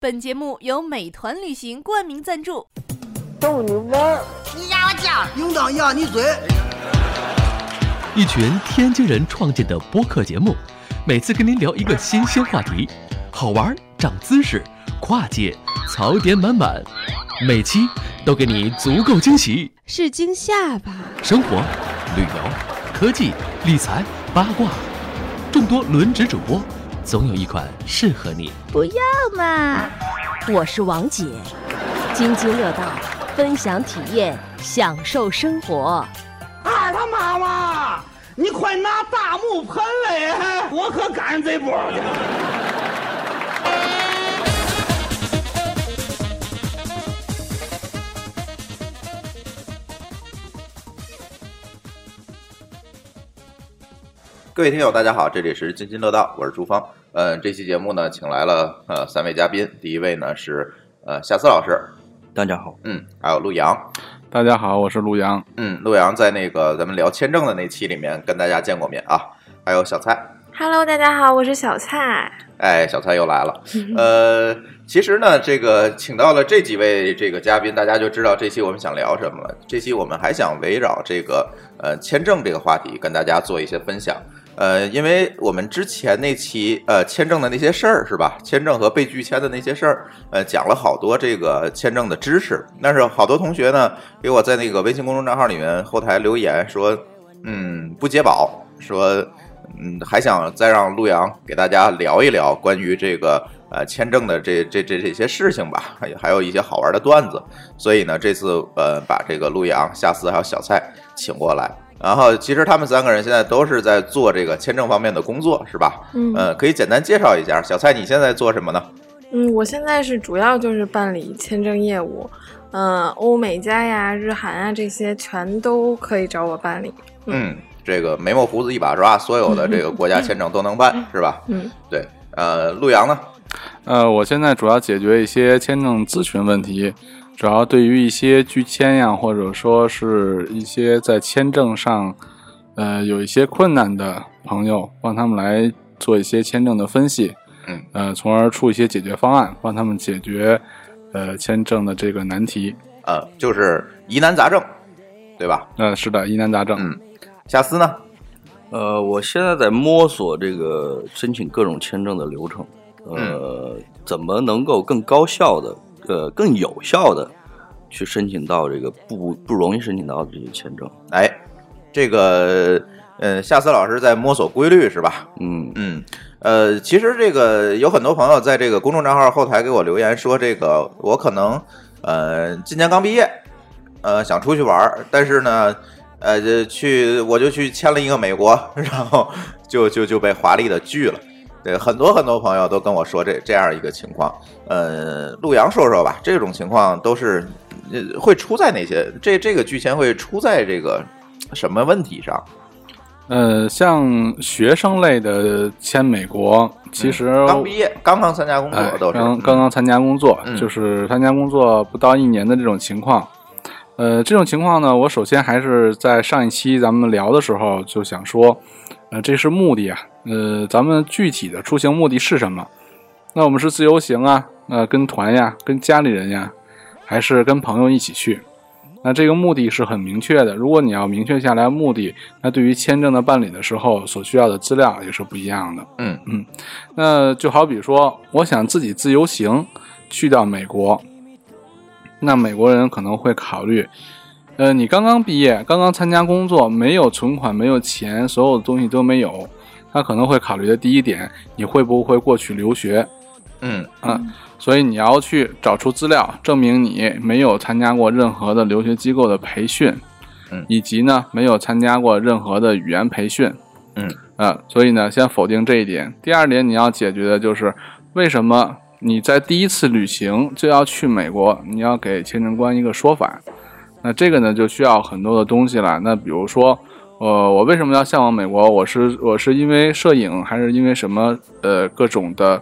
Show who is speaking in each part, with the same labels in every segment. Speaker 1: 本节目由美团旅行冠名赞助。
Speaker 2: 逗你玩儿，
Speaker 3: 你压我脚，
Speaker 2: 应当压你嘴。
Speaker 4: 一群天津人创建的播客节目，每次跟您聊一个新鲜话题，好玩、长姿势、跨界、槽点满满，每期都给你足够惊喜。
Speaker 5: 是惊吓吧？
Speaker 4: 生活、旅游、科技、理财、八卦，众多轮值主播，总有一款适合你。
Speaker 6: 不要嘛！我是王姐，津津乐道，分享体验，享受生活。
Speaker 2: 二他妈妈，啊你快拿大木盆来，啊我可赶上这波了。
Speaker 7: 各位听友，大家好，这里是津津乐道，我是朱芳。呃，这期节目呢，请来了呃三位嘉宾，第一位呢是呃夏思老师，
Speaker 8: 大家好，
Speaker 7: 嗯，还有陆阳，
Speaker 9: 大家好，我是陆阳。
Speaker 7: 嗯，陆阳在那个咱们聊签证的那期里面跟大家见过面啊，还有小蔡，
Speaker 5: Hello，大家好，我是小蔡。
Speaker 7: 哎，小蔡又来了。呃，其实呢，这个请到了这几位这个嘉宾，大家就知道这期我们想聊什么了。这期我们还想围绕这个呃签证这个话题跟大家做一些分享。呃，因为我们之前那期呃签证的那些事儿是吧？签证和被拒签的那些事儿，呃，讲了好多这个呃签证的知识。但是好多同学呢，给我在那个微信公众账号里面后台留言说，嗯，不解饱，说嗯，还想再让陆阳给大家聊一聊关于这个呃签证的这这这这些事情吧，还有还有一些好玩的段子。所以呢，这次呃把这个陆阳、夏思还有小蔡请过来。然后，其实他们三个人现在都是在做这个签证方面的工作，是吧？
Speaker 5: 嗯
Speaker 7: 呃，可以简单介绍一下，小蔡你现在做什么呢？
Speaker 10: 嗯，我现在是主要就是办理签证业务，嗯、欧美加呀、日韩啊这些全都可以找我办理。
Speaker 7: 嗯，这个眉毛胡子一把抓，所有的这个国家签证都能办，是吧？
Speaker 10: 嗯，
Speaker 7: 对。呃，陆阳呢？
Speaker 9: 呃，我现在主要解决一些签证咨询问题，主要对于一些拒签呀，或者说是一些在签证上，呃，有一些困难的朋友，帮他们来做一些签证的分析，
Speaker 7: 嗯，
Speaker 9: 呃，从而出一些解决方案，帮他们解决呃签证的这个难题。
Speaker 7: 呃，就是疑难杂症，对吧？
Speaker 9: 呃，是的，疑难杂症。
Speaker 7: 嗯夏思呢？
Speaker 8: 呃，我现在在摸索这个申请各种签证的流程，
Speaker 2: 嗯
Speaker 8: 呃，怎么能够更高效的，呃，更有效的去申请到这个不不容易申请到的这些签证，
Speaker 7: 哎，这个，嗯、夏思老师在摸索规律是吧？
Speaker 8: 嗯，
Speaker 7: 嗯，呃，其实这个有很多朋友在这个公众账号后台给我留言说，这个我可能，呃，今年刚毕业，呃，想出去玩儿，但是呢，呃，就去我就去签了一个美国，然后就就就被华丽的拒了。对，很多很多朋友都跟我说这这样一个情况。呃，陆阳说说吧，这种情况都是呃会出在哪些？这这个拒签会出在这个什么问题上？
Speaker 9: 呃，像学生类的签美国，
Speaker 7: 嗯
Speaker 9: 其实、
Speaker 7: 呃刚毕业，刚刚参加工
Speaker 9: 哎
Speaker 7: 作，都是
Speaker 9: 刚刚刚参加工作，
Speaker 7: 嗯
Speaker 9: 就是参加工作不到一年的这种情况。呃，这种情况呢，我首先还是在上一期咱们聊的时候就想说，呃，这是目的啊，呃，咱们具体的出行目的是什么？那我们是自由行啊，呃，跟团呀，跟家里人呀，还是跟朋友一起去？那这个目的是很明确的。如果你要明确下来目的，那对于签证的办理的时候所需要的资料也是不一样的。
Speaker 7: 嗯
Speaker 9: 那就好比说，我想自己自由行去到美国，那美国人可能会考虑，呃，你刚刚毕业，刚刚参加工作，没有存款，没有钱，所有的东西都没有，他可能会考虑的第一点，你会不会过去留学？
Speaker 7: 嗯
Speaker 9: 所以你要去找出资料，证明你没有参加过任何的留学机构的培训，
Speaker 7: 嗯
Speaker 9: 以及呢没有参加过任何的语言培训，
Speaker 7: 嗯
Speaker 9: 啊，所以呢先否定这一点。第二点你要解决的就是为什么你在第一次旅行就要去美国，你要给签证官一个说法。那这个呢就需要很多的东西了。那比如说。呃，我为什么要向往美国？我是我是因为摄影，还是因为什么？呃，各种的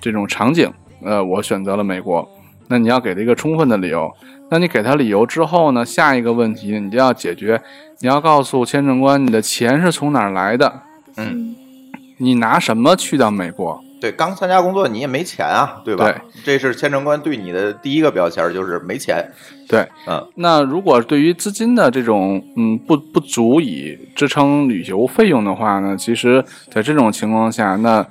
Speaker 9: 这种场景，呃，我选择了美国。那你要给他一个充分的理由。那你给他理由之后呢，下一个问题你就要解决，你要告诉签证官你的钱是从哪儿来的，
Speaker 7: 嗯，
Speaker 9: 你拿什么去到美国？
Speaker 7: 对，刚参加工作你也没钱啊，对吧？这是签证官对你的第一个标签，就是没钱。
Speaker 9: 对，
Speaker 7: 嗯，
Speaker 9: 那如果对于资金的这种嗯不不足以支撑旅游费用的话呢，其实在这种情况下，那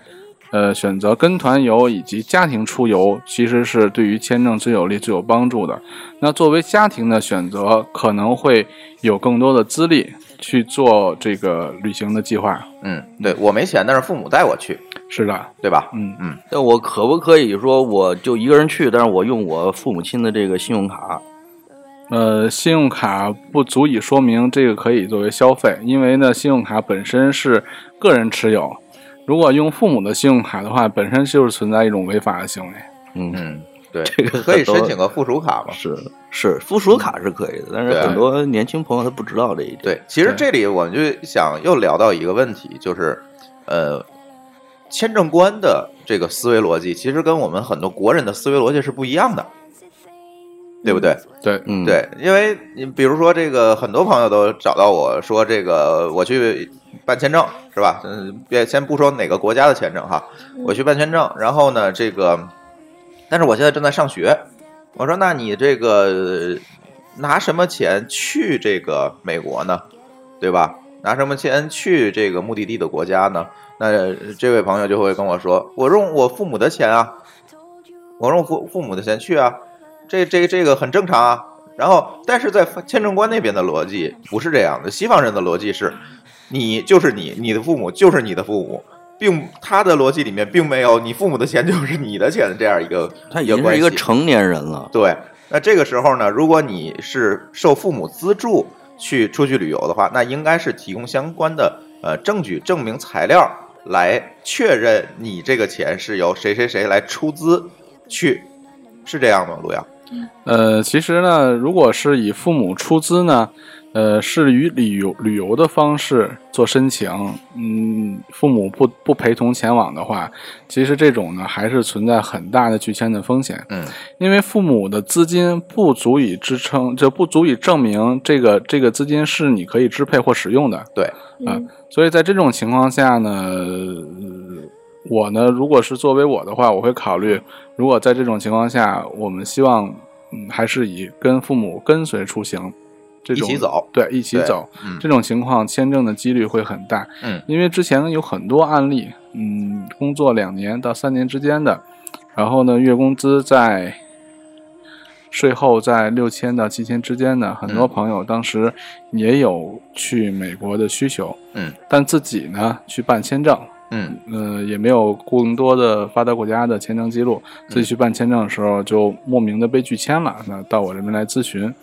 Speaker 9: 呃选择跟团游以及家庭出游，其实是对于签证最有利、最有帮助的。那作为家庭的选择，可能会有更多的资历去做这个旅行的计划。
Speaker 7: 嗯，对我没钱，但是父母带我去，
Speaker 9: 是的，
Speaker 7: 对吧？
Speaker 9: 嗯
Speaker 7: 嗯，
Speaker 8: 那我可不可以说我就一个人去，但是我用我父母亲的这个信用卡？
Speaker 9: 呃，信用卡不足以说明这个可以作为消费，因为呢，信用卡本身是个人持有，如果用父母的信用卡的话，本身就是存在一种违法的行为。
Speaker 8: 嗯，
Speaker 7: 嗯，对，
Speaker 8: 这个
Speaker 7: 可以
Speaker 8: 很多
Speaker 7: 申请个附属卡嘛？
Speaker 8: 是是，附属卡是可以的，但是
Speaker 7: 对
Speaker 8: 很多年轻朋友他不知道这一点。
Speaker 7: 对，其实这里我们就想又聊到一个问题，就是呃，签证官的这个思维逻辑，其实跟我们很多国人的思维逻辑是不一样的，对不对？
Speaker 9: 对，
Speaker 8: 嗯，
Speaker 7: 对，因为你比如说这个，很多朋友都找到我说，这个我去办签证是吧？
Speaker 8: 呃
Speaker 7: 嗯，别先不说哪个国家的签证哈，我去办签证，然后呢，这个，但是我现在正在上学，我说那你这个拿什么钱去这个美国呢？对吧？拿什么钱去这个目的地的国家呢？那这位朋友就会跟我说，我用我父母的钱啊，我用父父母的钱去啊，这这这个很正常啊。然后，但是在签证官那边的逻辑不是这样的，西方人的逻辑是，你就是你，你的父母就是你的父母，并他的逻辑里面并没有你父母的钱就是你的钱的这样一个
Speaker 8: 他已
Speaker 7: 个
Speaker 8: 经是
Speaker 7: 关
Speaker 8: 一个
Speaker 7: 系
Speaker 8: 成年人了。
Speaker 7: 对，那这个时候呢，如果你是受父母资助去出去旅游的话，那应该是提供相关的呃证据、证明材料来确认你这个钱是由谁谁谁来出资去，是这样吗？陆阳？
Speaker 9: 呃，其实呢，如果是以父母出资呢，呃，是以旅游旅游的方式做申请，嗯，父母不不陪同前往的话，其实这种呢还是存在很大的拒签的风险。
Speaker 7: 嗯，
Speaker 9: 因为父母的资金不足以支撑，就不足以证明这个这个资金是你可以支配或使用的。
Speaker 7: 对，
Speaker 9: 啊、所以在这种情况下呢，呃我呢，如果是作为我的话，我会考虑，如果在这种情况下，我们希望，嗯，还是以跟父母跟随出行，这种
Speaker 7: 一起走
Speaker 9: 对，一起
Speaker 7: 对
Speaker 9: 走，
Speaker 7: 嗯
Speaker 9: 这种情况签证的几率会很大。
Speaker 7: 嗯
Speaker 9: 因为之前有很多案例，嗯，工作两年到三年之间的，然后呢，月工资在税后在六千到七千之间的，很多
Speaker 7: 嗯
Speaker 9: 朋友当时也有去美国的需求，
Speaker 7: 嗯，
Speaker 9: 但自己呢去办签证，
Speaker 7: 嗯
Speaker 9: 呃，也没有更多的发达国家的签证记录，自己去办签证的时候就莫名的被拒签了。那到我这边来咨询，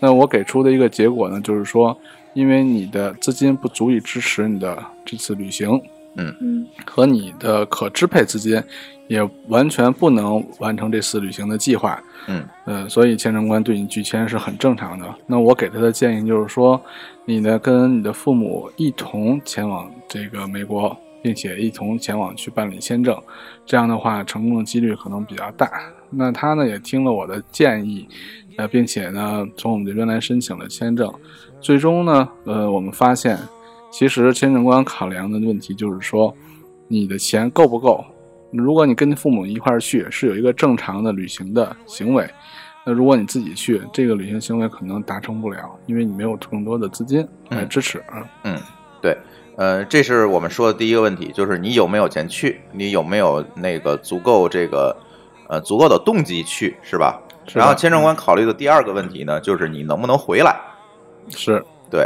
Speaker 9: 那我给出的一个结果呢，就是说，因为你的资金不足以支持你的这次旅行，
Speaker 7: 嗯
Speaker 10: 嗯，
Speaker 9: 和你的可支配资金也完全不能完成这次旅行的计划，
Speaker 7: 嗯
Speaker 9: 呃，所以签证官对你拒签是很正常的。那我给他的建议就是说，你呢跟你的父母一同前往这个美国，并且一同前往去办理签证，这样的话成功的几率可能比较大。那他呢也听了我的建议，呃，并且呢从我们这边来申请了签证。最终呢，呃，我们发现，其实签证官考量的问题就是说，你的钱够不够？如果你跟父母一块儿去，是有一个正常的旅行的行为。那如果你自己去，这个旅行行为可能达成不了，因为你没有更多的资金来支持。啊。
Speaker 7: 嗯，对，呃，这是我们说的第一个问题，就是你有没有钱去，你有没有那个足够这个呃足够的动机去，是吧？
Speaker 9: 是的
Speaker 7: 然后签证官考虑的第二个问题呢，就是你能不能回来？
Speaker 9: 是，
Speaker 7: 对，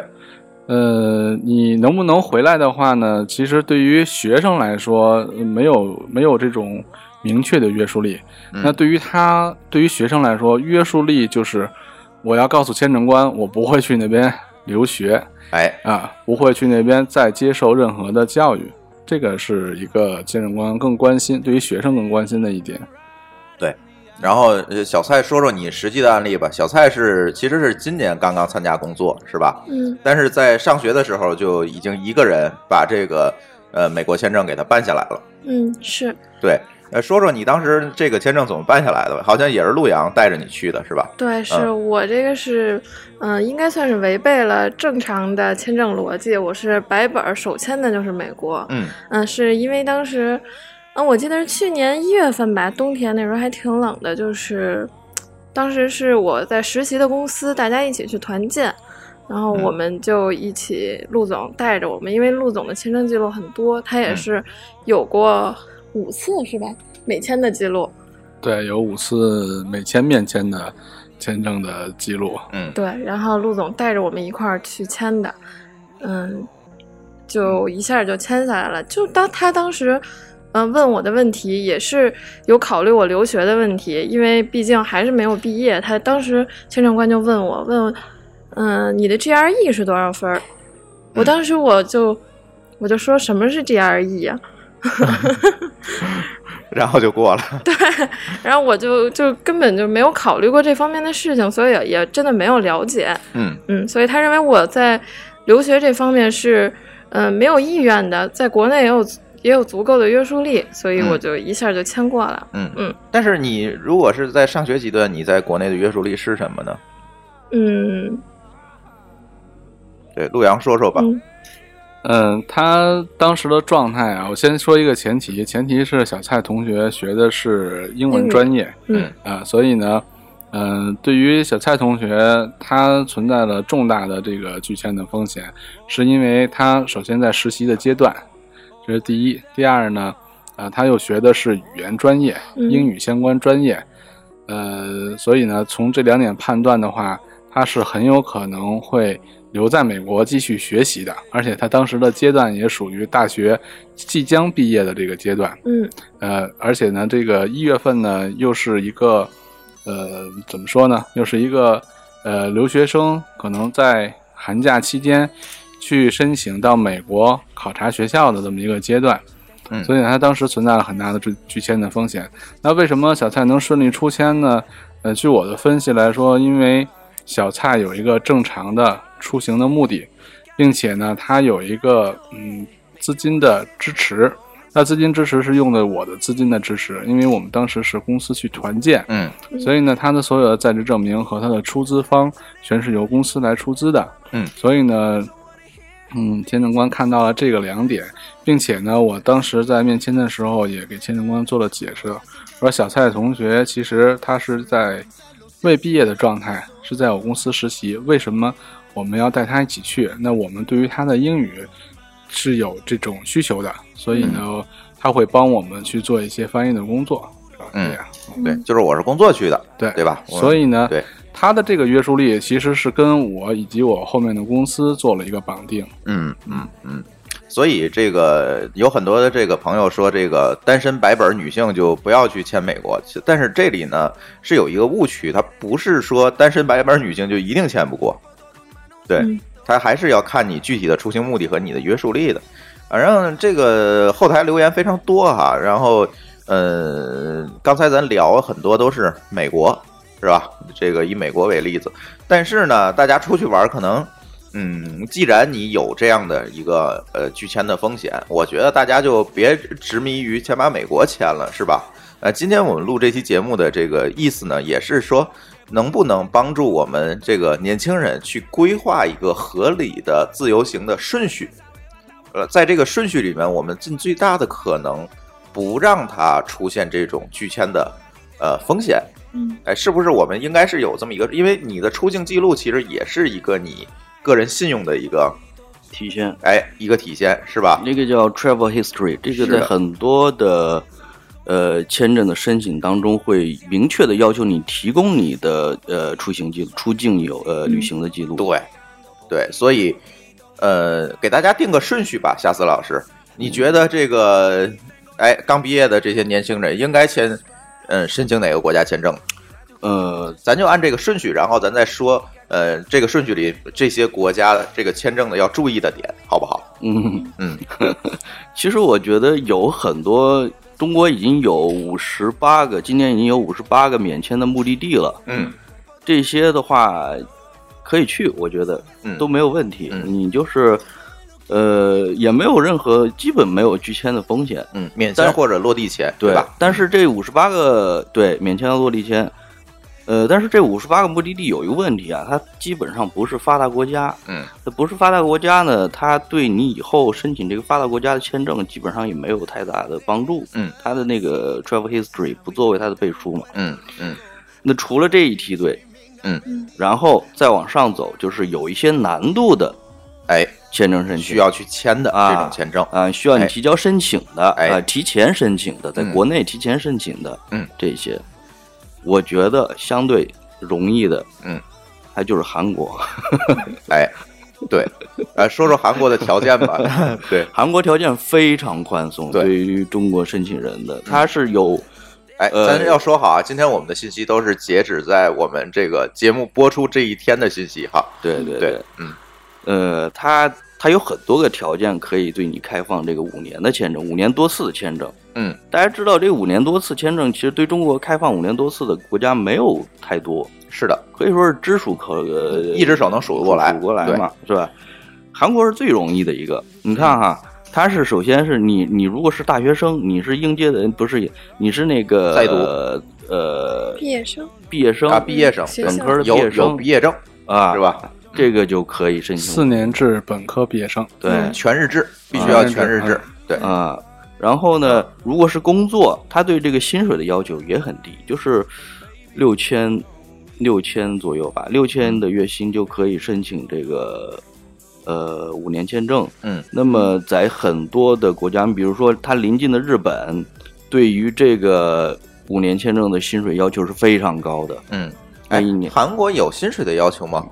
Speaker 9: 呃，你能不能回来的话呢？其实对于学生来说，呃没有没有这种明确的约束力。
Speaker 7: 嗯
Speaker 9: 那对于他，对于学生来说，约束力就是我要告诉签证官，我不会去那边留学
Speaker 7: 哎，
Speaker 9: 啊，不会去那边再接受任何的教育。这个是一个签证官更关心，对于学生更关心的一点。
Speaker 7: 然后呃小蔡说说你实际的案例吧。小蔡是其实是今年刚刚参加工作，是吧？
Speaker 10: 嗯，
Speaker 7: 但是在上学的时候就已经一个人把这个呃美国签证给他办下来了。
Speaker 10: 嗯，是，
Speaker 7: 对，呃，说说你当时这个签证怎么办下来的吧？好像也是陆阳带着你去的，是吧？
Speaker 10: 对，是我这个是，嗯、应该算是违背了正常的签证逻辑。我是白本儿首签的，就是美国。
Speaker 7: 嗯
Speaker 10: 嗯、是因为当时，嗯，我记得是去年一月份吧，冬天那时候还挺冷的，就是当时是我在实习的公司，大家一起去团建，然后我们就一起，陆总带着我们，因为陆总的签证记录很多，他也是有过五次是吧？美签的记录，
Speaker 9: 对，有五次美签面签的签证的记录。
Speaker 7: 嗯，
Speaker 10: 对，然后陆总带着我们一块儿去签的，嗯，就一下就签下来了。就当他当时，嗯、问我的问题也是有考虑我留学的问题，因为毕竟还是没有毕业。他当时签证官就问我，问，嗯、你的 GRE 是多少分儿？我当时我就我就说什么是 E GRE 呀、
Speaker 7: 嗯然后就过了。
Speaker 10: 然后我就就根本就没有考虑过这方面的事情，所以也也真的没有了解。
Speaker 7: 嗯
Speaker 10: 嗯，所以他认为我在留学这方面是嗯、呃没有意愿的，在国内也有也有足够的约束力，所以我
Speaker 7: 嗯
Speaker 10: 就一下就签过了。
Speaker 7: 嗯
Speaker 10: 嗯。
Speaker 7: 但是你如果是在上学阶段，你在国内的约束力是什么呢？
Speaker 10: 嗯
Speaker 7: 对，陆阳说说吧。
Speaker 10: 嗯
Speaker 9: 嗯，他当时的状态啊，我先说一个前提，前提是小蔡同学学的是英文专业，
Speaker 10: 嗯
Speaker 9: 啊、所以呢，嗯、对于小蔡同学，他存在了重大的这个拒签的风险，是因为他首先在实习的阶段，这是第一，第二呢，啊，他又学的是语言专业，
Speaker 10: 嗯
Speaker 9: 英语相关专业，呃，所以呢，从这两点判断的话，他是很有可能会留在美国继续学习的，而且他当时的阶段也属于大学即将毕业的这个阶段，
Speaker 10: 嗯
Speaker 9: 呃，而且呢，这个一月份呢，又是一个，呃，怎么说呢，又是一个呃留学生可能在寒假期间去申请到美国考察学校的这么一个阶段，
Speaker 7: 嗯
Speaker 9: 所以呢，他当时存在了很大的拒拒签的风险。那为什么小蔡能顺利出签呢？呃，据我的分析来说，因为小蔡有一个正常的出行的目的，并且呢，他有一个嗯资金的支持。那资金支持是用的我的资金的支持，因为我们当时是公司去团建，
Speaker 7: 嗯
Speaker 9: 所以呢，他的所有的在职证明和他的出资方全是由公司来出资的。
Speaker 7: 嗯
Speaker 9: 所以呢，嗯，签证官看到了这个两点，并且呢，我当时在面签的时候也给签证官做了解释，我说小蔡同学其实他是在未毕业的状态，是在我公司实习，为什么我们要带他一起去？那我们对于他的英语是有这种需求的，所以呢，
Speaker 7: 嗯
Speaker 9: 他会帮我们去做一些翻译的工作。是吧
Speaker 7: 嗯
Speaker 9: 这样
Speaker 7: 对，就是我是工作去的，
Speaker 9: 对
Speaker 7: 对吧？我
Speaker 9: 所以呢，
Speaker 7: 对，
Speaker 9: 他的这个约束力其实是跟我以及我后面的公司做了一个绑定。
Speaker 7: 嗯嗯嗯。所以这个有很多的这个朋友说，这个单身白本女性就不要去签美国。其但是这里呢是有一个误区，它不是说单身白本女性就一定签不过，对，
Speaker 10: 嗯
Speaker 7: 它还是要看你具体的出行目的和你的约束力的。反正这个后台留言非常多哈，然后呃，刚才咱聊很多都是美国是吧？这个以美国为例子，但是呢，大家出去玩儿可能嗯，既然你有这样的一个呃拒签的风险，我觉得大家就别执迷于先把美国签了，是吧？呃，今天我们录这期节目的这个意思呢，也是说能不能帮助我们这个年轻人去规划一个合理的自由行的顺序。呃，在这个顺序里面，我们尽最大的可能不让它出现这种拒签的呃风险。
Speaker 10: 嗯
Speaker 7: 哎，是不是我们应该是有这么一个？因为你的出境记录其实也是一个你个人信用的一个
Speaker 8: 体现。
Speaker 7: 哎一个体现，是吧？
Speaker 8: 那个叫 travel history，这
Speaker 7: 是
Speaker 8: 个
Speaker 7: 的
Speaker 8: 在很多的呃签证的申请当中会明确的要求你提供你的呃出行记录、出境有呃旅行的记录。
Speaker 7: 对，对，所以呃，给大家定个顺序吧，夏思老师，你觉得这个哎刚毕业的这些年轻人应该先嗯申请哪个国家签证？
Speaker 8: 呃，
Speaker 7: 咱就按这个顺序，然后咱再说呃这个顺序里这些国家这个签证的要注意的点，好不好？
Speaker 8: 嗯
Speaker 7: 嗯，
Speaker 8: 其实我觉得有很多。中国已经有五十八个，今年已经有五十八个免签的目的地了。
Speaker 7: 嗯
Speaker 8: 这些的话可以去，我觉得
Speaker 7: 嗯，
Speaker 8: 都没有问题。
Speaker 7: 嗯
Speaker 8: 你就是呃，也没有任何基本没有拒签的风险。
Speaker 7: 嗯免
Speaker 8: 但
Speaker 7: 签
Speaker 8: 是
Speaker 7: 或者落地签，
Speaker 8: 对
Speaker 7: 吧？
Speaker 8: 但是这五十八个对免签和落地签，呃，但是这五十八个目的地有一个问题啊，它基本上不是发达国家。
Speaker 7: 嗯，
Speaker 8: 那不是发达国家呢，它对你以后申请这个发达国家的签证基本上也没有太大的帮助。
Speaker 7: 嗯，
Speaker 8: 它的那个 travel history 不作为它的背书嘛。
Speaker 7: 嗯嗯
Speaker 8: 那除了这一梯队，
Speaker 7: 嗯，
Speaker 8: 然后再往上走，就是有一些难度的
Speaker 7: 哎，
Speaker 8: 签证申请，
Speaker 7: 需要去签的
Speaker 8: 啊
Speaker 7: 这种签证，
Speaker 8: 啊，需要你
Speaker 7: 哎
Speaker 8: 提交申请的，
Speaker 7: 哎
Speaker 8: 啊，提前申请的，在
Speaker 7: 嗯
Speaker 8: 国内提前申请的，
Speaker 7: 嗯，
Speaker 8: 这些，我觉得相对容易的，
Speaker 7: 嗯，
Speaker 8: 它就是韩国，
Speaker 7: 哎，对，呃，说说韩国的条件吧，对，
Speaker 8: 韩国条件非常宽松，
Speaker 7: 对嗯
Speaker 8: 对于中国申请人的，它是有，
Speaker 7: 哎，
Speaker 8: 呃
Speaker 7: 咱要说好啊，今天我们的信息都是截止在我们这个节目播出这一天的信息哈，
Speaker 8: 对对
Speaker 7: 对，嗯
Speaker 8: 呃，它它有很多个条件可以对你开放这个五年的签证，五年多次的签证。
Speaker 7: 嗯，
Speaker 8: 大家知道，这五年多次签证，其实对中国开放五年多次的国家没有太多，
Speaker 7: 是的，
Speaker 8: 可以说是知数可呃
Speaker 7: 一只手能数得过来
Speaker 8: 数过来嘛，是吧？韩国是最容易的一个，你看哈，它是首先是你你如果是大学生，你是应届的，不是你是那个
Speaker 7: 在读
Speaker 8: 呃
Speaker 10: 毕业生
Speaker 8: 毕业生
Speaker 7: 啊，毕业生，
Speaker 10: 学
Speaker 8: 本
Speaker 10: 校
Speaker 8: 科的嗯毕
Speaker 7: 有
Speaker 8: 业
Speaker 7: 有
Speaker 8: 生
Speaker 7: 毕业证
Speaker 8: 啊，
Speaker 7: 是？吧？
Speaker 8: 这个就可以
Speaker 7: 嗯
Speaker 8: 申请
Speaker 9: 四年制本科毕业生，
Speaker 8: 对
Speaker 7: 全日制，必须要全日制，对，
Speaker 8: 啊。然后呢，如果是工作，他对这个薪水的要求也很低，就是六千六千左右吧，六千的月薪就可以申请这个呃五年签证。
Speaker 7: 嗯，
Speaker 8: 那么在很多的国家，比如说它邻近的日本，对于这个五年签证的薪水要求是非常高的。
Speaker 7: 嗯，
Speaker 8: 那
Speaker 7: 哎
Speaker 8: 一年，
Speaker 7: 韩国有薪水的要求吗？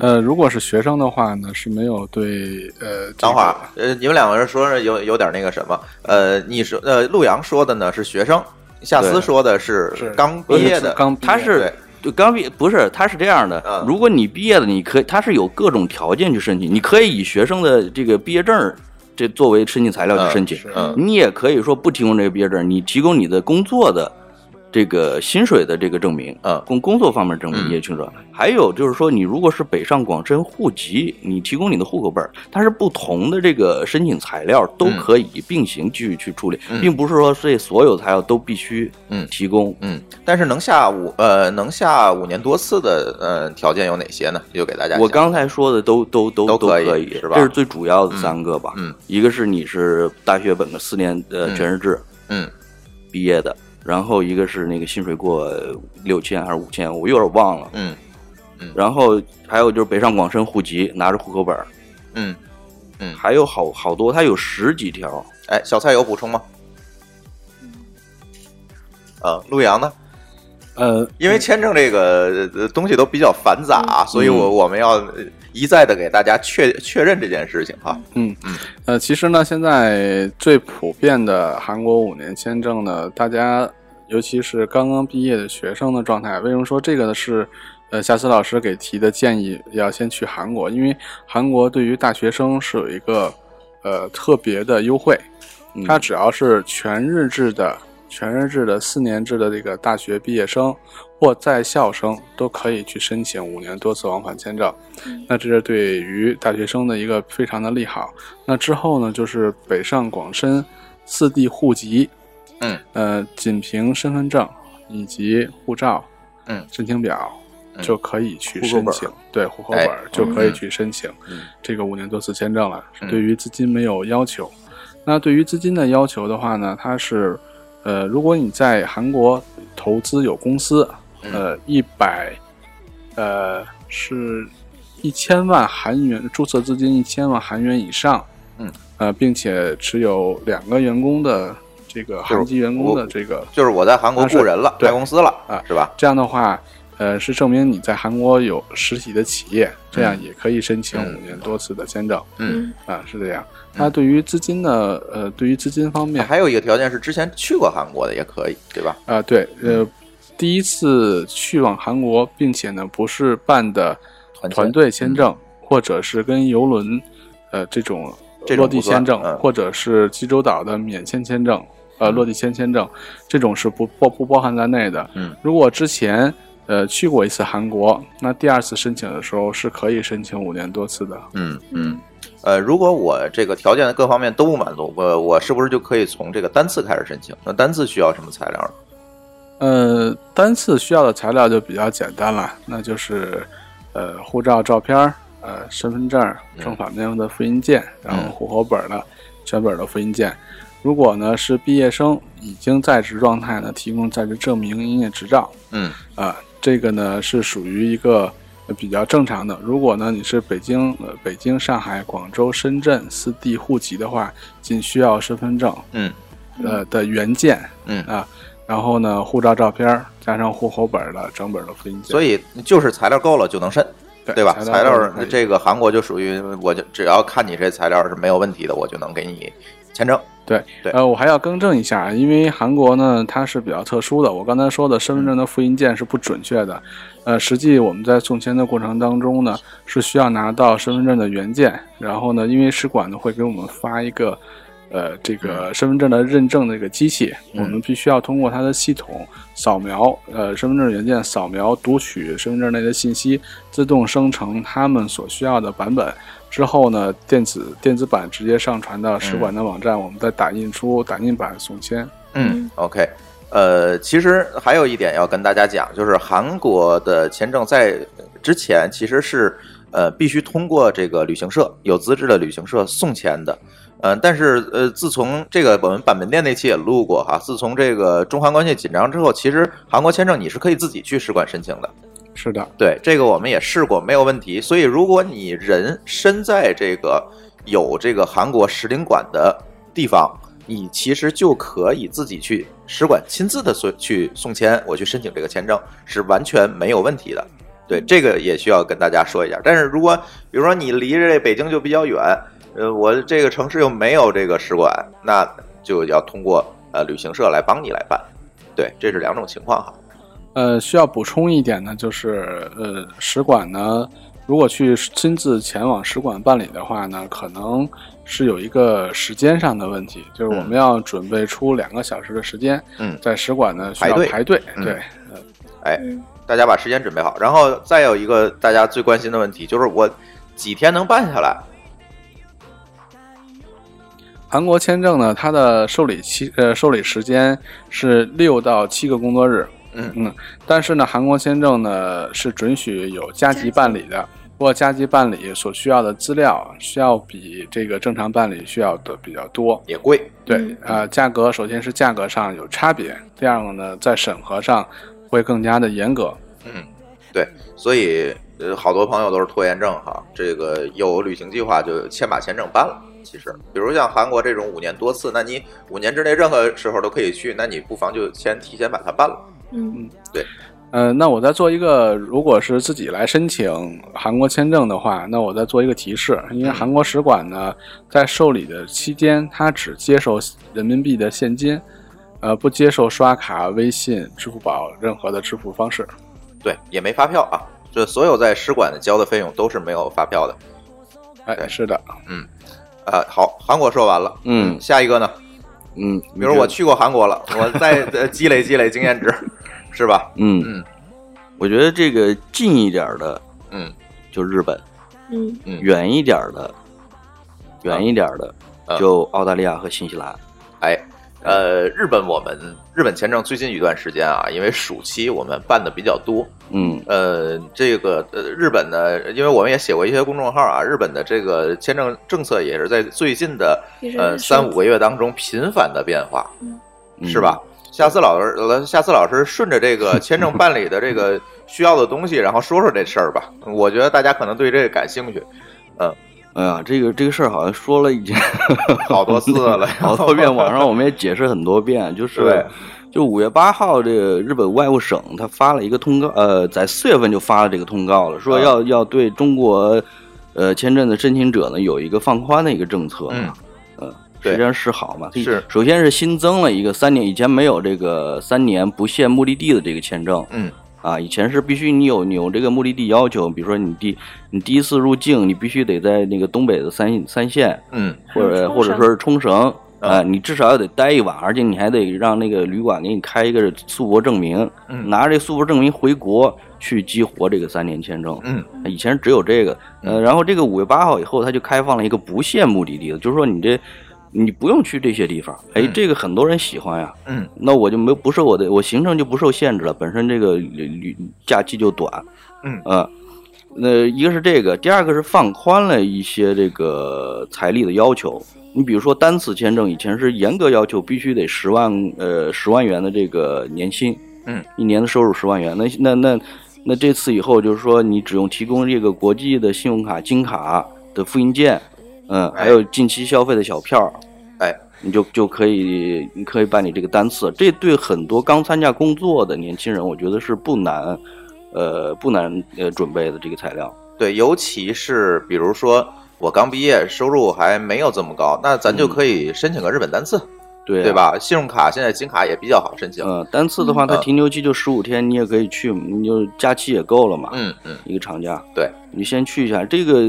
Speaker 9: 呃，如果是学生的话呢，是没有对呃，
Speaker 7: 等会儿，呃，你们两个人说是有有点那个什么，呃，你说呃，陆阳说的呢是学生，夏思
Speaker 8: 对
Speaker 7: 说的是
Speaker 9: 是
Speaker 7: 刚毕业的，
Speaker 9: 刚毕业
Speaker 8: 他是
Speaker 7: 对
Speaker 8: 就刚毕不是，他是这样的
Speaker 7: 嗯。
Speaker 8: 如果你毕业了，你可以，他是有各种条件去申请，你可以以学生的这个毕业证儿这作为申请材料去申请，
Speaker 9: 是
Speaker 7: 嗯
Speaker 8: 你也可以说不提供这个毕业证儿，你提供你的工作的这个薪水的这个证明，
Speaker 7: 嗯
Speaker 8: 工工作方面证明
Speaker 7: 嗯
Speaker 8: 也清楚。还有就是说，你如果是北上广深户籍，你提供你的户口本儿，它是不同的这个申请材料都
Speaker 7: 嗯
Speaker 8: 可以并行去去处理，
Speaker 7: 嗯
Speaker 8: 并不是说这所有材料都必须
Speaker 7: 嗯
Speaker 8: 提供。
Speaker 7: 嗯，但是能下五呃能下五年多次的呃条件有哪些呢？就给大家讲
Speaker 8: 我刚才说的都都都
Speaker 7: 都可
Speaker 8: 可
Speaker 7: 以是吧
Speaker 8: 这是最主要的三个吧。
Speaker 7: 嗯嗯
Speaker 8: 一个是你是大学本科四年呃
Speaker 7: 嗯
Speaker 8: 全日制
Speaker 7: 嗯
Speaker 8: 毕业的，然后一个是那个薪水过六千还是五千，我有点忘了。
Speaker 7: 嗯
Speaker 8: 然后还有就是北上广深户籍，拿着户口本儿，
Speaker 7: 嗯，
Speaker 8: 还有好好多，它有十几条。
Speaker 7: 哎，小蔡有补充吗？
Speaker 9: 嗯
Speaker 7: 呃，陆阳呢？
Speaker 9: 呃，
Speaker 7: 因为签证这个呃东西都比较繁杂啊，
Speaker 9: 嗯
Speaker 7: 所以我我们要呃一再的给大家确确认这件事情
Speaker 9: 嗯
Speaker 7: 哈。
Speaker 9: 呃，其实呢，现在最普遍的韩国五年签证呢，大家尤其是刚刚毕业的学生的状态，为什么说这个呢？是呃，夏思老师给提的建议，要先去韩国，因为韩国对于大学生是有一个呃特别的优惠，
Speaker 8: 嗯
Speaker 9: 他只要是全日制的、全日制的四年制的这个大学毕业生或在校生，都可以去申请五年多次往返签证。
Speaker 8: 嗯
Speaker 9: 那这是对于大学生的一个非常的利好。那之后呢，就是北上广深四地户籍，
Speaker 7: 嗯，
Speaker 9: 呃，仅凭身份证以及护照，
Speaker 7: 嗯
Speaker 9: 申请表。
Speaker 7: 嗯
Speaker 9: 就可以去
Speaker 8: 户口
Speaker 9: 申
Speaker 8: 本儿
Speaker 9: 请，对户口
Speaker 7: 哎
Speaker 9: 本儿就可以
Speaker 7: 嗯
Speaker 9: 去申请
Speaker 8: 嗯
Speaker 9: 这个五年多次签证了。
Speaker 7: 嗯
Speaker 9: 对于资金没有要求，那对于资金的要求的话呢，它是，呃，如果你在韩国投资有公司，
Speaker 7: 嗯
Speaker 9: 呃，一百，呃，是一千万韩元注册资金一千万韩元以上，
Speaker 7: 嗯，
Speaker 9: 呃，并且持有两个员工的这个
Speaker 7: 是
Speaker 9: 韩籍员工
Speaker 7: 我
Speaker 9: 的这个，
Speaker 7: 就是我在韩国雇人了，
Speaker 9: 啊对
Speaker 7: 开公司了，
Speaker 9: 啊
Speaker 7: 是吧？
Speaker 9: 这样的话。呃，是证明你在韩国有实体的企业，这样也可以申请
Speaker 7: 嗯
Speaker 9: 五年多次的签证。
Speaker 7: 嗯，
Speaker 9: 啊，是这样。那对于资金呢？呃，对于资金方面，
Speaker 7: 还有一个条件是之前去过韩国的也可以，对吧？
Speaker 9: 啊，对，呃，
Speaker 7: 嗯
Speaker 9: 第一次去往韩国，并且呢不是办的
Speaker 7: 团签嗯
Speaker 9: 团队签证，或者是跟游轮，呃这种
Speaker 7: 这种
Speaker 9: 落
Speaker 7: 不
Speaker 9: 地
Speaker 7: 算
Speaker 9: 签证，
Speaker 7: 嗯
Speaker 9: 或者是济州岛的免签签证，呃落地签签证，这种是不包不包含在内的。
Speaker 7: 嗯，
Speaker 9: 如果之前呃去过一次韩国，那第二次申请的时候是可以申请五年多次的。
Speaker 7: 嗯嗯，呃，如果我这个条件各方面都不满足，我我是不是就可以从这个单次开始申请？那单次需要什么材料呢？
Speaker 9: 呃，单次需要的材料就比较简单了，那就是呃护照照片儿、呃身份证儿、正反面的复印件，然后户口本儿的全本儿的复印件。如果呢是毕业生，已经在职状态呢，提供在职证明、营业执照。
Speaker 7: 嗯
Speaker 9: 啊、这个呢是属于一个呃比较正常的。如果呢你是北京、呃、北京、上海、广州、深圳四地户籍的话，仅需要身份证
Speaker 7: 嗯
Speaker 9: 呃的原件
Speaker 7: 嗯
Speaker 9: 啊、然后呢护照照片儿加上户口本儿的整本儿的复印件。
Speaker 7: 所以就是材料够了就能申，
Speaker 9: 对
Speaker 7: 对吧？材料
Speaker 9: 是可
Speaker 7: 儿
Speaker 9: 以
Speaker 7: 这个韩国就属于，我就只要看你这材料是没有问题的，我就能给你签证。
Speaker 9: 对，
Speaker 7: 对
Speaker 9: 呃，我还要更正一下，因为韩国呢它是比较特殊的，我刚才说的身份证的复印件是不准确的，呃，实际我们在送签的过程当中呢，是需要拿到身份证的原件，然后呢，因为使馆呢会给我们发一个，呃，这个身份证的认证的一个机器，
Speaker 7: 嗯
Speaker 9: 我们必须要通过它的系统扫描，呃，身份证原件扫描读取身份证内的信息，自动生成他们所需要的版本。之后呢，电子电子版直接上传到使馆的网站，我们再打印出打印版送签。
Speaker 7: 嗯，OK，呃，其实还有一点要跟大家讲，就是韩国的签证在之前其实是呃必须通过这个旅行社有资质的旅行社送签的。嗯、但是呃，自从这个我们板门店那期也录过哈，自从这个中韩关系紧张之后，其实韩国签证你是可以自己去使馆申请的。
Speaker 9: 是的，
Speaker 7: 对，这个我们也试过，没有问题。所以如果你人身在这个有这个韩国使领馆的地方，你其实就可以自己去使馆亲自的送去送签，我去申请这个签证是完全没有问题的。对，这个也需要跟大家说一下。但是如果比如说你离这北京就比较远，呃，我这个城市又没有这个使馆，那就要通过呃旅行社来帮你来办。对，这是两种情况哈。
Speaker 9: 呃，需要补充一点呢，就是呃，使馆呢，如果去亲自前往使馆办理的话呢，可能是有一个时间上的问题，就是我们要准备出两个小时的时间，
Speaker 7: 嗯
Speaker 9: 在使馆呢需要
Speaker 7: 排队
Speaker 9: 排队，
Speaker 7: 嗯
Speaker 9: 对，
Speaker 7: 哎，大家把时间准备好。然后再有一个大家最关心的问题，就是我几天能办下来？
Speaker 9: 韩国签证呢，它的受理期呃受理时间是六到七个工作日。
Speaker 7: 嗯
Speaker 9: 嗯，但是呢，韩国签证呢是准许有加急办理的，不过加急办理所需要的资料需要比这个正常办理需要的比较多。
Speaker 7: 也贵，
Speaker 9: 对，呃，价格首先是价格上有差别，第二个呢，在审核上会更加的严格。
Speaker 7: 对，所以呃，好多朋友都是拖延症哈。这个有旅行计划就先把签证办了。其实，比如像韩国这种五年多次，那你五年之内任何时候都可以去，那你不妨就先提前把它办了。
Speaker 10: 嗯
Speaker 9: 呃，那我再做一个，如果是自己来申请韩国签证的话，那我再做一个提示，
Speaker 7: 嗯
Speaker 9: 因为韩国使馆呢，在受理的期间，它只接受人民币的现金，呃，不接受刷卡、微信、支付宝任何的支付方式。
Speaker 7: 对，也没发票啊。这所有在使馆交的费用都是没有发票的。
Speaker 9: 哎，
Speaker 7: 对
Speaker 9: 是的，
Speaker 7: 呃，好，韩国说完了，
Speaker 8: 嗯
Speaker 7: 下一个呢？
Speaker 8: 嗯，
Speaker 7: 比如我去过韩国了，我再呃积累积累经验值，是吧？
Speaker 8: 嗯
Speaker 7: 嗯
Speaker 8: 嗯，我觉得这个近一点儿的
Speaker 7: 嗯
Speaker 8: 就日本，
Speaker 10: 嗯
Speaker 7: 嗯
Speaker 8: 远一点儿的，远一点儿的
Speaker 7: 啊
Speaker 8: 就澳大利亚和新西兰。
Speaker 7: 哎，呃，日本我们日本签证最近一段时间啊，因为暑期我们办的比较多。
Speaker 8: 嗯
Speaker 7: 呃，这个呃，日本呢，因为我们也写过一些公众号啊，日本的这个签证政策也是在最近的
Speaker 10: 一直在
Speaker 7: 呃
Speaker 10: 收
Speaker 7: 三五个月当中频繁的变化，
Speaker 8: 嗯
Speaker 7: 是吧？夏思老师，呃夏思老师顺着这 个签证办理的这个需要的东西，然后说说这事儿吧。我觉得大家可能对这个感兴趣，
Speaker 8: 哎呀，这个这个事儿好像说了已经
Speaker 7: 好多次 了
Speaker 8: 好多遍，网上我们也解释很多遍，就是
Speaker 7: 对
Speaker 8: 就五月八号，这个日本外务省他发了一个通告，呃，在四月份就发了这个通告了，说
Speaker 7: 啊
Speaker 8: 要、要对中国呃签证的申请者呢有一个放宽的一个政策
Speaker 7: 嗯
Speaker 8: 嘛，嗯，
Speaker 7: 对
Speaker 8: 实际上是好嘛，
Speaker 7: 是
Speaker 8: 首先是新增了一个三年，以前没有这个三年不限目的地的这个签证，
Speaker 7: 嗯
Speaker 8: 啊，以前是必须你有你有这个目的地要求，比如说你第你第一次入境，你必须得在那个东北的三三线，
Speaker 7: 嗯
Speaker 8: 或者
Speaker 10: 冲绳
Speaker 8: 或者说是冲绳
Speaker 7: 嗯
Speaker 8: 啊、你至少要得待一晚，而且你还得让那个旅馆给你开一个宿泊证明，
Speaker 7: 嗯
Speaker 8: 拿着这宿泊证明回国去激活这个三年签证。
Speaker 7: 嗯
Speaker 8: 以前只有这个，呃，
Speaker 7: 嗯
Speaker 8: 然后这个五月八号以后，他就开放了一个不限目的地的，就是说你这你不用去这些地方，哎，
Speaker 7: 嗯
Speaker 8: 这个很多人喜欢呀，
Speaker 7: 嗯，
Speaker 8: 那我就没有不受我的我行程就不受限制了，本身这个旅旅假期就短，
Speaker 7: 嗯
Speaker 8: 啊，那一个是这个，第二个是放宽了一些这个财力的要求，你比如说单次签证以前是严格要求必须得十万呃十万元的这个年薪，
Speaker 7: 嗯，
Speaker 8: 一年的收入十万元，那那那那这次以后就是说你只用提供这个国际的信用卡金卡的复印件，嗯，
Speaker 7: 哎
Speaker 8: 还有近期消费的小票，
Speaker 7: 哎，
Speaker 8: 你就就可以你可以办理这个单次，这对很多刚参加工作的年轻人，我觉得是不难，呃，不难呃准备的这个材料。
Speaker 7: 对，尤其是比如说我刚毕业，收入还没有这么高，那咱就可以申请个日本单次，
Speaker 8: 嗯对、啊
Speaker 7: 对？吧？信用卡现在金卡也比较好申请。
Speaker 8: 呃，单次的话，它
Speaker 7: 嗯
Speaker 8: 停留期就十五天，你也可以去，你就假期也够了嘛。
Speaker 7: 嗯嗯，
Speaker 8: 一个长假，
Speaker 7: 对
Speaker 8: 你先去一下这个呃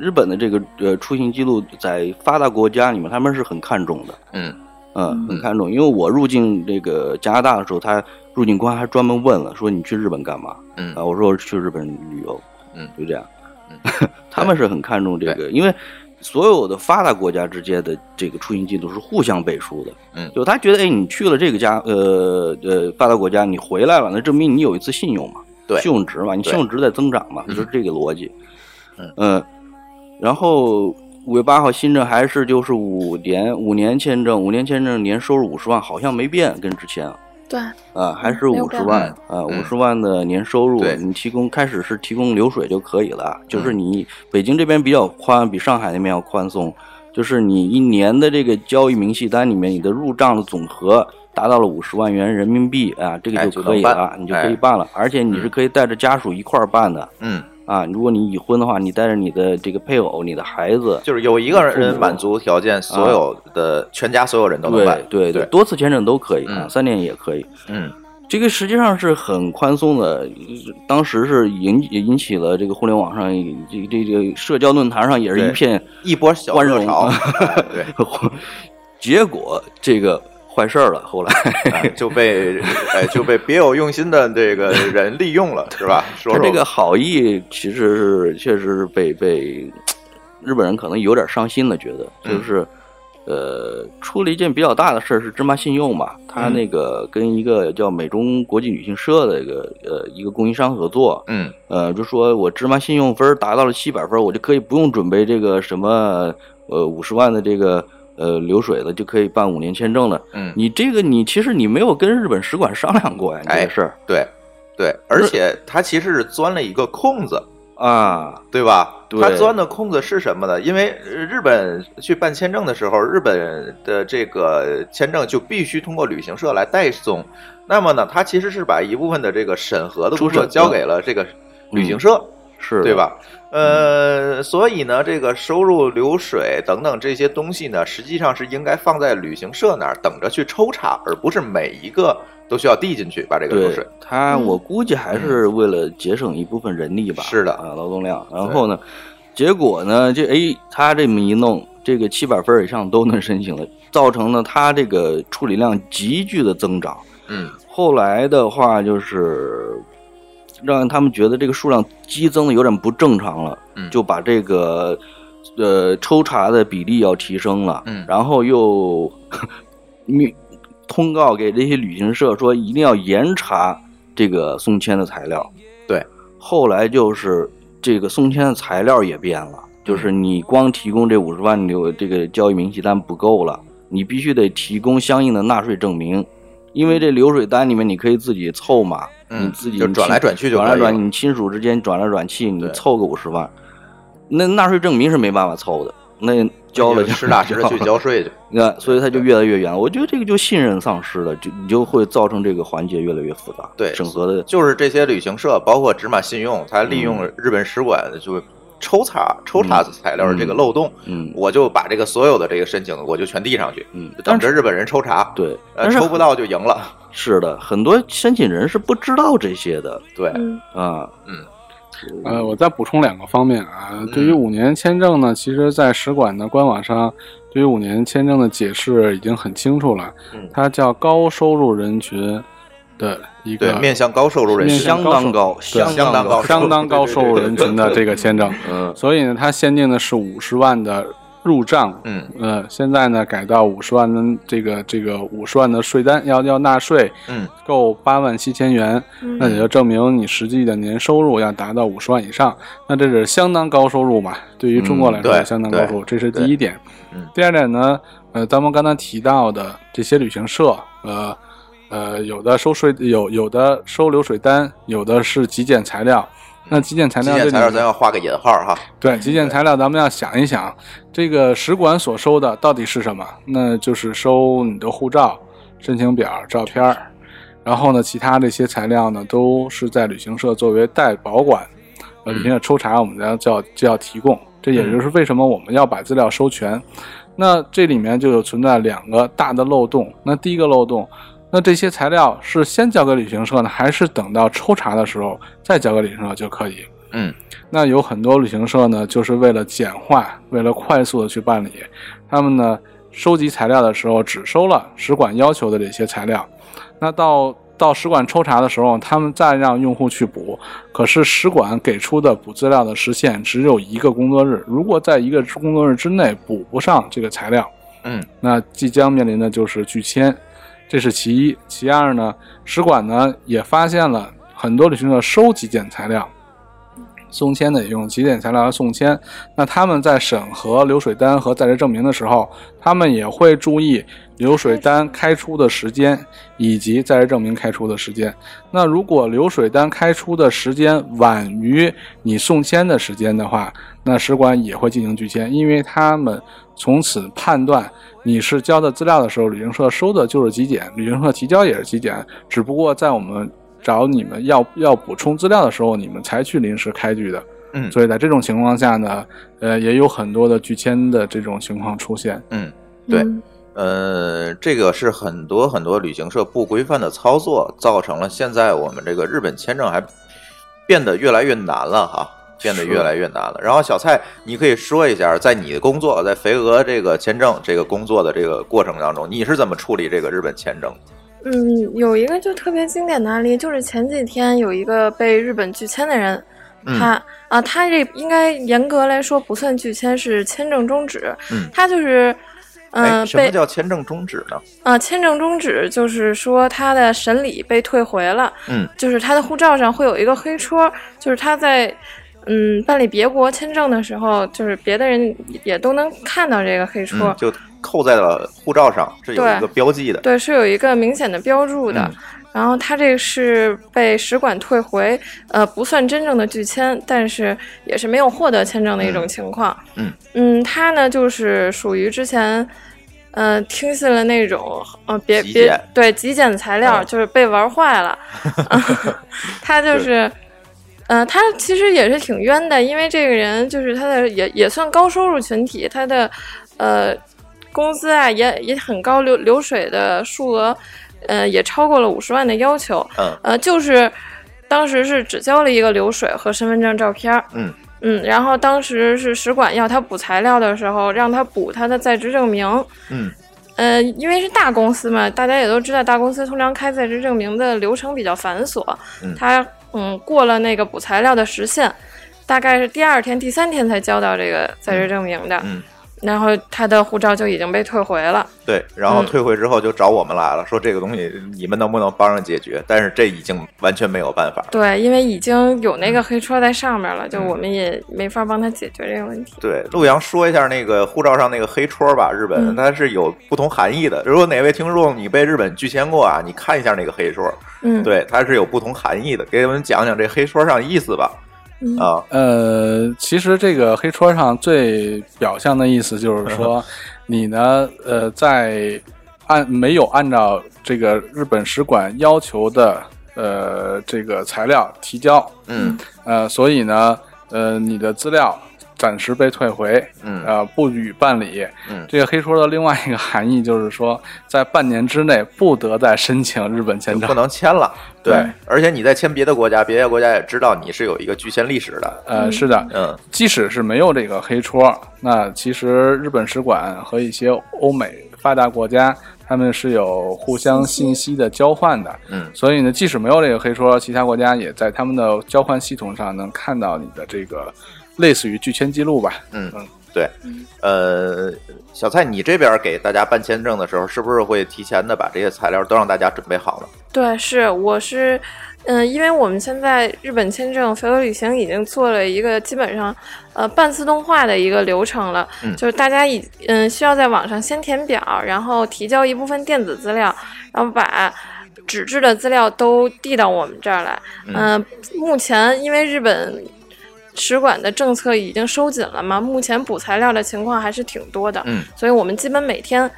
Speaker 8: 日本的这个呃出行记录，在发达国家里面他们是很看重的，
Speaker 7: 嗯
Speaker 8: 嗯，很看重。因为我入境这个加拿大的时候，他入境官还专门问了，说你去日本干嘛？
Speaker 7: 嗯
Speaker 8: 啊，我说我是去日本旅游，
Speaker 7: 嗯
Speaker 8: 就这样
Speaker 7: 嗯。
Speaker 8: 他们是很看重这个，因为所有的发达国家之间的这个出行记录是互相背书的。
Speaker 7: 嗯
Speaker 8: 就他觉得，哎，你去了这个家，呃呃，发达国家，你回来了，那证明你有一次信用嘛，
Speaker 7: 对
Speaker 8: 信用值嘛，你
Speaker 7: 对
Speaker 8: 信用值在增长嘛，
Speaker 7: 嗯
Speaker 8: 就是这个逻辑。
Speaker 7: 嗯
Speaker 8: 呃然后五月八号新政还是就是五年五年签证，五年签证年收入五十万，好像没变，跟之前啊。
Speaker 10: 对，
Speaker 8: 啊，还是
Speaker 10: 没有
Speaker 8: 五十
Speaker 10: 办法
Speaker 8: 万啊，五
Speaker 7: 嗯
Speaker 8: 十万的年收入
Speaker 7: 对，嗯
Speaker 8: 你提供开始是提供流水就可以了，就是你北京这边比较宽，比上海那边要宽松，就是你一年的这个交易明细单里面，你的入账的总和达到了五十万元人民币啊，这
Speaker 7: 哎
Speaker 8: 个
Speaker 7: 就
Speaker 8: 可
Speaker 7: 能
Speaker 8: 以
Speaker 7: 办
Speaker 8: 了，你就
Speaker 7: 哎
Speaker 8: 可以办了，而且你是可以带着家属一块儿办的
Speaker 7: 嗯，
Speaker 8: 啊，如果你已婚的话，你带着你的这个配偶、你的孩子，
Speaker 7: 就是有一个人满足条件，所有的、全家所有人都能办
Speaker 8: 对。对对，多次签证都可以啊，
Speaker 7: 嗯
Speaker 8: 三年也可以，
Speaker 7: 嗯
Speaker 8: 这个实际上是很宽松的，当时是引引起了这个互联网上这这这社交论坛上也是
Speaker 7: 对
Speaker 8: 一片
Speaker 7: 一波小
Speaker 8: 宽
Speaker 7: 热
Speaker 8: 容
Speaker 7: 潮，哎对，
Speaker 8: 结果这个坏事儿了，后来
Speaker 7: 哎就被哎就被别有用心的这个人利用了，是吧？说
Speaker 8: 他
Speaker 7: 说
Speaker 8: 这个好意其实是确实是被被日本人可能有点伤心了，觉得
Speaker 7: 嗯
Speaker 8: 就是、呃出了一件比较大的事儿是芝麻信用嘛，他
Speaker 7: 嗯
Speaker 8: 那个跟一个叫美中国际女性社的一个呃一个供应商合作，
Speaker 7: 嗯
Speaker 8: 呃，就说我芝麻信用分儿达到了七百分儿，我就可以不用准备这个什么呃五十万的这个呃流水了，就可以办五年签证了。
Speaker 7: 嗯，
Speaker 8: 你这个你其实你没有跟日本使馆商量过呀，你这
Speaker 7: 哎
Speaker 8: 个事儿
Speaker 7: 对对，而且他其实是钻了一个空子，
Speaker 8: 啊，
Speaker 7: 对吧？
Speaker 8: 对
Speaker 7: 他钻的空子是什么呢？因为呃日本去办签证的时候，日本的这个签证就必须通过旅行社来代送。那么呢，他其实是把一部分的这个审核的工
Speaker 8: 初
Speaker 7: 作
Speaker 8: 审嗯
Speaker 7: 交给了这个旅行社，
Speaker 8: 是嗯
Speaker 7: 对？吧？呃，所以呢，这个收入、流水等等这些东西呢，实际上是应该放在旅行社那儿等着去抽查，而不是每一个都需要递进去把这个流
Speaker 8: 对
Speaker 7: 水。
Speaker 8: 他，
Speaker 10: 嗯
Speaker 8: 我估计还是为了节省一部分人力吧，
Speaker 7: 是的
Speaker 8: 啊，劳动量。然后呢，结果呢，这哎，他这么一弄，这个七百分儿以上都能申请了，造成了他这个处理量急剧的增长。
Speaker 7: 嗯
Speaker 8: 后来的话就是让他们觉得这个数量激增的有点不正常了，
Speaker 7: 嗯
Speaker 8: 就把这个呃抽查的比例要提升了，
Speaker 7: 嗯
Speaker 8: 然后又密 通告给这些旅行社说一定要严查这个送签的材料。
Speaker 7: 对，
Speaker 8: 后来就是这个送签的材料也变了，
Speaker 7: 嗯
Speaker 8: 就是你光提供这五十万流这个交易明细单不够了，你必须得提供相应的纳税证明。因为这流水单里面你可以自己凑嘛，你
Speaker 7: 嗯，
Speaker 8: 自己
Speaker 7: 就
Speaker 8: 你
Speaker 7: 转
Speaker 8: 亲
Speaker 7: 来转去就
Speaker 8: 转
Speaker 7: 可
Speaker 8: 来
Speaker 7: 以了
Speaker 8: 转 去，你亲属之间转来转去，你
Speaker 7: 对
Speaker 8: 凑个五十万，那纳税证明是没办法凑的，那交了
Speaker 7: 就
Speaker 8: 就
Speaker 7: 实打实的去
Speaker 8: 了
Speaker 7: 交税去。
Speaker 8: 那所以他就越来越远。我觉得这个就信任丧失了，就你就会造成这个环节越来越复杂。
Speaker 7: 对
Speaker 8: 审核的
Speaker 7: 就是这些旅行社，包括芝麻信用，它利用日本使馆就抽查、抽查材料的这个漏洞，
Speaker 8: 嗯
Speaker 7: 我就把这个所有的这个申请，我就全递上去，
Speaker 8: 嗯，
Speaker 7: 等
Speaker 8: 但是
Speaker 7: 着日本人抽查，
Speaker 8: 对，
Speaker 7: 呃，
Speaker 8: 但是
Speaker 7: 抽不到就赢了。
Speaker 8: 是的，很多申请人是不知道这些的
Speaker 7: 对，
Speaker 10: 嗯，
Speaker 8: 啊。
Speaker 9: 呃，我再补充两个方面
Speaker 7: 嗯
Speaker 9: 啊。对于五年签证呢，其实，在使馆的官网上，对于五年签证的解释已经很清楚了
Speaker 7: 嗯。
Speaker 9: 它叫高收入人群的一
Speaker 7: 对
Speaker 9: 个，
Speaker 7: 面向高收入人
Speaker 9: 面
Speaker 7: 群，
Speaker 9: 向
Speaker 8: 相当高，
Speaker 9: 对
Speaker 7: 相当
Speaker 8: 当
Speaker 7: 高
Speaker 8: 高，
Speaker 9: 相当高收入人群的这个签证。
Speaker 8: 嗯
Speaker 9: 所以呢，它限定的是五十万的入账，
Speaker 7: 嗯
Speaker 9: 呃，现在呢改到五十万的这个这个五十万的税单要要纳税，
Speaker 7: 嗯
Speaker 9: 够八万七千元，
Speaker 10: 嗯
Speaker 9: 那也就证明你实际的年收入要达到五十万以上，那这是相当高收入嘛？对于中国来说，
Speaker 7: 嗯对
Speaker 9: 相当高收入，这是第一点
Speaker 7: 对嗯。
Speaker 9: 第二点呢，呃，咱们刚才提到的这些旅行社，呃呃，有的收税，有有的收流水单，有的是极简材料。那极简材
Speaker 7: 纪
Speaker 9: 料这
Speaker 7: 念
Speaker 9: 里
Speaker 7: 材料咱要画个引号哈，
Speaker 9: 对极简材料，咱们要想一想，这个使馆所收的到底是什么？那就是收你的护照、申请表、照片儿，然后呢，其他这些材料呢，都是在旅行社作为代保管，
Speaker 7: 嗯
Speaker 9: 呃，旅行社抽查我们要就要就要提供。这也就是为什么我们要把资料收全。那这里面就有存在两个大的漏洞。那第一个漏洞，那这些材料是先交给旅行社呢，还是等到抽查的时候再交给旅行社就可以？
Speaker 7: 嗯，
Speaker 9: 那有很多旅行社呢，就是为了简化，为了快速的去办理，他们呢收集材料的时候只收了使馆要求的这些材料，那到到使馆抽查的时候，他们再让用户去补，可是使馆给出的补资料的时限只有一个工作日，如果在一个工作日之内补不上这个材料，
Speaker 7: 嗯，
Speaker 9: 那即将面临的就是拒签，这是其一。其二呢，使馆呢也发现了很多旅行社收极简材料，送签的也用极简材料来送签。那他们在审核流水单和在职证明的时候，他们也会注意流水单开出的时间以及在职证明开出的时间。那如果流水单开出的时间晚于你送签的时间的话，那使馆也会进行拒签，因为他们从此判断你是交的资料的时候，旅行社收的就是极简，旅行社提交也是极简，只不过在我们找你们要要补充资料的时候，你们才去临时开具的。
Speaker 7: 嗯
Speaker 9: 所以在这种情况下呢，呃，也有很多的拒签的这种情况出现。
Speaker 7: 嗯，对，呃，这个是很多很多旅行社不规范的操作，造成了现在我们这个日本签证还变得越来越难了哈，变得
Speaker 9: 是
Speaker 7: 越来越难了。然后小蔡，你可以说一下，在你的工作，在肥鹅这个签证这个工作的这个过程当中，你是怎么处理这个日本签证？
Speaker 10: 嗯，有一个就特别经典的案例，就是前几天有一个被日本拒签的人，
Speaker 7: 嗯
Speaker 10: 他啊，他这应该严格来说不算拒签，是签证终止。
Speaker 7: 嗯
Speaker 10: 他就是，嗯、
Speaker 7: 哎，什么
Speaker 10: 被
Speaker 7: 叫签证终止呢？
Speaker 10: 啊、签证终止，就是说他的审理被退回了，
Speaker 7: 嗯
Speaker 10: 就是他的护照上会有一个黑戳，就是他在。嗯，办理别国签证的时候，就是别的人也都能看到这个黑戳，
Speaker 7: 嗯，就扣在了护照上，是有一
Speaker 10: 对
Speaker 7: 个标记的。
Speaker 10: 对，是有一个明显的标注的。
Speaker 7: 嗯
Speaker 10: 然后他这个是被使馆退回，呃，不算真正的拒签，但是也是没有获得签证的一种情况。
Speaker 7: 嗯
Speaker 10: 嗯，他呢就是属于之前，呃，听信了那种呃别
Speaker 7: 极
Speaker 10: 别
Speaker 7: 简
Speaker 10: 对极简材料，
Speaker 7: 嗯
Speaker 10: 就是被玩坏了。 他就是，呃，他其实也是挺冤的，因为这个人就是他的也也算高收入群体，他的呃工资啊也也很高，流流水的数额，呃也超过了五十万的要求，
Speaker 7: 嗯
Speaker 10: 呃就是当时是只交了一个流水和身份证照片儿，
Speaker 7: 嗯
Speaker 10: 嗯，然后当时是使馆要他补材料的时候，让他补他的在职证明，
Speaker 7: 嗯
Speaker 10: 呃，因为是大公司嘛，大家也都知道，大公司通常开在职证明的流程比较繁琐。
Speaker 7: 嗯
Speaker 10: 他嗯过了那个补材料的时限，大概是第二天、第三天才交到这个在职证明的，
Speaker 7: 嗯，
Speaker 10: 然后他的护照就已经被退回了。
Speaker 7: 对。然后
Speaker 10: 嗯
Speaker 7: 退回之后就找我们来了，说这个东西你们能不能帮着解决？但是这已经完全没有办法了。
Speaker 10: 对，因为已经有那个黑车在上面了，就
Speaker 7: 嗯
Speaker 10: 我们也没法帮他解决这个问题。
Speaker 7: 对，陆阳说一下那个护照上那个黑戳吧，日本
Speaker 10: 嗯
Speaker 7: 它是有不同含义的。如果哪位听众你被日本拒签过啊，你看一下那个黑戳，
Speaker 10: 嗯，
Speaker 7: 对，它是有不同含义的。给我们讲讲这黑戳上的意思吧。
Speaker 10: 嗯
Speaker 7: 啊，
Speaker 9: 呃，其实这个黑戳上最表象的意思就是说，你呢，呃，在按没有按照这个日本使馆要求的呃这个材料提交，
Speaker 7: 嗯
Speaker 9: 呃，所以呢，呃，你的资料暂时被退回，
Speaker 7: 嗯
Speaker 9: 呃，不予办理。
Speaker 7: 嗯
Speaker 9: 这个黑戳的另外一个含义就是说，在半年之内不得再申请日本签
Speaker 7: 就
Speaker 9: 证
Speaker 7: 不。能签了。
Speaker 9: 对，
Speaker 7: 而且你在签别的国家，别的国家也知道你是有一个拒签历史的。
Speaker 9: 呃，是的，
Speaker 7: 嗯
Speaker 9: 即使是没有这个黑戳，那其实日本使馆和一些欧美发达国家，他们是有互相信息的交换的。
Speaker 7: 嗯
Speaker 9: 所以呢，即使没有这个黑戳，其他国家也在他们的交换系统上能看到你的这个类似于拒签记录吧。
Speaker 7: 嗯对，呃，小蔡，你这边给大家办签证的时候，是不是会提前的把这些材料都让大家准备好了？
Speaker 10: 对，是我是，嗯、因为我们现在日本签证非欧旅行已经做了一个基本上，呃，半自动化的一个流程了，
Speaker 7: 嗯
Speaker 10: 就是大家已嗯、需要在网上先填表，然后提交一部分电子资料，然后把。纸质的资料都递到我们这儿来。
Speaker 7: 嗯
Speaker 10: 嗯、目前因为日本使馆的政策已经收紧了嘛，目前补材料的情况还是挺多的。
Speaker 7: 嗯，
Speaker 10: 所以我们基本每天，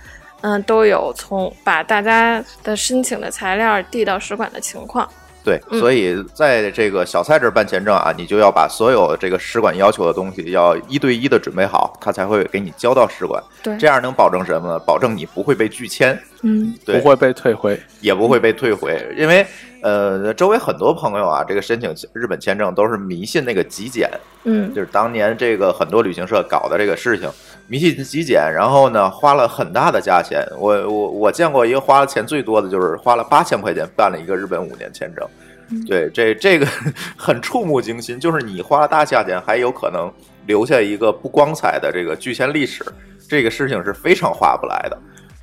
Speaker 10: 嗯、都有从把大家的申请的材料递到使馆的情况。
Speaker 7: 对，
Speaker 10: 嗯
Speaker 7: 所以在这个小蔡这儿办签证啊，你就要把所有这个使馆要求的东西要一对一的准备好，他才会给你交到使馆。
Speaker 9: 嗯
Speaker 10: 对
Speaker 7: 这样能保证什么呢？保证你不会被拒签，
Speaker 10: 嗯，
Speaker 7: 对
Speaker 9: 不会被退回。
Speaker 7: 也不会被退回，因为呃，周围很多朋友啊，这个申请日本签证都是迷信那个极简，
Speaker 10: 嗯，
Speaker 7: 就是当年这个很多旅行社搞的这个事情，迷信极简，然后呢花了很大的价钱。我我我见过一个花了钱最多的就是花了八千块钱办了一个日本五年签证，对，这这个 很触目惊心，就是你花了大价钱，还有可能留下一个不光彩的这个拒签历史，这个事情是非常划不来的。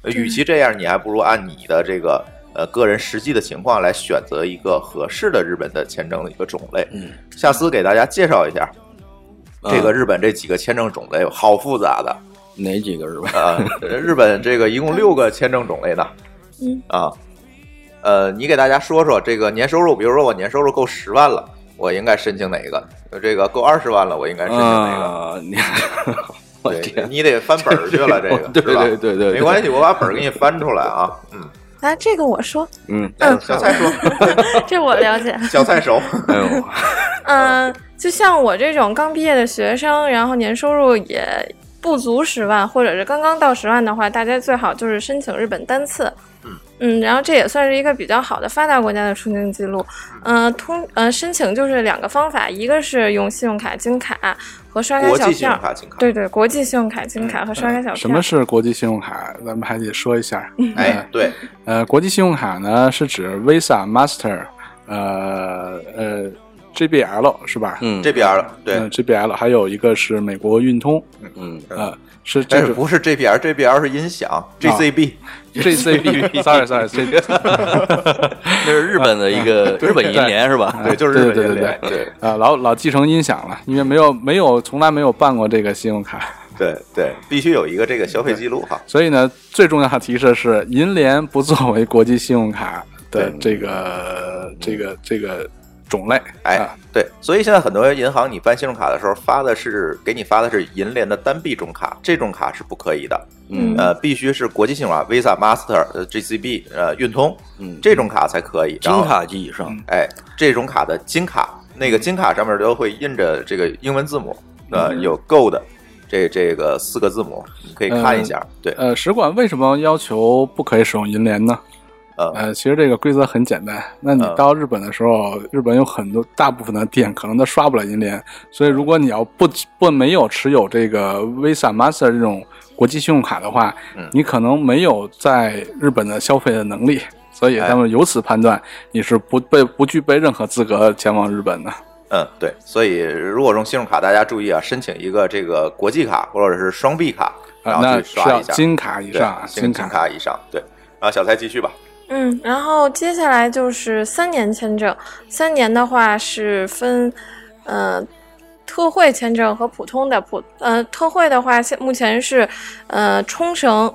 Speaker 7: 呃与其这样，你还不如按你的这个呃个人实际的情况来选择一个合适的日本的签证的一个种类。
Speaker 8: 嗯，
Speaker 7: 夏思给大家介绍一下，这个日本这几个签证种类好复杂的
Speaker 8: 啊哪几个是吧？
Speaker 7: 啊、呃日本这个一共六个签证种类呢，
Speaker 10: 嗯
Speaker 7: 啊，呃，你给大家说说这个年收入，比如说我年收入够十万了，我应该申请哪个？这个够二十万了，我应该申请哪个？
Speaker 8: 啊，你我
Speaker 7: 对，
Speaker 8: 天，
Speaker 7: 你得翻本儿去了，这个
Speaker 8: 对
Speaker 7: 是吧
Speaker 8: 对对对，
Speaker 7: 没关系，我把本儿给你翻出来啊。嗯，
Speaker 10: 啊，这个我 说，
Speaker 8: 系，嗯，
Speaker 7: 哎小蔡说，
Speaker 10: 这我了解。
Speaker 7: 小蔡熟，
Speaker 8: 哎呦，
Speaker 10: 嗯，就像我这种刚毕业的学生，然后年收入也不足十万，或者是刚刚到十万的话，大家最好就是申请日本单次。
Speaker 7: 嗯
Speaker 10: 然后这也算是一个比较好的发达国家的出境记录。嗯、通呃申请就是两个方法，一个是用信用卡、金卡和刷卡
Speaker 7: 国
Speaker 10: 小
Speaker 7: 际信
Speaker 10: 票
Speaker 7: 用。卡嗯金卡，
Speaker 10: 对对，国际信用卡、金卡和刷卡小票。
Speaker 9: 什么是国际信用卡？咱们还得说一下。
Speaker 7: 哎，对，
Speaker 9: 呃，国际信用卡呢是指 Visa、Master，呃呃 GBL 是吧？
Speaker 8: 嗯，
Speaker 7: 这边儿对
Speaker 9: 呃，，GBL 还有一个是美国运通，
Speaker 8: 嗯，
Speaker 9: 呃，是
Speaker 7: 但
Speaker 9: 这
Speaker 7: 是
Speaker 9: 种
Speaker 7: 哎不是 GPR，GPR 是音
Speaker 8: 啊
Speaker 7: 响，GCB
Speaker 9: GCB，sorry sorry，
Speaker 8: 那是日本的一个日本银联是吧？
Speaker 7: 啊对，就是日
Speaker 9: 对
Speaker 7: 本
Speaker 9: 对
Speaker 7: 音
Speaker 9: 对
Speaker 7: 联，
Speaker 9: 对
Speaker 7: 对
Speaker 9: 啊，老老继承音响了，因为没有没有从来没有办过这个信用卡，
Speaker 7: 对对，必须有一个这个消费记录哈。
Speaker 9: 所以呢，最重要的提示是银联不作为国际信用卡的这个这个这个种类，
Speaker 7: 哎
Speaker 9: 啊，
Speaker 7: 对，所以现在很多银行你办信用卡的时候发的是给你发的是银联的单币种卡，这种卡是不可以的，
Speaker 8: 嗯
Speaker 7: 呃，必须是国际信用卡，Visa、Master、呃 GCB、呃运通
Speaker 8: 嗯，
Speaker 7: 这种卡才可以。
Speaker 8: 金
Speaker 7: 然后，
Speaker 8: 卡及以上，
Speaker 7: 哎，这种卡的金卡，那个金卡上面都会印着这个英文字母，呃，有 Gold 这这个四个字母，你可以看一下。对，
Speaker 9: 呃，使馆为什么要求不可以使用银联呢？
Speaker 7: 呃，
Speaker 9: 呃，其实这个规则很简单。那你
Speaker 7: 嗯
Speaker 9: 到日本的时候，日本有很多大部分的店可能都刷不了银联，所以如果你要不不没有持有这个 Visa、Master 这种国际信用卡的话，
Speaker 7: 嗯
Speaker 9: 你可能没有在日本的消费的能力，所以
Speaker 7: 哎
Speaker 9: 他们由此判断你是不被不具备任何资格前往日本的。
Speaker 7: 嗯，对，所以如果用信用卡，大家注意啊，申请一个这个国际卡或者是双币卡，然
Speaker 9: 啊、
Speaker 7: 后
Speaker 9: 那
Speaker 7: 去
Speaker 9: 是
Speaker 7: 刷
Speaker 9: 要
Speaker 7: 一下。
Speaker 9: 金卡以
Speaker 7: 对
Speaker 9: 上啊，
Speaker 7: 信
Speaker 9: 金
Speaker 7: 金
Speaker 9: 卡。
Speaker 7: 卡以上，对。啊，小蔡继续吧。
Speaker 10: 嗯，然后接下来就是三年签证，三年的话是分，呃，特惠签证和普通的普，呃，特惠的话现目前是，呃，冲绳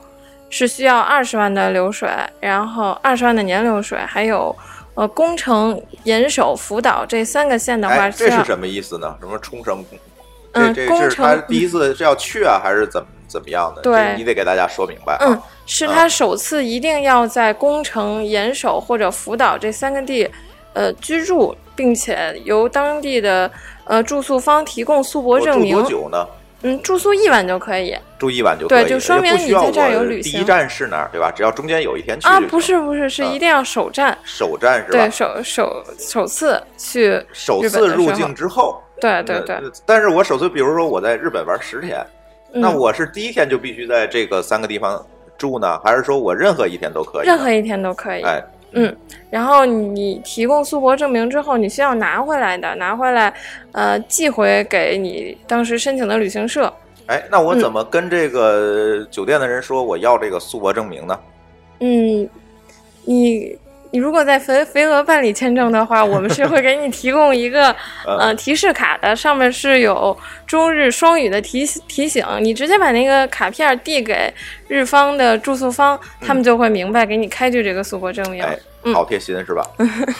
Speaker 10: 是需要二十万的流水，然后二十万的年流水，还有呃宫城、岩手、福岛这三个县的话
Speaker 7: 哎，
Speaker 10: 需
Speaker 7: 这
Speaker 10: 要，
Speaker 7: 是什么意思呢？什么冲绳？这
Speaker 10: 啊嗯
Speaker 7: 这
Speaker 10: 工
Speaker 7: 是他
Speaker 10: 程
Speaker 7: 第一次是要去啊，还是怎么怎么样的？
Speaker 10: 对
Speaker 7: 这你得给大家说明白啊。
Speaker 10: 嗯是他首次一定要在宫城、岩手或者福岛这三个地，呃，居住，并且由当地的呃住宿方提供宿
Speaker 7: 我
Speaker 10: 泊证
Speaker 7: 哦住
Speaker 10: 明
Speaker 7: 多。久呢？
Speaker 10: 嗯，住宿一晚就可以
Speaker 7: 住一晚就
Speaker 10: 对
Speaker 7: 可以
Speaker 10: 就
Speaker 7: 了
Speaker 10: 说
Speaker 7: 也
Speaker 10: 明
Speaker 7: 不
Speaker 10: 你
Speaker 7: 需要
Speaker 10: 在这儿
Speaker 7: 我
Speaker 10: 有旅
Speaker 7: 第一
Speaker 10: 行
Speaker 7: 站是哪儿，对吧？只要中间有一天去
Speaker 10: 啊？
Speaker 7: 就
Speaker 10: 不
Speaker 7: 行
Speaker 10: 是不是，是
Speaker 7: 啊
Speaker 10: 一定要首站，
Speaker 7: 首站是吧
Speaker 10: 对？首首首次去日
Speaker 7: 首
Speaker 10: 本
Speaker 7: 次
Speaker 10: 的
Speaker 7: 入
Speaker 10: 时候
Speaker 7: 境，之后，
Speaker 10: 对啊对
Speaker 7: 那
Speaker 10: 对，。
Speaker 7: 呃但是我首次，比如说我在日本玩十天，那
Speaker 10: 嗯
Speaker 7: 我是第一天就必须在这个三个地方住呢，还是说我任何一天都可以呢？
Speaker 10: 任何一天都可以。
Speaker 7: 哎，
Speaker 10: 然后你提供苏泊证明之后，你需要拿回来的，拿回来，呃，寄回给你当时申请的旅行社。
Speaker 7: 哎，那我怎么跟这个酒店的人说我要这个苏博证明呢？
Speaker 10: 嗯，你你如果在肥肥鹅办理签证 的话，我们是会给你提供一个
Speaker 7: 嗯
Speaker 10: 呃提示卡的，上面是有中日双语的提提醒，你直接把那个卡片递给日方的住宿方，他们就会明白给你开具这个苏国证明。
Speaker 7: 嗯哎，好贴心是吧？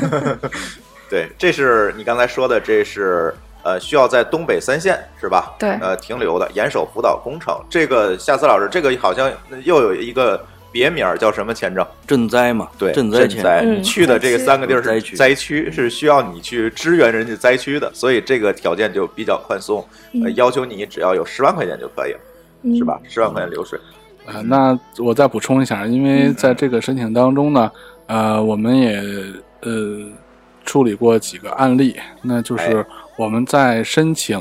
Speaker 7: 对，这是你刚才说的，这是呃需要在东北三县是吧？
Speaker 10: 对
Speaker 7: 呃停留的岩手福岛工程，这个夏思老师，这个好像又有一个别名儿叫什么签证？
Speaker 8: 赈灾嘛，
Speaker 7: 对，
Speaker 8: 赈灾
Speaker 7: 灾
Speaker 8: 签
Speaker 7: 灾，
Speaker 10: 嗯
Speaker 7: 嗯
Speaker 8: 证，
Speaker 7: 你去的这个三个地儿是
Speaker 8: 灾区
Speaker 7: 灾区是需要你去支援人家灾区的，所以这个条件就比较宽松，呃
Speaker 10: 嗯
Speaker 7: 要求你只要有十万块钱就可以了，
Speaker 10: 嗯
Speaker 7: 是吧？十万块钱流水，
Speaker 9: 啊、那我再补充一下，因为在这个申请当中呢，呃，我们也呃处理过几个案例，那就是我们在申请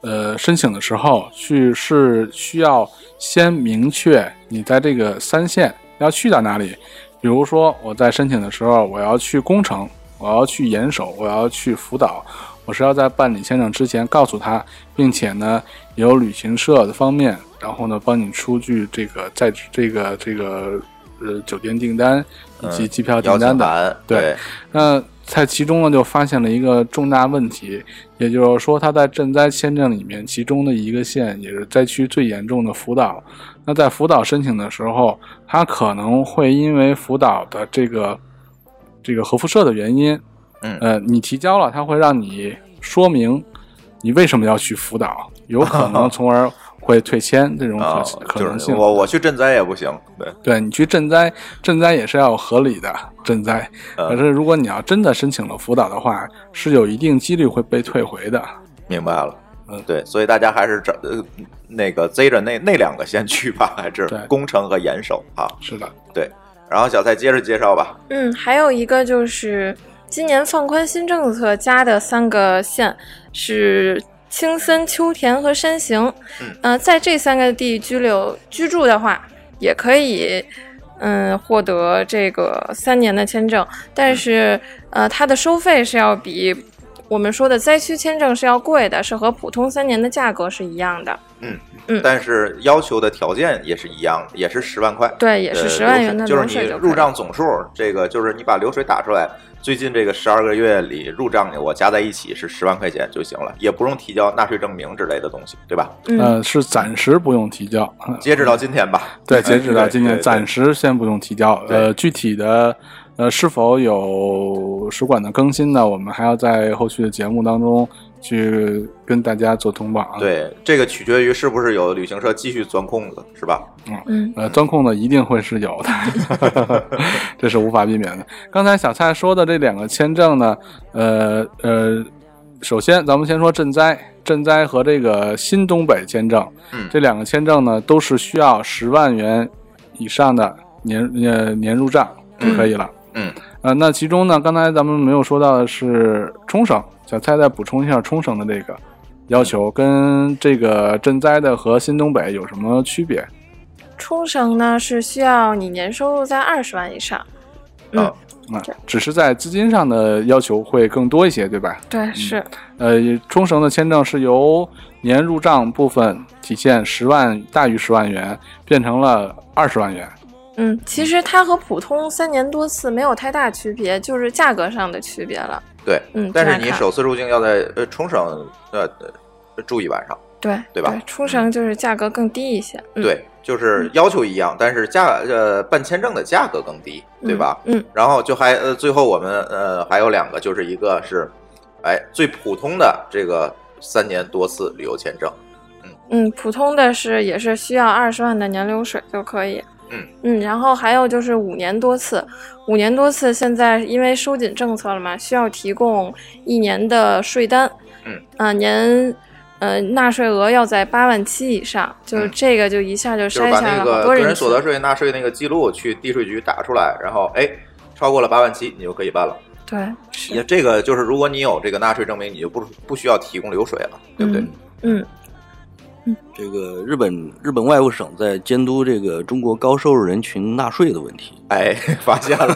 Speaker 9: 呃申请的时候，去是需要先明确你在这个三线要去到哪里。比如说我在申请的时候，我要去宫城，我要去岩手，我要去福岛，我是要在办理签证之前告诉他，并且呢，有旅行社的方面，然后呢，帮你出具这个在这个这个呃酒店订单以及
Speaker 7: 嗯
Speaker 9: 机票
Speaker 7: 邀
Speaker 9: 订单
Speaker 7: 请
Speaker 9: 啊的。
Speaker 7: 函
Speaker 9: 对
Speaker 7: 对，
Speaker 9: 那在其中呢，就发现了一个重大问题，也就是说，它在赈灾签证里面，其中的一个县也是灾区最严重的福岛。那在福岛申请的时候，它可能会因为福岛的这个这个核辐射的原因，
Speaker 7: 嗯
Speaker 9: 呃，你提交了，它会让你说明你为什么要去福岛，有可能从而会退签这种可、
Speaker 7: 啊，
Speaker 9: 嗯可
Speaker 7: 就
Speaker 9: 能
Speaker 7: 是
Speaker 9: 性。
Speaker 7: 我我去赈灾也不行，对，
Speaker 9: 对你去赈灾，赈灾也是要有合理的赈灾。
Speaker 7: 嗯
Speaker 9: 可是如果你要真的申请了辅导的话，是有一定几率会被退回的。
Speaker 7: 明白了。
Speaker 9: 嗯
Speaker 7: 对，所以大家还是找呃那个贼着那那两个先去吧，还是
Speaker 9: 对
Speaker 7: 宫城和岩手啊。
Speaker 9: 是的，
Speaker 7: 然后小蔡接着介绍吧。
Speaker 10: 嗯，还有一个就是今年放宽新政策加的三个县是青森、秋田和山形。
Speaker 7: 嗯
Speaker 10: 呃在这三个地居留居住的话，也可以嗯获得这个三年的签证，
Speaker 7: 嗯
Speaker 10: 但是呃，它的收费是要比我们说的灾区签证是要贵的，是和普通三年的价格是一样的。嗯
Speaker 7: 但是要求的条件也是一样，也是十万块，
Speaker 10: 对，也是
Speaker 7: 呃
Speaker 10: 十万元的
Speaker 7: 流水
Speaker 10: 流
Speaker 7: 就是
Speaker 10: 水
Speaker 7: 你
Speaker 10: 就可以
Speaker 7: 入账总数，这个就是你把流水打出来，最近这个十二个月里入账我加在一起是十万块钱就行了，也不用提交纳税证明之类的东西，对吧？
Speaker 10: 嗯
Speaker 9: 呃，是暂时不用提交。呃
Speaker 7: 截止到今天吧，
Speaker 9: 对，截止到今
Speaker 7: 对
Speaker 9: 年，
Speaker 7: 对
Speaker 9: 暂时先不用提交。
Speaker 7: 对
Speaker 9: 呃，具体的，呃，是否有使馆的更新呢？我们还要在后续的节目当中去跟大家做通报啊。，
Speaker 7: 对，这个取决于是不是有旅行社继续钻空子，是吧？
Speaker 10: 嗯
Speaker 9: 呃，钻空呢一定会是有的， 这是无法避免的。刚才小蔡说的这两个签证呢，呃呃，首先咱们先说赈灾，赈灾和这个新东北签证，
Speaker 7: 嗯
Speaker 9: 这两个签证呢都是需要十万元以上的年呃年入账就可以了。
Speaker 7: 嗯
Speaker 9: 呃，那其中呢，刚才咱们没有说到的是冲绳，小蔡再补充一下冲绳的这个要求，跟这个赈灾的和新东北有什么区别？
Speaker 10: 冲绳呢是需要你年收入在二十万以上。嗯，
Speaker 7: 啊
Speaker 9: 啊，只是在资金上的要求会更多一些，对吧？
Speaker 7: 嗯
Speaker 10: 对，是。
Speaker 9: 呃，冲绳的签证是由年入账部分体现十万大于十万元，变成了二十万元。
Speaker 10: 嗯，其实它和普通三年多次没有太大区别，就是价格上的区别了。
Speaker 7: 对，
Speaker 10: 嗯
Speaker 7: 但是
Speaker 10: 这样
Speaker 7: 你
Speaker 10: 看
Speaker 7: 首次入境要在呃冲绳呃呃住一晚上。
Speaker 10: 对，
Speaker 7: 对吧嗯
Speaker 10: 冲绳就是价格更低一些。嗯、，
Speaker 7: 对，就是要求一样，但是价呃办签证的价格更低，对吧？？
Speaker 10: 嗯，
Speaker 7: 然后就还呃最后我们呃还有两个，就是一个是哎最普通的这个三年多次旅游签证，
Speaker 10: 嗯，普通的是也是需要二十万的年流水就可以。
Speaker 7: 嗯
Speaker 10: 然后还有就是五年多次，五年多次现在因为收紧政策了嘛，需要提供一年的税单。
Speaker 7: 嗯
Speaker 10: 啊、年呃纳税额要在八万七以上，就是
Speaker 7: 嗯
Speaker 10: 这个就一下就
Speaker 7: 就
Speaker 10: 筛
Speaker 7: 是把
Speaker 10: 下
Speaker 7: 那
Speaker 10: 了好
Speaker 7: 个
Speaker 10: 多
Speaker 7: 个
Speaker 10: 人
Speaker 7: 人所得
Speaker 10: 群
Speaker 7: 税纳税那个记录去地税局打出来，然后哎超过了八万七你就可以办了。
Speaker 10: 对是
Speaker 7: 也这个就是如果你有这个纳税证明，你就不不需要提供流水了，对不对？
Speaker 10: 嗯，
Speaker 8: 这个日本日本外务省在监督这个中国高收入人群纳税的问题。
Speaker 7: 哎，发现 了。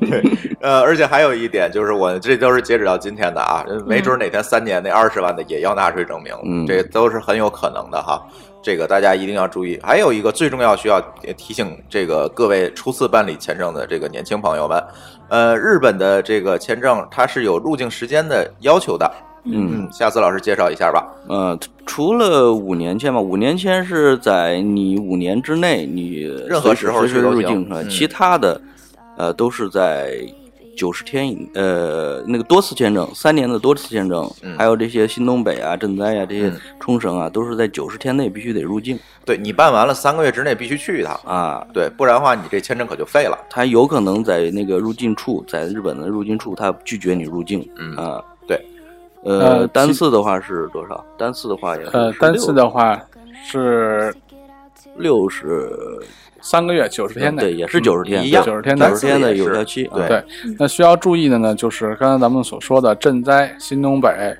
Speaker 7: 对，呃，而且还有一点就是我，这都是截止到今天的啊，没准哪天三年那二十万的也要纳税证明，
Speaker 8: 嗯
Speaker 7: 这都是很有可能的哈。这个大家一定要注意。还有一个最重要需要提醒这个各位初次办理签证的这个年轻朋友们，呃，日本的这个签证它是有入境时间的要求的。
Speaker 8: 嗯，
Speaker 7: 嗯，下次老师介绍一下吧。
Speaker 8: 呃，除了五年签嘛，五年签是在你五年之内，你
Speaker 7: 任何时候
Speaker 8: 随时
Speaker 7: 去都
Speaker 8: 入
Speaker 7: 行
Speaker 8: 境，呃
Speaker 7: 嗯
Speaker 8: 其他的呃都是在九十天以呃那个多次签证，三年的多次签证，
Speaker 7: 嗯
Speaker 8: 还有这些新东北啊、赈灾啊这些
Speaker 7: 嗯
Speaker 8: 冲绳啊，都是在九十天内必须得入境
Speaker 7: 对你办完了三个月之内必须去一趟，
Speaker 8: 啊。
Speaker 7: 对，不然的话你这签证可就废了。
Speaker 8: 他有可能在那个入境处，在日本的入境处，他拒绝你入境
Speaker 7: 嗯
Speaker 8: 啊。
Speaker 7: 对，
Speaker 8: 呃，
Speaker 9: 呃
Speaker 8: 单
Speaker 9: 其
Speaker 8: 次的话是多少？单次的话也是
Speaker 9: 呃，单次的话是
Speaker 8: 六十
Speaker 9: 三个月九十天内，
Speaker 8: 对，也是九十天，
Speaker 7: 嗯一样
Speaker 9: 90天
Speaker 8: 九
Speaker 9: 的
Speaker 8: 十天的
Speaker 7: 也是
Speaker 8: 有效期，啊
Speaker 7: 对
Speaker 9: 对，那需要注意的呢，就是刚才咱们所说的赈灾、新东北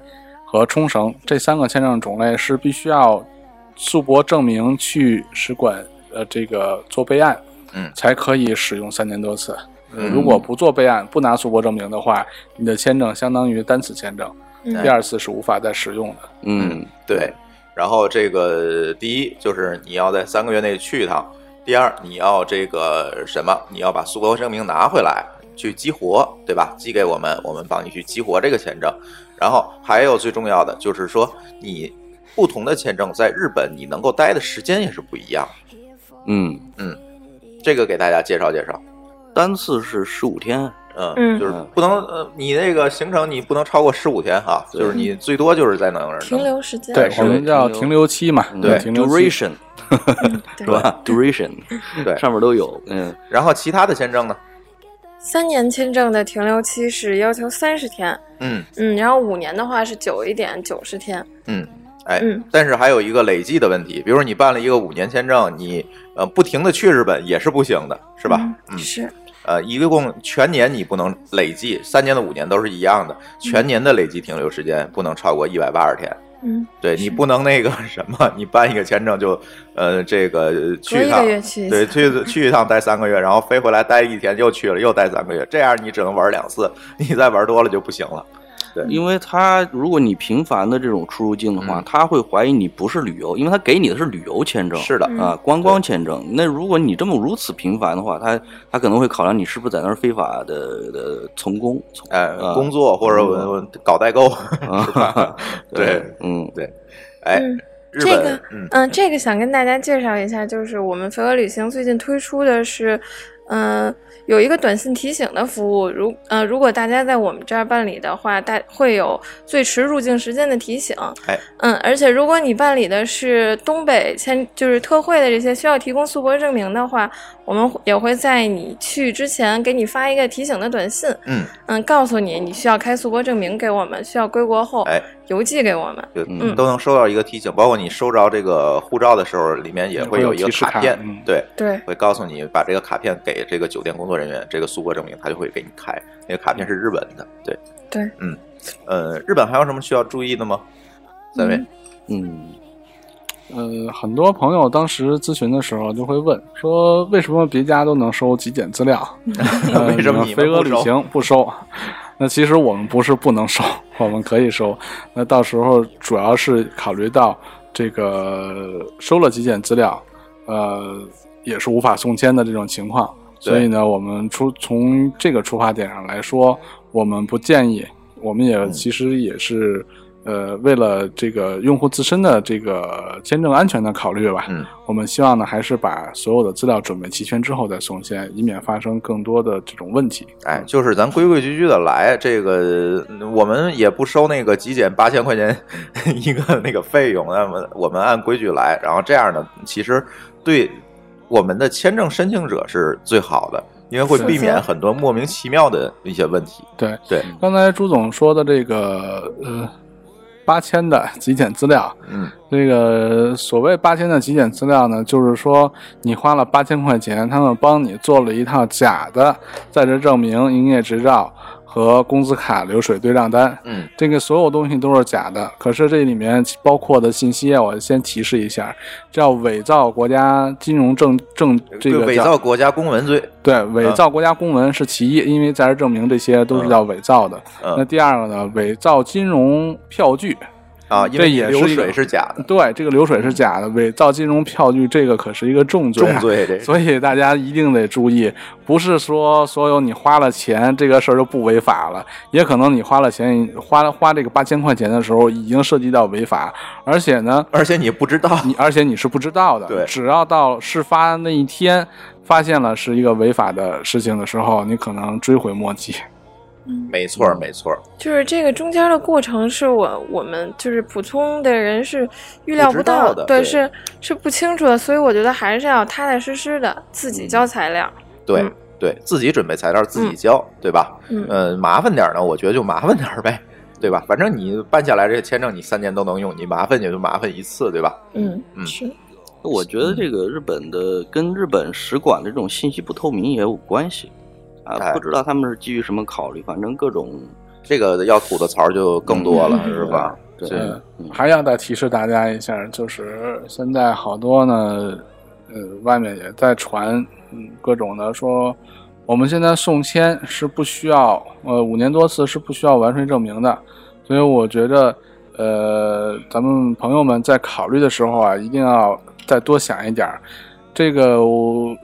Speaker 9: 和冲绳这三个签证种类是必须要速博证明去使馆呃这个做备案，
Speaker 7: 嗯
Speaker 9: 才可以使用三年多次。呃
Speaker 7: 嗯
Speaker 9: 如果不做备案，不拿速博证明的话，你的签证相当于单次签证，
Speaker 10: 嗯
Speaker 9: 第二次是无法再使用的。
Speaker 8: 嗯，
Speaker 7: 对，然后这个第一就是你要在三个月内去一趟，第二你要这个什么，你要把苏博证明拿回来去激活，对吧？寄给我们，我们帮你去激活这个签证。然后还有最重要的就是说，你不同的签证在日本你能够待的时间也是不一样，
Speaker 8: 嗯，
Speaker 7: 这个给大家介绍介绍。
Speaker 8: 单次是十五天，
Speaker 7: 嗯，
Speaker 10: 嗯
Speaker 7: 就是不能呃，你那个行程你不能超过十五天哈，
Speaker 8: 对
Speaker 7: 就是你最多就是在能
Speaker 10: 嗯停留时间，
Speaker 9: 对，
Speaker 7: 是
Speaker 9: 我们叫
Speaker 8: 停
Speaker 9: 停
Speaker 8: 留
Speaker 9: 留期嘛，
Speaker 8: 嗯
Speaker 7: 对
Speaker 9: 停留期。
Speaker 8: duration
Speaker 10: 嗯
Speaker 8: 是
Speaker 10: 对
Speaker 8: 吧？duration
Speaker 7: 对
Speaker 8: 上面都有，嗯，
Speaker 7: 然后其他的签证呢？
Speaker 10: 三年签证的停留期是要求三十天，
Speaker 7: 嗯
Speaker 10: 嗯，然后五年的话是久一点，九十天，
Speaker 7: 嗯，哎，
Speaker 10: 嗯
Speaker 7: 但是还有一个累计的问题，比如说你办了一个五年签证，你呃不停的去日本也是不行的，是
Speaker 10: 是
Speaker 7: 吧？嗯
Speaker 10: 嗯，，是，
Speaker 7: 呃，一共全年你不能累计，三年的五年都是一样的，全年的累计停留时间不能超过一百八十天。
Speaker 10: 嗯，
Speaker 7: 对你不能那个什么，你办一个签证就，呃，这个呃去一趟，
Speaker 10: 隔一个月去一次
Speaker 7: 对，去去一趟待三个月，然后飞回来待一天，又去了又待三个月，这样你只能玩两次，你再玩多了就不行了。
Speaker 8: 因为他如果你频繁的这种出入境的话，
Speaker 7: 嗯
Speaker 8: 他会怀疑你不是旅游，因为他给你的是旅游签证，
Speaker 7: 是的，
Speaker 10: 嗯
Speaker 8: 啊，观光签证。那如果你这么如此频繁的话，他他可能会考量你是不是在那儿非法的的从工， 从
Speaker 7: 哎，
Speaker 8: 啊
Speaker 7: 工作或者我
Speaker 10: 嗯
Speaker 7: 我搞代购，是吧
Speaker 8: 啊？
Speaker 7: 对，
Speaker 8: 嗯，
Speaker 7: 哎，
Speaker 10: 嗯
Speaker 7: 日本，
Speaker 10: 这个
Speaker 7: 嗯
Speaker 10: 嗯，这个想跟大家介绍一下，就是我们飞鹅旅行最近推出的是，嗯、有一个短信提醒的服务。如呃，如果大家在我们这儿办理的话，大会有最迟入境时间的提醒。
Speaker 7: 哎，
Speaker 10: 嗯，而且如果你办理的是东北签，就是特惠的这些需要提供速博证明的话，我们也会在你去之前给你发一个提醒的短信，
Speaker 7: 嗯，
Speaker 10: 嗯，告诉你你需要开速博证明给我们，需要归国后
Speaker 7: 哎，
Speaker 10: 邮寄给我们。
Speaker 7: 就
Speaker 8: 嗯
Speaker 7: 都能收到一个提醒，包括你收着这个护照的时候，里面也会有一个
Speaker 9: 会有提示卡
Speaker 7: 卡片，
Speaker 9: 嗯
Speaker 7: 对，
Speaker 10: 对，
Speaker 7: 会告诉你把这个卡片给这个酒店工作人员，这个苏博证明他就会给你开，那个卡片是日本的，对，
Speaker 10: 对，
Speaker 7: 嗯，呃，日本还有什么需要注意的吗？三位，
Speaker 8: 嗯，
Speaker 9: 呃，很多朋友当时咨询的时候就会问说，为什么别家都能收极简资料， 呃
Speaker 7: 为什么你
Speaker 9: 飞
Speaker 7: 们
Speaker 9: 鹅
Speaker 7: 不
Speaker 9: 旅
Speaker 7: 收？
Speaker 9: 行不收？那其实我们不是不能收，我们可以收。那到时候主要是考虑到这个收了极简资料，呃，也是无法送签的这种情况。
Speaker 7: 对
Speaker 9: 所以呢，我们出从这个出发点上来说，我们不建议，我们
Speaker 7: 嗯
Speaker 9: 也其实也是，呃，为了这个用户自身的这个签证安全的考虑吧，
Speaker 7: 嗯，
Speaker 9: 我们希望呢还是把所有的资料准备齐全之后再送签，以免发生更多的这种问题。
Speaker 7: 哎，就是咱规规矩矩的来，这个嗯我们也不收那个极简八千块钱一个那个费用，那么我们按规矩来，然后这样呢，其实对我们的签证申请者是最好的，因为会
Speaker 9: 是
Speaker 7: 避免很多莫名其妙的一些问题。
Speaker 9: 对
Speaker 7: 对，
Speaker 9: 刚才朱总说的这个呃八千的极简资料，
Speaker 7: 嗯，
Speaker 9: 这个所谓八千的极简资料呢，就是说你花了八千块钱，他们帮你做了一套假的在职证明、营业执照和工资卡流水对账单，
Speaker 7: 嗯，
Speaker 9: 这个所有东西都是假的。可是这里面包括的信息啊，我先提示一下，叫伪造国家金融证证这
Speaker 7: 嗯
Speaker 9: 个
Speaker 7: 伪
Speaker 9: 叫
Speaker 7: 造国家公文罪，
Speaker 9: 对，伪造国家公文是其一，因为在这证明这些都是叫伪造的。那
Speaker 7: 嗯
Speaker 9: 第二个呢，伪造金融票据，
Speaker 7: 啊，因
Speaker 9: 这
Speaker 7: 为
Speaker 9: 也是
Speaker 7: 流
Speaker 9: 一个
Speaker 7: 水是假的，
Speaker 9: 对，这个流水是假的，伪造金融票据这个可是一个重罪、
Speaker 7: 重
Speaker 9: 啊。
Speaker 7: 罪这是。
Speaker 9: 所以大家一定得注意，不是说所有你花了钱这个事儿就不违法了，也可能你花了钱，花花这个八千块钱的时候已经涉及到违法，而且呢，
Speaker 7: 而且你不知道，
Speaker 9: 你而且你是不知道的，
Speaker 7: 对
Speaker 9: 只要到事发那一天发现了是一个违法的事情的时候，你可能追悔莫及。
Speaker 7: 没错儿没错儿，
Speaker 9: 嗯
Speaker 10: 就是这个中间的过程，是我我们就是普通的人是预料
Speaker 7: 不知
Speaker 10: 到
Speaker 7: 道的
Speaker 10: 对，
Speaker 7: 对
Speaker 10: 是是不清楚的，所以我觉得还是要踏踏实实的自
Speaker 7: 嗯
Speaker 10: 己交材料。
Speaker 7: 对、
Speaker 10: 嗯
Speaker 7: 对，自己准备材料自己交，对吧？
Speaker 10: 嗯
Speaker 7: 呃，麻烦点儿呢，我觉得就麻烦点儿呗， 对吧？反正你办下来这个签证，你三年都能用，你麻烦也就麻烦一次，对吧？
Speaker 10: 嗯，
Speaker 7: 嗯
Speaker 10: 是，
Speaker 8: 我觉得这个日本的跟日本使馆的这种信息不透明也有关系
Speaker 7: 哎
Speaker 8: 啊，不知道他们是基于什么考虑，反正各种
Speaker 7: 这个要吐的槽儿就更多了，
Speaker 8: 嗯
Speaker 7: 是吧？
Speaker 8: 对
Speaker 7: 这
Speaker 9: 嗯，还要再提示大家一下，就是现在好多呢，呃，外面也在传，嗯，各种的说，我们现在送签是不需要，呃，五年多次是不需要完税证明的，所以我觉得，呃，咱们朋友们在考虑的时候啊，一定要再多想一点儿，这个我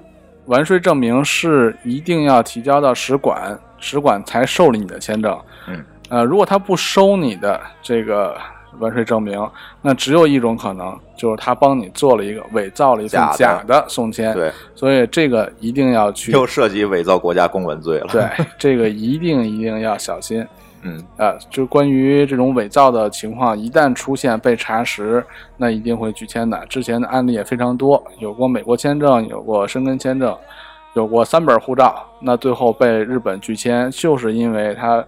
Speaker 9: 完税证明是一定要提交到使馆，使馆才受理你的签证。
Speaker 7: 嗯，
Speaker 9: 呃，如果他不收你的这个完税证明，那只有一种可能，就是他帮你做了一个伪造了一份
Speaker 7: 假的
Speaker 9: 假的送签。，
Speaker 7: 对，
Speaker 9: 所以这个一定要去，
Speaker 7: 又涉及伪造国家公文罪了。
Speaker 9: 对，这个一定一定要小心。
Speaker 7: 嗯，
Speaker 9: 呃，就关于这种伪造的情况，一旦出现被查实，那一定会拒签的。之前的案例也非常多，有过美国签证，有过申根签证，有过三本护照，那最后被日本拒签，就是因为他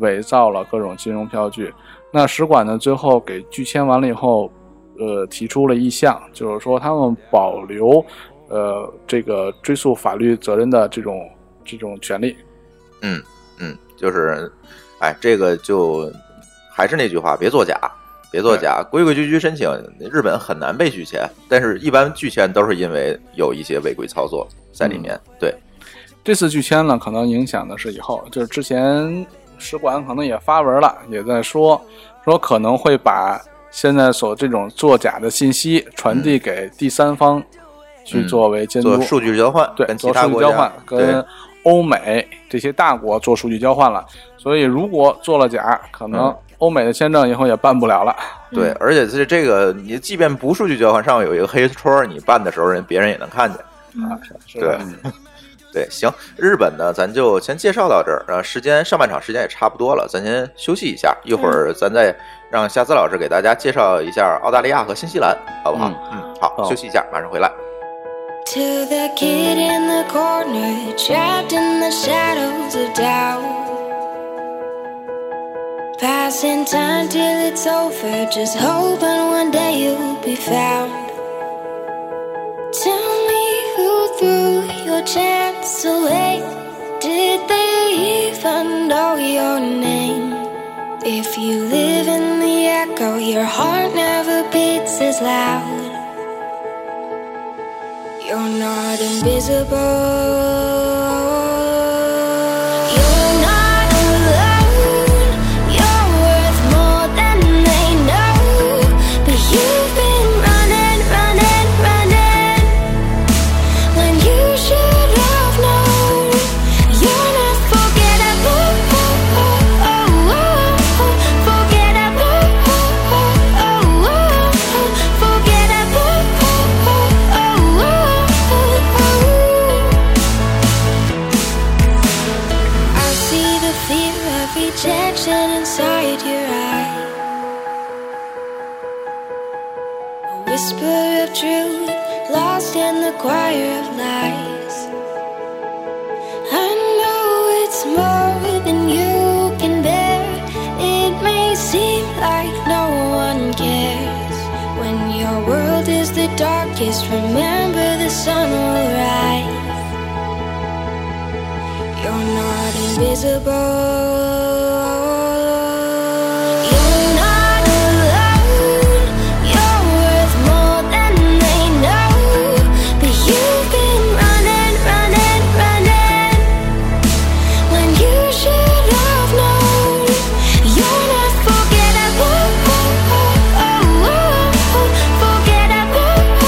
Speaker 9: 伪造了各种金融票据。那使馆呢，最后给拒签完了以后，呃，提出了意向，就是说他们保留，呃，这个追溯法律责任的这种这种权利。
Speaker 7: 嗯，就是，哎，这个就还是那句话，别作假，别作假，规规矩矩申请。日本很难被拒签，但是一般拒签都是因为有一些违规操作在里面。
Speaker 9: 嗯
Speaker 7: 对，
Speaker 9: 这次拒签了，可能影响的是以后，就是之前使馆可能也发文了，也在说说可能会把现在所这种作假的信息传递给第三方去作为监督，
Speaker 7: 嗯做数据交换，
Speaker 9: 对
Speaker 7: 跟其
Speaker 9: 做
Speaker 7: 他
Speaker 9: 数据
Speaker 7: 国
Speaker 9: 交
Speaker 7: 家
Speaker 9: 换，跟欧美这些大国做数据交换了。所以如果做了假，可能
Speaker 7: 嗯
Speaker 9: 欧美的签证以后也办不了 了。
Speaker 7: 对对，而且是这个，你即便不数据交换，上面有一个黑戳儿，你办的时候人别人也能看见。
Speaker 9: 是吧嗯
Speaker 7: 对，行，日本呢，咱就先介绍到这儿。呃，时间上半场时间也差不多了，咱先休息一下，一会儿咱再让夏思老师给大家介绍一下澳大利亚和新西兰，好不好？嗯，好，
Speaker 8: 好
Speaker 7: 休息一下，马上回来。
Speaker 3: To the kid in the corner, trapped in the shadows of doubt. Passing time till it's over, just hoping one day you'll be found. Tell me who threw your chance away. Did they even know your name? If you live in the echo, your heart never beats as loud. You're not invisible. You're not alone. You're worth more than they know. But you've been running, running, running. When you should have known. You're not forgettable. Forgettable. Forgettable. I see the fear of rejection inside your eye. A whisper of truth lost in the choir of lies. I know it's more than you can bear. It may seem like no one cares. When your world is the darkest, remember the sun will rise. You're not invisible. You're not alone. You're worth more than they know. But you've been running, running, running when you should have known. You're not forgettable. Forgettable.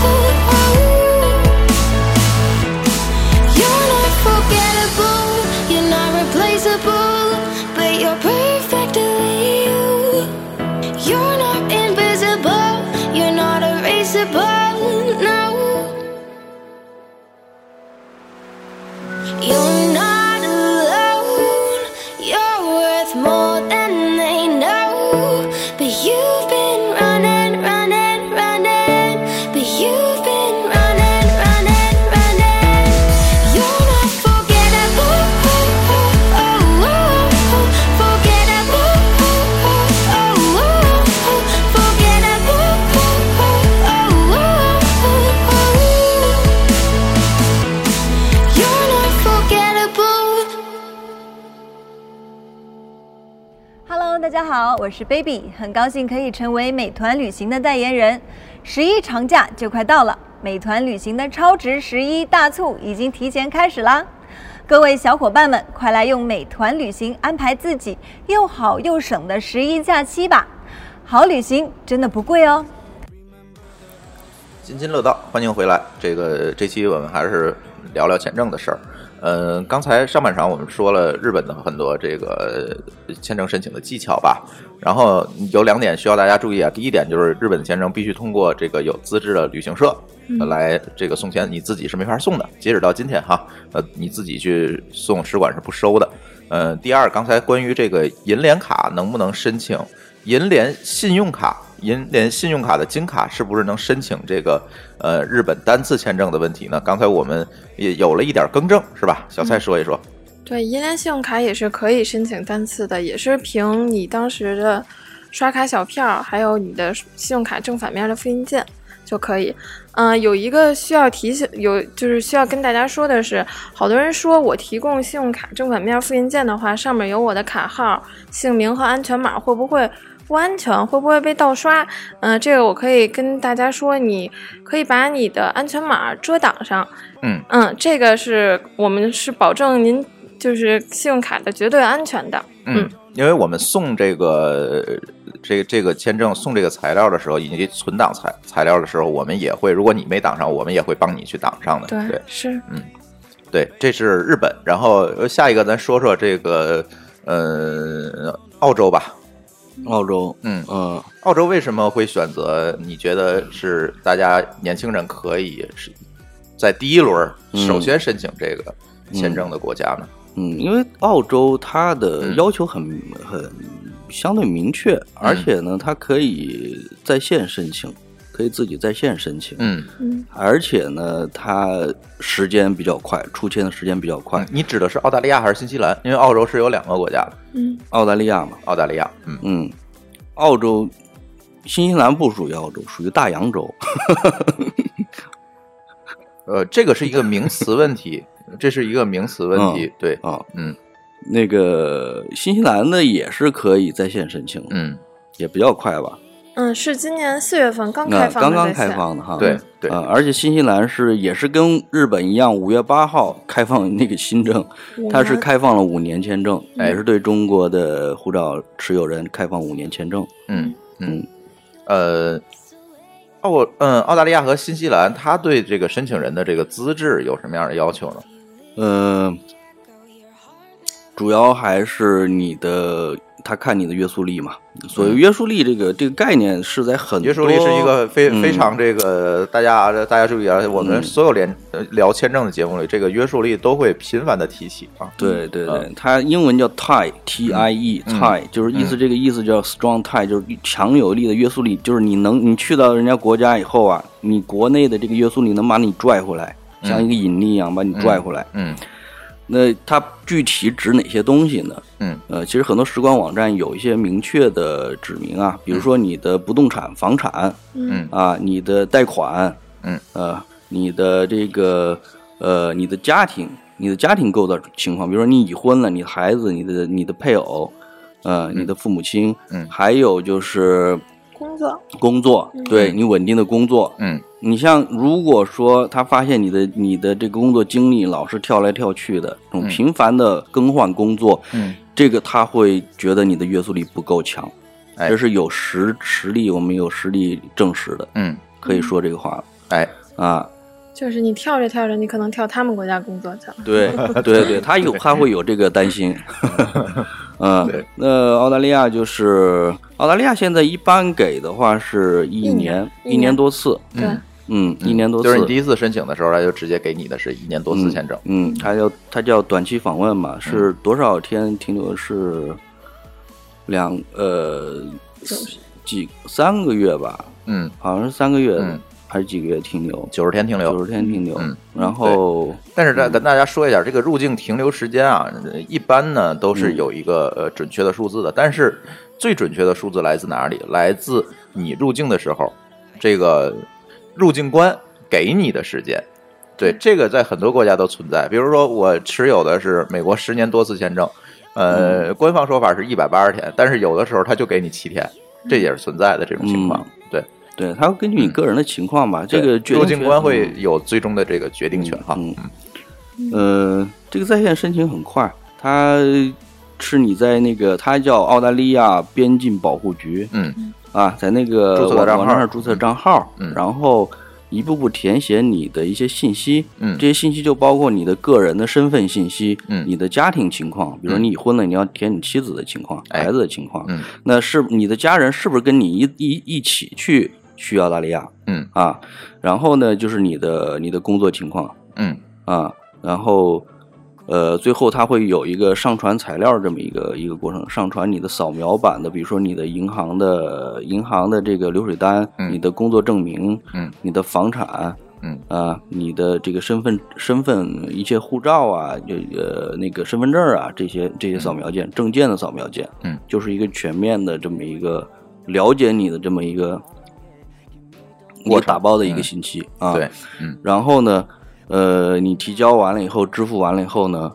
Speaker 3: Forgettable. You're not forgettable, you're not replaceable, but you're perfectly you. You're not invisible, you're not erasable, no. You're not alone, you're worth more than they know, but you've been running, running, running, but you've been running, running, running. You're not forgettable. Forgettable. Forgettable. You're not forgettable.
Speaker 11: Hello，大家好，我是 Baby，很高兴可以成为美团旅行的代言人。十一长假就快到了，美团旅行的超值十一大促已经提前开始啦！各位小伙伴们，快来用美团旅行安排自己又好又省的十一假期吧！好旅行真的不贵哦。
Speaker 7: 津津乐道，欢迎回来。这个这期我们还是聊聊签证的事儿。呃，刚才上半场我们说了日本的很多这个呃签证申请的技巧吧，然后有两点需要大家注意啊。第一点就是日本的签证必须通过这个有资质的旅行社
Speaker 12: 嗯
Speaker 7: 来这个送钱，你自己是没法送的。截止到今天哈，呃，你自己去送使馆是不收的。呃，第二，刚才关于这个银联卡能不能申请，银联信用卡、银联信用卡的金卡是不是能申请这个呃日本单次签证的问题呢？刚才我们也有了一点更正，是吧？小蔡说一说。
Speaker 10: 对，银联信用卡也是可以申请单次的，也是凭你当时的刷卡小票，还有你的信用卡正反面的复印件就可以。嗯、有一个需要提醒，有就是需要跟大家说的是，好多人说我提供信用卡正反面复印件的话，上面有我的卡号、姓名和安全码，会不会不安全？会不会被盗刷？嗯、这个我可以跟大家说，你可以把你的安全码遮挡上，
Speaker 7: 嗯
Speaker 10: 嗯，这个是我们是保证您就是信用卡的绝对安全的。
Speaker 7: 嗯，因为我们送这个呃这个这个签证送这个材料的时候，以及存档材材料的时候，我们也会，如果你没挡上，我们也会帮你去挡上的。对
Speaker 10: 是，
Speaker 7: 嗯，对，这是日本。然后呃下一个，咱说说这个呃澳洲吧。
Speaker 8: 澳洲，
Speaker 7: 嗯嗯，澳洲为什么会选择？你觉得是大家年轻人可以是在第一轮首先申请这个签证的国家呢？
Speaker 8: 嗯，因为澳洲它
Speaker 7: 嗯
Speaker 8: 的要求很、很相对明确，而且呢，它可以在线申请，可以自己在线申请。
Speaker 7: 嗯
Speaker 10: 嗯，
Speaker 8: 而且呢，它时间比较快，出签的时间比较快。
Speaker 7: 你指的是澳大利亚还是新西兰？因为澳洲是有两个国家的，
Speaker 10: 嗯，
Speaker 8: 澳大利亚嘛，
Speaker 7: 澳大利亚，嗯
Speaker 8: 澳洲，新西兰不属于澳洲，属于大洋洲。
Speaker 7: 呃，这个是一个名词问题，这是一个名词问题，对
Speaker 8: 啊，
Speaker 7: 嗯，
Speaker 8: 那个新西兰的也是可以在线申请，
Speaker 7: 嗯，
Speaker 8: 也比较快吧，
Speaker 10: 嗯，是今年四月份刚
Speaker 8: 那
Speaker 10: 开放的在线，嗯
Speaker 8: 刚刚开放的哈，
Speaker 7: 对对、
Speaker 8: 呃，而且新西兰是也是跟日本一样，五月八号开放那个新政
Speaker 10: 五，年嗯
Speaker 8: 它是开放了五年签证，
Speaker 7: 哎
Speaker 8: 也是对中国的护照持有人开放五年签证。
Speaker 7: 嗯嗯，呃，澳嗯澳大利亚和新西兰，它对这个申请人的这个资质有什么样的要求呢？
Speaker 8: 呃，主要还是你的，他看你的约束力嘛。所谓约束力这个这个概念是在很
Speaker 7: 嗯
Speaker 8: 多
Speaker 7: 约束力是一个非、
Speaker 8: 嗯
Speaker 7: 非常这个大家大家注意啊，我们
Speaker 8: 嗯
Speaker 7: 所有连、呃聊签证的节目里，这个约束力都会频繁的提起啊。
Speaker 8: 对对对，它英文叫 tie t i e
Speaker 7: 嗯
Speaker 8: tie，就是意思这个意思叫 strong tie，就是强有力的约束力，就是你能你去到人家国家以后啊，你国内的这个约束力能把你拽回来，
Speaker 7: 嗯
Speaker 8: 像一个引力一样把你拽回来。
Speaker 7: 嗯
Speaker 8: 那它具体指哪些东西呢？
Speaker 7: 嗯
Speaker 8: 呃，其实很多时光网站有一些明确的指明啊，比如说你的不动产、房产，
Speaker 7: 嗯
Speaker 8: 啊，你的贷款，
Speaker 7: 嗯，
Speaker 8: 呃，你的这个呃，你的家庭，你的家庭构造情况，比如说你已婚了，你的孩子，你的你的配偶，呃，你的父母亲，
Speaker 7: 嗯，
Speaker 8: 还有就是
Speaker 5: 工作，
Speaker 8: 工作，
Speaker 5: 嗯
Speaker 8: 对你稳定的工作，
Speaker 7: 嗯，
Speaker 8: 你像如果说他发现你的你的这个工作经历老是跳来跳去的，这种
Speaker 7: 嗯
Speaker 8: 频繁的更换工作，
Speaker 7: 嗯，
Speaker 8: 这个他会觉得你的约束力不够强，
Speaker 7: 哎
Speaker 8: 这是有实实力，我们有实力证实的，
Speaker 7: 嗯，
Speaker 8: 可以说这个话了，
Speaker 7: 哎，
Speaker 8: 啊，
Speaker 10: 就是你跳着跳着，你可能跳他们国家工作去了。
Speaker 8: 对对对，他有他会有这个担心。嗯，那澳大利亚就是澳大利亚现在一般给的话是一
Speaker 10: 一年
Speaker 8: 年
Speaker 10: 一
Speaker 8: 一
Speaker 10: 年
Speaker 8: 年多次，
Speaker 10: 对
Speaker 8: 嗯嗯，一
Speaker 7: 嗯
Speaker 8: 年多次，
Speaker 7: 就是你第一次申请的时候，他就直接给你的是一年多次签证。嗯
Speaker 8: 嗯，它叫它叫短期访问嘛，是多少天停留？是两呃几三个月吧？
Speaker 7: 嗯，
Speaker 8: 好像是三个月，还是几个月停留？
Speaker 7: 九十天停留，
Speaker 8: 九十天停留。
Speaker 7: 嗯，
Speaker 8: 然后
Speaker 7: 但是
Speaker 8: 嗯
Speaker 7: 再跟大家说一下，这个入境停留时间啊，一般呢都
Speaker 8: 嗯
Speaker 7: 是有一个呃准确的数字的，但是最准确的数字来自哪里？来自你入境的时候，这个入境官给你的时间。
Speaker 8: 嗯
Speaker 7: 对，这个在很多国家都存在。比如说，我持有的是美国十年多次签证，
Speaker 8: 嗯
Speaker 7: 呃，官方说法是一百八十天，但是有的时候他就给你七天，
Speaker 8: 嗯
Speaker 7: 这也是存在的这种情况。对，
Speaker 8: 对，他会根据你个人的情况吧，嗯这个决
Speaker 7: 入
Speaker 8: 定嗯
Speaker 7: 境
Speaker 8: 权
Speaker 7: 官会有最终的这个决定权哈。
Speaker 8: 嗯，呃，这个在线申请很快，它是你在那个，它叫澳大利亚边境保护局，
Speaker 7: 嗯，
Speaker 8: 啊，在那个
Speaker 7: 注册
Speaker 8: 网
Speaker 7: 账
Speaker 8: 网
Speaker 7: 号
Speaker 8: 站上注册账号，嗯，然后一步步填写你的一些信息，
Speaker 7: 嗯
Speaker 8: 这些信息就包括你的个人的身份信息，
Speaker 7: 嗯
Speaker 8: 你的家庭情况，比如说
Speaker 7: 嗯
Speaker 8: 你已婚了，你要填你妻子的情况，孩子的情况，
Speaker 7: 嗯，
Speaker 8: 那是你的家人是不是跟你一一一起去去澳大利亚？
Speaker 7: 嗯
Speaker 8: 啊，然后呢，就是你的你的工作情况，
Speaker 7: 嗯
Speaker 8: 啊，然后呃，最后它会有一个上传材料这么一个一个过程，上传你的扫描版的，比如说你的银行的银行的这个流水单，你的工作证明，
Speaker 7: 嗯，
Speaker 8: 你的房产，
Speaker 7: 嗯
Speaker 8: 啊，你的这个身份身份一些护照啊，这呃那个身份证啊，这些这些扫描件，证件的扫描件，
Speaker 7: 嗯，
Speaker 8: 就是一个全面的这么一个了解你的这么一个。我打包的一个信息、啊，
Speaker 7: 嗯对，嗯，
Speaker 8: 然后呢，呃，你提交完了以后，支付完了以后呢，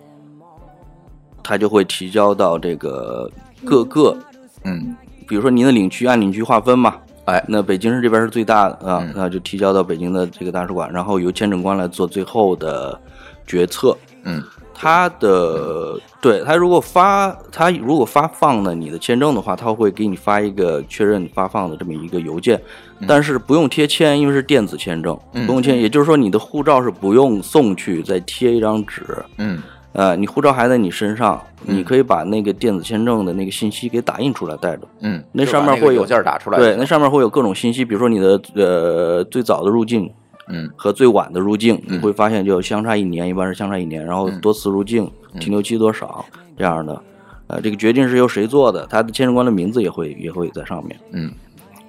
Speaker 8: 他就会提交到这个各个，
Speaker 7: 嗯，
Speaker 8: 比如说您的领区按领区划分嘛，
Speaker 7: 哎，
Speaker 8: 那北京市这边是最大的
Speaker 7: 嗯
Speaker 8: 啊，那就提交到北京的这个大使馆，然后由签证官来做最后的决策。
Speaker 7: 嗯，
Speaker 8: 他的对他如果发他如果发放了你的签证的话，他会给你发一个确认发放的这么一个邮件，但是不用贴签，因为是电子签证，
Speaker 7: 嗯
Speaker 8: 不用签，也就是说你的护照是不用送去再贴一张纸，
Speaker 7: 嗯
Speaker 8: 呃，你护照还在你身上，你可以把那个电子签证的那个信息给打印出来带着。
Speaker 7: 嗯，
Speaker 8: 那
Speaker 7: 就
Speaker 8: 上
Speaker 7: 把
Speaker 8: 面
Speaker 7: 那个
Speaker 8: 会有
Speaker 7: 邮件打出来就
Speaker 8: 对，
Speaker 7: 行
Speaker 8: 那上面会有各种信息，比如说你的呃最早的入境，
Speaker 7: 嗯，
Speaker 8: 和最晚的入境，你会发现就有相差一年，一般是相差一年，然后
Speaker 7: 嗯
Speaker 8: 多次入境，停留期多少这样的，呃，这个决定是由谁做的，他的签证官的名字也会也会在上面，
Speaker 7: 嗯，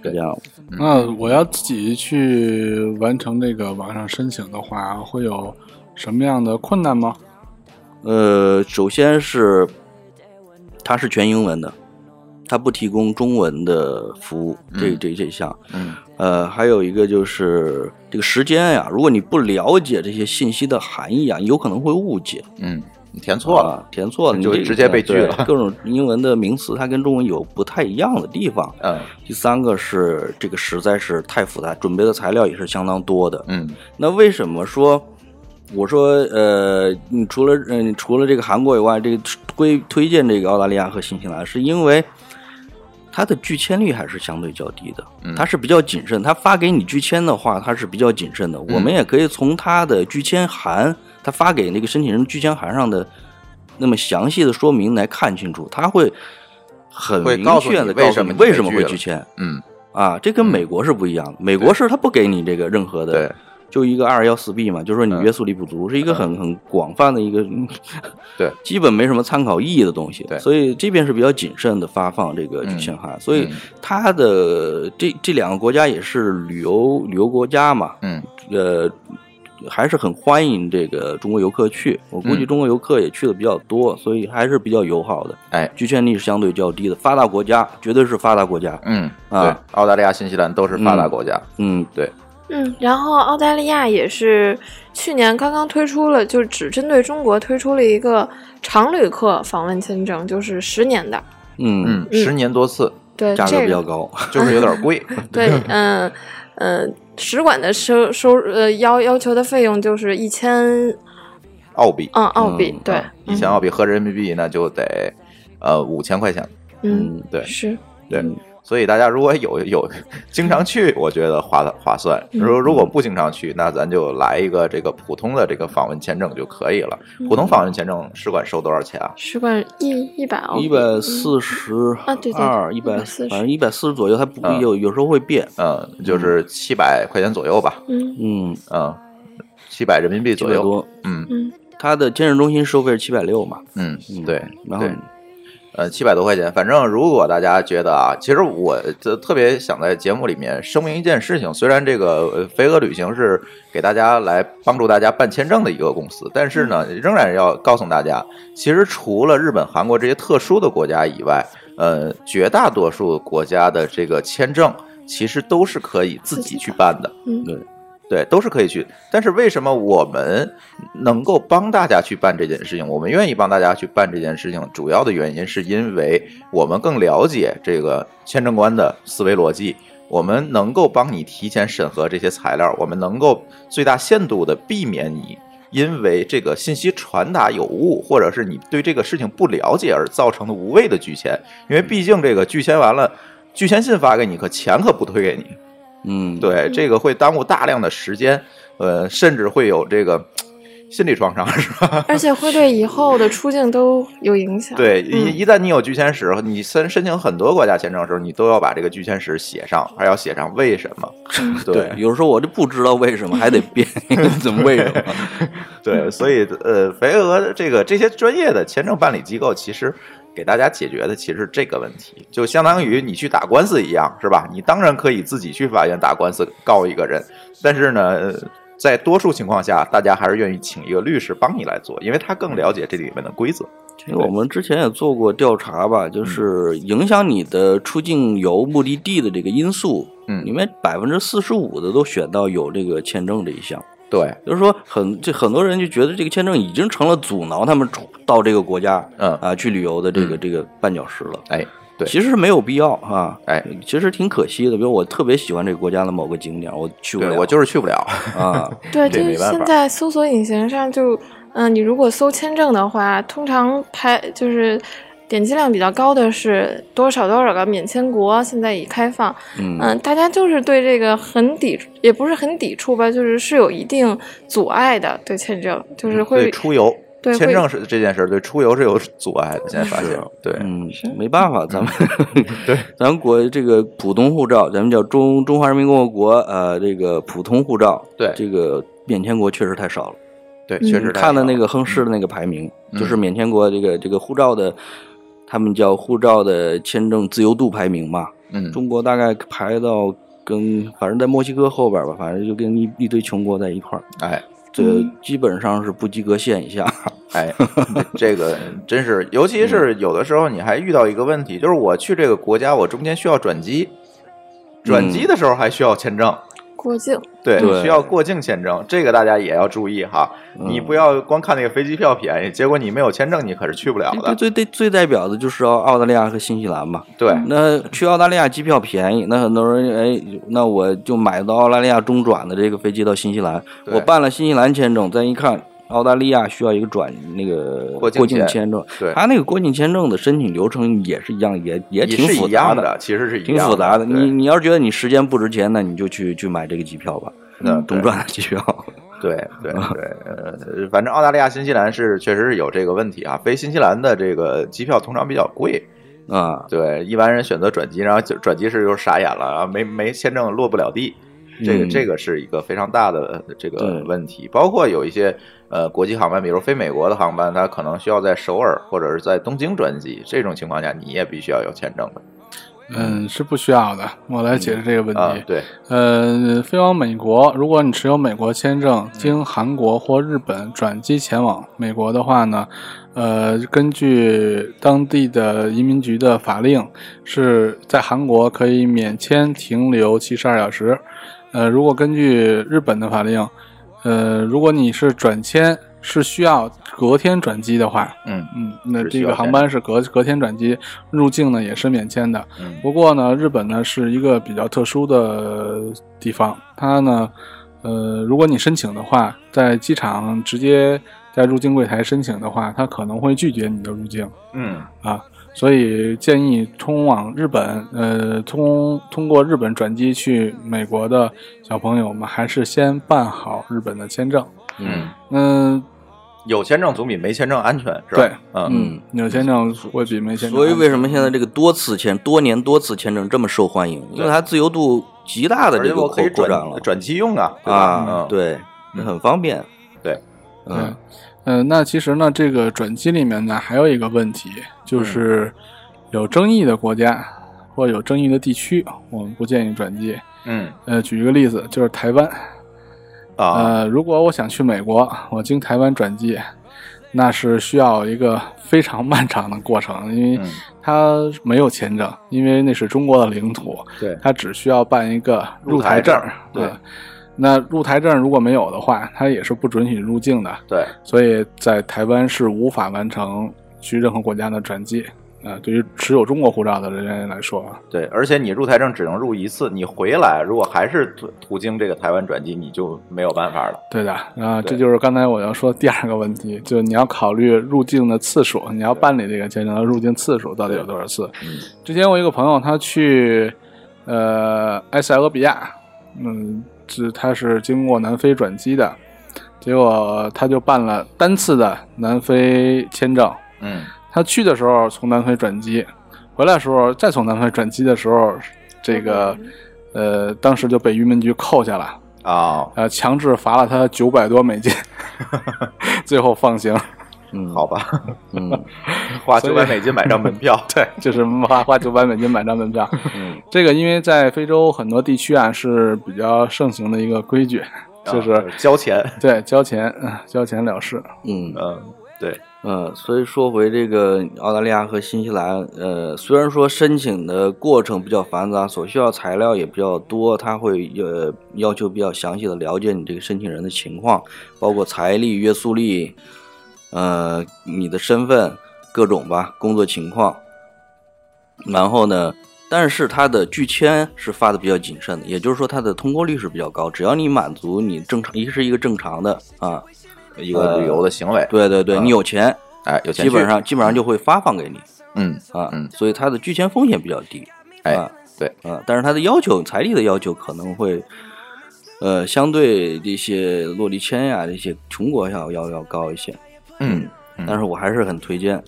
Speaker 8: 是这样，
Speaker 9: 那我要自己去完成这个网上申请的话，会有什么样的困难吗？
Speaker 8: 呃，首先是它是全英文的，它不提供中文的服务，这这这项。
Speaker 7: 嗯，
Speaker 8: 呃，还有一个就是这个时间呀、如果你不了解这些信息的含义啊，有可能会误解。
Speaker 7: 嗯，你填错了
Speaker 8: 啊，填错了，你
Speaker 7: 就
Speaker 8: 这个
Speaker 7: 直接被拒了
Speaker 8: 对各种英文的名词，它跟中文有不太一样的地方。
Speaker 7: 嗯，
Speaker 8: 第三个是这个实在是太复杂，准备的材料也是相当多的。
Speaker 7: 嗯，
Speaker 8: 那为什么说？我说，呃，你除了嗯、你除了这个韩国以外，这个推推荐这个澳大利亚和新西兰，是因为它的拒签率还是相对较低的，
Speaker 7: 嗯
Speaker 8: 它是比较谨慎。它发给你拒签的话，它是比较谨慎的。我
Speaker 7: 嗯
Speaker 8: 们也可以从它的拒签函，它发给那个申请人拒签函上的那么详细的说明来看清楚，它会很
Speaker 7: 会
Speaker 8: 明
Speaker 7: 告诉
Speaker 8: 确
Speaker 7: 你
Speaker 8: 的
Speaker 7: 为
Speaker 8: 告诉
Speaker 7: 什
Speaker 8: 你
Speaker 7: 么
Speaker 8: 为什么会拒
Speaker 7: 拒
Speaker 8: 签。
Speaker 7: 嗯
Speaker 8: 啊，这跟美国是不一样的。美国是他不给你这个任何的，就一个二幺四 B 嘛，就是说
Speaker 7: 嗯
Speaker 8: 你约束力不足，是一个很很广泛的一个，
Speaker 7: 对，
Speaker 8: 基本没什么参考意义的东西。对，所以这边是比较谨慎的发放这个
Speaker 7: 嗯
Speaker 8: 拒签函，所以它的这这两个国家也是旅游旅游国家嘛，
Speaker 7: 嗯，
Speaker 8: 呃。还是很欢迎这个中国游客去，我估计
Speaker 7: 嗯
Speaker 8: 中国游客也去的比较多，所以还是比较友好的。
Speaker 7: 哎，
Speaker 8: 拒签率是相对较低的，发达国家绝对是发达国家。
Speaker 7: 嗯，
Speaker 8: 啊
Speaker 7: 对，澳大利亚、新西兰都是发达国家。
Speaker 8: 嗯，
Speaker 7: 对，
Speaker 10: 嗯，然后澳大利亚也是去年刚刚推出了，就只针对中国推出了一个常旅客访问签证，就是十年的。
Speaker 7: 嗯，十年多次，
Speaker 10: 对
Speaker 7: 价格
Speaker 10: 这
Speaker 7: 比较
Speaker 10: 个
Speaker 7: 高，就是有点贵。
Speaker 10: 对， 嗯嗯，使馆的收收呃要要求的费用就是一千
Speaker 7: 澳币，
Speaker 10: 嗯澳币对
Speaker 7: 啊一
Speaker 10: 嗯
Speaker 7: 千澳币合人民币那就得呃五千块钱，
Speaker 10: 嗯，
Speaker 7: 对，
Speaker 10: 是，
Speaker 7: 对，所以大家如果有有经常去，我觉得划划算；
Speaker 10: 嗯
Speaker 7: 如如果不经常去，那咱就来一个这个普通的这个访问签证就可以了。
Speaker 10: 嗯
Speaker 7: 普通访问签证使馆收多少钱啊？
Speaker 10: 使馆一一百澳币
Speaker 7: 一
Speaker 8: 百四十
Speaker 10: 哦啊对对
Speaker 8: 二一百，
Speaker 10: 140
Speaker 8: 反正一百四十左右，还不
Speaker 7: 啊
Speaker 8: 有有时候会变，
Speaker 7: 嗯，就是七百块钱左右吧。
Speaker 10: 嗯
Speaker 8: 嗯
Speaker 7: 嗯，七百人民币左右
Speaker 8: 多，
Speaker 7: 嗯
Speaker 10: 嗯，
Speaker 8: 它的监视中心收费是七百六嘛，
Speaker 7: 嗯，对，
Speaker 8: 然后
Speaker 7: 对呃，七百多块钱，反正如果大家觉得啊，其实我这特别想在节目里面声明一件事情，虽然这个呃飞鹅旅行是给大家来帮助大家办签证的一个公司，但是呢，仍然要告诉大家，其实除了日本、韩国这些特殊的国家以外，呃，绝大多数国家的这个签证其实都是可以自己去办的，
Speaker 10: 嗯
Speaker 8: 对。
Speaker 7: 对，都是可以去。但是为什么我们能够帮大家去办这件事情？我们愿意帮大家去办这件事情，主要的原因是因为我们更了解这个签证官的思维逻辑，我们能够帮你提前审核这些材料，我们能够最大限度的避免你。因为这个信息传达有误，或者是你对这个事情不了解而造成的无谓的拒签，因为毕竟这个拒签完了，拒签信发给你，可钱可不退给你。
Speaker 8: 嗯，
Speaker 7: 对，这个会耽误大量的时间，呃，甚至会有这个嘖心理创伤， 是吧？
Speaker 10: 而且会对以后的出境都有影响。。
Speaker 7: 对，一一旦你有拒签时，你申申请很多国家签证的时候，你都要把这个拒签时写上，还要写上为什么。对，
Speaker 8: 有时候我就不知道为什么，还得 编怎么为什么。
Speaker 7: 对，所以呃，肥鹅这个这些专业的签证办理机构，其实给大家解决的其实是这个问题，就相当于你去打官司一样，是吧？你当然可以自己去法院打官司告一个人，但是呢，呃在多数情况下，大家还是愿意请一个律师帮你来做，因为他更了解这里面的规则。
Speaker 8: 因为我们之前也做过调查吧，
Speaker 7: 嗯
Speaker 8: 就是影响你的出境游目的地的这个因素，
Speaker 7: 嗯，
Speaker 8: 里面百分之四十五的都选到有这个签证这一项。
Speaker 7: 对，
Speaker 8: 就是说很这很多人就觉得这个签证已经成了阻挠他们出到这个国家，
Speaker 7: 嗯
Speaker 8: 啊去旅游的这个这个绊脚石了。
Speaker 7: 哎，对，
Speaker 8: 其实是没有必要啊，
Speaker 7: 哎，
Speaker 8: 其实挺可惜的。比如我特别喜欢这个国家的某个景点，我去不了，我
Speaker 7: 就是去不了
Speaker 8: 啊
Speaker 10: 对，
Speaker 8: 这
Speaker 10: 这
Speaker 8: 没办法
Speaker 10: 现在搜索引擎上就，嗯、你如果搜签证的话，通常排就是点击量比较高的是多少多少个免签国现在已开放。
Speaker 8: 嗯
Speaker 10: 大家就是对这个很抵，也不是很抵触吧，就是是有一定阻碍的对签证，就是会
Speaker 7: 对出游。
Speaker 10: 对会
Speaker 7: 签证是这件事儿，对出游是有阻碍的。现在发现
Speaker 8: 是，
Speaker 7: 对，嗯
Speaker 8: 嗯，没办法，咱们 对，咱们国这个普通护照，咱们叫中中华人民共和国呃这个普通护照，
Speaker 7: 对，
Speaker 8: 这个免签国确实太少了，
Speaker 7: 对确实太
Speaker 8: 嗯看了那个亨氏的那个排名，
Speaker 7: 嗯
Speaker 8: 就是免签国这个这个护照的，他们叫护照的签证自由度排名嘛，
Speaker 7: 嗯
Speaker 8: 中国大概排到跟反正在墨西哥后边吧，反正就跟一一堆穷国在一块儿，
Speaker 7: 哎，
Speaker 8: 这基本上是不及格线以下，
Speaker 7: 哎，这个真是，尤其是
Speaker 8: 嗯
Speaker 7: 有的时候你还遇到一个问题，就是我去这个国家，我中间需要转机，转机的时候还需要签证，
Speaker 10: 过境。
Speaker 7: 对，
Speaker 8: 嗯对嗯
Speaker 7: 需要过境签证，这个大家也要注意哈。你不要光看那个飞机票便宜，结果你没有签证，你可是去不了
Speaker 8: 对
Speaker 7: 的。
Speaker 8: 最最最代表的就是澳澳大利亚和新西兰嘛。
Speaker 7: 对，
Speaker 8: 那去澳大利亚机票便宜，那很多人哎，那我就买到澳大利亚中转的这个飞机到新西兰，
Speaker 7: 对
Speaker 8: 我办了新西兰签证，再一看。澳大利亚需要一个转那个
Speaker 7: 过境
Speaker 8: 过境
Speaker 7: 签
Speaker 8: 签证，
Speaker 7: 对
Speaker 8: 他那个过境签证的申请流程也是一样，也也挺
Speaker 7: 是
Speaker 8: 复
Speaker 7: 一
Speaker 8: 杂
Speaker 7: 样的，，其实是一
Speaker 8: 挺
Speaker 7: 样
Speaker 8: 复杂的。
Speaker 7: 对
Speaker 8: 你你要是觉得你时间不值钱，那你就去去买这个机票吧，
Speaker 7: 嗯对
Speaker 8: 中转的机票。
Speaker 7: 对对对，呃，反正澳大利亚、新西兰是确实是有这个问题啊。飞新西兰的这个机票通常比较贵
Speaker 8: 啊，
Speaker 7: 对，一般人选择转机，然后就转机时又傻眼了，然后没没签证落不了地， 这个、
Speaker 8: 嗯
Speaker 7: 这个是一个非常大的呃这个
Speaker 8: 对
Speaker 7: 问题。包括有一些呃国际航班，比如飞美国的航班，它可能需要在首尔或者是在东京转机，这种情况下你也必须要有签证的。
Speaker 9: 嗯，是不需要的。我来解释这个
Speaker 8: 嗯
Speaker 9: 问题。
Speaker 7: 啊对，
Speaker 9: 呃，飞往美国，如果你持有美国签证，经韩国或日本转机前往美国的话呢，呃，根据当地的移民局的法令，是在韩国可以免签停留七十二小时，呃，如果根据日本的法令，呃，如果你是转签是需要隔天转机的话，
Speaker 7: 嗯
Speaker 9: 嗯，那
Speaker 8: 是需
Speaker 9: 这
Speaker 8: 要
Speaker 9: 个航班是隔隔天转机，入境呢也是免签的。
Speaker 7: 嗯
Speaker 9: 不过呢，日本呢是一个比较特殊的地方，它呢，呃，如果你申请的话，在机场直接在入境柜台申请的话，它可能会拒绝你的入境。
Speaker 7: 嗯
Speaker 9: 啊，所以建议通往日本，呃，通通过日本转机去美国的小朋友们，还是先办好日本的签证。
Speaker 7: 嗯
Speaker 9: 嗯，
Speaker 7: 有签证总比没签证安全，是吧？
Speaker 9: 对，
Speaker 7: 嗯，
Speaker 9: 有签证会比没签证安全。嗯
Speaker 8: 所以为什么现在这个多次签、多年多次签证这么受欢迎？因为它自由度极大的这
Speaker 7: 而且
Speaker 8: 个
Speaker 7: 我可以
Speaker 8: 扩扩
Speaker 7: 转
Speaker 8: 展了
Speaker 7: 转机用啊，对吧
Speaker 8: 啊
Speaker 7: 嗯，
Speaker 8: 对，那很方便。
Speaker 7: 对，
Speaker 8: 嗯，
Speaker 9: 呃，那其实呢，这个转机里面呢，还有一个问题，
Speaker 7: 嗯
Speaker 9: 就是有争议的国家或有争议的地区，我们不建议转机。
Speaker 7: 嗯
Speaker 9: 呃，举一个例子，就是台湾。
Speaker 7: 啊
Speaker 9: 呃，如果我想去美国，我经台湾转机，那是需要一个非常漫长的过程，
Speaker 7: 嗯
Speaker 9: 因为它没有签证，因为那是中国的领土，
Speaker 7: 对
Speaker 9: 它只需要办一个
Speaker 7: 入
Speaker 9: 入
Speaker 7: 台
Speaker 9: 台
Speaker 7: 证
Speaker 9: 证
Speaker 7: 儿。对
Speaker 9: 呃那入台证如果没有的话，它也是不准许入境的。
Speaker 7: 对，
Speaker 9: 所以在台湾是无法完成去任何国家的转机。啊、对于持有中国护照的人员来说啊，
Speaker 7: 对，而且你入台证只能入一次，你回来如果还是途途经这个台湾转机，你就没有办法了。
Speaker 9: 对的，啊，
Speaker 7: 对
Speaker 9: 这就是刚才我要说的第二个问题，就是你要考虑入境的次数，你要办理这个签证的入境次数到底有多少次。之前我一个朋友他去呃埃塞俄比亚，嗯，是他是经过南非转机的，结果他就办了单次的南非签证。
Speaker 7: 嗯，
Speaker 9: 他去的时候从南非转机，回来的时候再从南非转机的时候，这个呃当时就被移民局扣下了。
Speaker 7: 啊，
Speaker 9: 呃，强制罚了他九百多 美金，最后放行。
Speaker 8: 嗯，
Speaker 7: 好吧，
Speaker 8: 嗯，
Speaker 7: 花
Speaker 9: 所以
Speaker 7: 900美金买张门 票
Speaker 9: 对，就是花花九百美金买张门票。
Speaker 7: 嗯，
Speaker 9: 这个因为在非洲很多地区啊是比较盛行的一个规矩，就是、
Speaker 7: 啊交钱。
Speaker 9: 对，交钱，啊交钱了事。
Speaker 8: 嗯
Speaker 7: 嗯，对，
Speaker 8: 嗯，所以说回这个澳大利亚和新西兰，呃，虽然说申请的过程比较繁杂，所需要材料也比较多，它会呃要求比较详细的了解你这个申请人的情况，包括财力、约束力，呃，你的身份各种吧，工作情况。然后呢，但是它的拒签是发的比较谨慎的，也就是说它的通过率是比较高，只要你满足你正常，一是一个正常的啊。
Speaker 7: 呃一个旅游的行为
Speaker 8: 呃对对对，
Speaker 7: 啊
Speaker 8: 你有钱，
Speaker 7: 哎，有钱
Speaker 8: 基本
Speaker 7: 去
Speaker 8: 上基本上就会发放给你
Speaker 7: 嗯
Speaker 8: 啊，所以它的拒签风险比较低，
Speaker 7: 哎，对
Speaker 8: 啊，但是它的要求，财力的要求可能会，呃，相对这些落地签呀、这些穷国要要要高一些，
Speaker 7: 嗯，
Speaker 8: 但是我还是很推荐，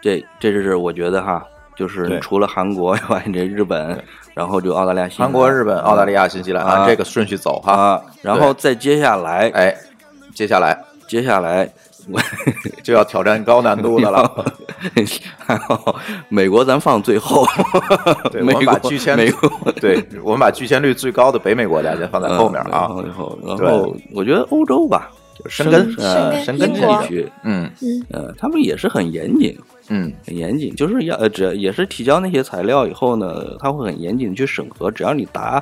Speaker 8: 这这就是我觉得哈，就是
Speaker 7: 对
Speaker 8: 除了韩国以 外，这日本，然后就澳大利亚、新西兰
Speaker 7: 韩国、日本、
Speaker 8: 啊
Speaker 7: 澳大利亚、新西兰，按
Speaker 8: 啊
Speaker 7: 这个顺序走哈
Speaker 8: 啊。，然后
Speaker 7: 对
Speaker 8: 再接下来，
Speaker 7: 哎，接下来，
Speaker 8: 接下来 我
Speaker 7: 就要挑战高难度的了。
Speaker 8: 然后美国咱放最后，
Speaker 7: 对，我
Speaker 8: 美
Speaker 7: 们
Speaker 8: 国
Speaker 7: 把拒签
Speaker 8: 美国
Speaker 7: 对我们把拒签率最高的北美国家先放在后面啊。
Speaker 8: 嗯然后然
Speaker 7: 对
Speaker 8: 后我觉得欧洲吧，就
Speaker 7: 申根
Speaker 8: 呃，
Speaker 7: 申
Speaker 8: 申
Speaker 7: 根
Speaker 8: 根
Speaker 7: 英国
Speaker 8: 地区，
Speaker 7: 嗯
Speaker 8: 呃，他们也是很严谨，
Speaker 7: 嗯，
Speaker 8: 很严谨，就是要呃，只要也是提交那些材料以后呢，他会很严谨地去审核，只要你达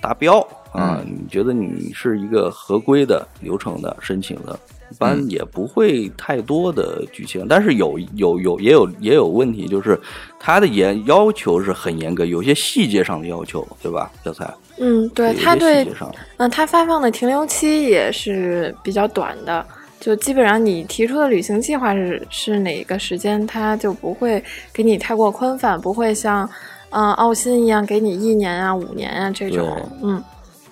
Speaker 8: 达标啊，
Speaker 7: 嗯
Speaker 8: 你觉得你是一个合规的流程的申请的。一
Speaker 7: 嗯
Speaker 8: 般也不会太多的拒签，但是有有有也有也有问题，就是他的严要求是很严格，有些细节上的要求，对吧？小蔡，
Speaker 10: 嗯，对，
Speaker 8: 有一
Speaker 10: 它
Speaker 8: 些
Speaker 10: 对
Speaker 8: 细节上，
Speaker 10: 嗯，它发放的停留期也是比较短的，就基本上你提出的旅行计划是是哪个时间，它就不会给你太过宽泛，不会像，嗯、澳新一样给你一年啊、五年啊这种
Speaker 8: 对，
Speaker 10: 嗯，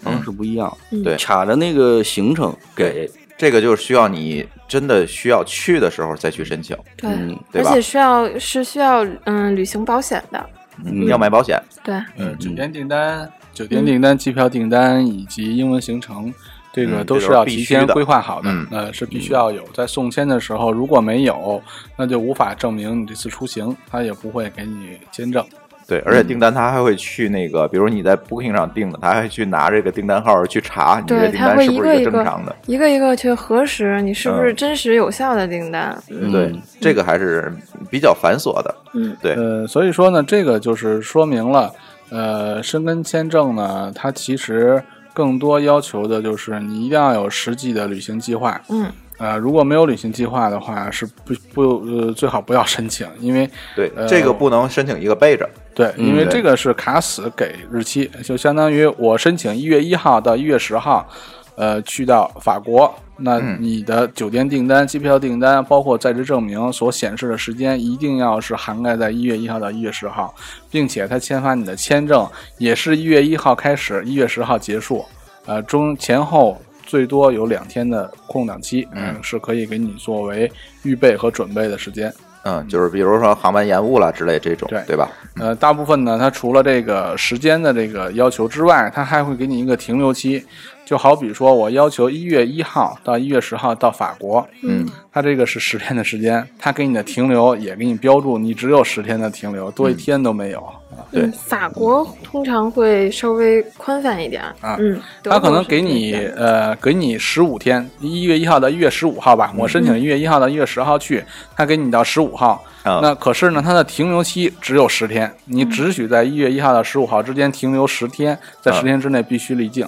Speaker 8: 方式不一样，
Speaker 10: 嗯
Speaker 7: 对
Speaker 8: 卡着那个行程给，
Speaker 7: 这个就是需要你真的需要去的时候再去申请，
Speaker 10: 对，
Speaker 8: 嗯
Speaker 7: 嗯对
Speaker 10: 而
Speaker 7: 吧
Speaker 10: 且？需要是需要嗯旅行保险的，
Speaker 7: 嗯要买保险，
Speaker 10: 对，
Speaker 7: 嗯，
Speaker 9: 呃酒店订单、酒店订单、机票订单以及英文行程，这个
Speaker 7: 嗯
Speaker 9: 都
Speaker 7: 这
Speaker 9: 是
Speaker 7: 都是
Speaker 9: 要
Speaker 7: 必
Speaker 9: 提
Speaker 7: 须
Speaker 9: 前
Speaker 7: 的
Speaker 9: 规划好的，
Speaker 7: 嗯
Speaker 9: 呃，是必须要有。在送签的时候，如果没有，那就无法证明你这次出行，他也不会给你签证。
Speaker 7: 对，而且订单他还会去那个，比如你在 Booking 上订的，他还去拿这个订单号去查你这
Speaker 10: 对，
Speaker 7: 订
Speaker 10: 它
Speaker 7: 单
Speaker 10: 会
Speaker 7: 是不
Speaker 10: 个
Speaker 7: 是一
Speaker 10: 一
Speaker 7: 个
Speaker 10: 个
Speaker 7: 正常的。
Speaker 10: 一个一个去核实你是不是
Speaker 7: 嗯
Speaker 10: 真实有效的订单，嗯
Speaker 7: 对，这个还是比较繁琐的。
Speaker 10: 嗯，
Speaker 7: 对，
Speaker 9: 呃，所以说呢，这个就是说明了，呃，申根签证呢，它其实更多要求的就是你一定要有实际的旅行计划。
Speaker 10: 嗯，
Speaker 9: 呃，如果没有旅行计划的话，是不不呃最好不要申请，因为
Speaker 7: 对
Speaker 9: 呃
Speaker 7: 这个不能申请一个备着。
Speaker 9: 对，因为
Speaker 7: 嗯
Speaker 9: 这个是卡死给日期，就相当于我申请一月一号到一月十号，呃，去到法国，那你的酒店订单、机票订单，包括在职证明所显示的时间，一定要是涵盖在一月一号到一月十号，并且他签发你的签证也是一月一号开始，一月十号结束，呃，中前后。最多有两天的空档期，嗯，是可以给你作为预备和准备的时间。
Speaker 7: 嗯，就是比如说航班延误了之类这种，对吧？
Speaker 9: 呃，大部分呢，它除了这个时间的这个要求之外，它还会给你一个停留期。就好比说，我要求一月一号到一月十号到法国，
Speaker 7: 嗯，
Speaker 9: 它这个是十天的时间，它给你的停留也给你标注，你只有十天的停留，多一天都没有。啊
Speaker 10: 嗯，法国通常会稍微宽泛一点儿
Speaker 9: 啊，
Speaker 10: 嗯，
Speaker 9: 他可能给你呃，给你十五天，一月一号到一月十五号吧。我申请一月一号到一月十号去，他给你到十五号。
Speaker 7: 嗯啊
Speaker 9: 那可是呢，它的停留期只有十天，你只许在一月一号到十五号之间停留十天，在
Speaker 7: 啊
Speaker 9: 十天之内必须离境。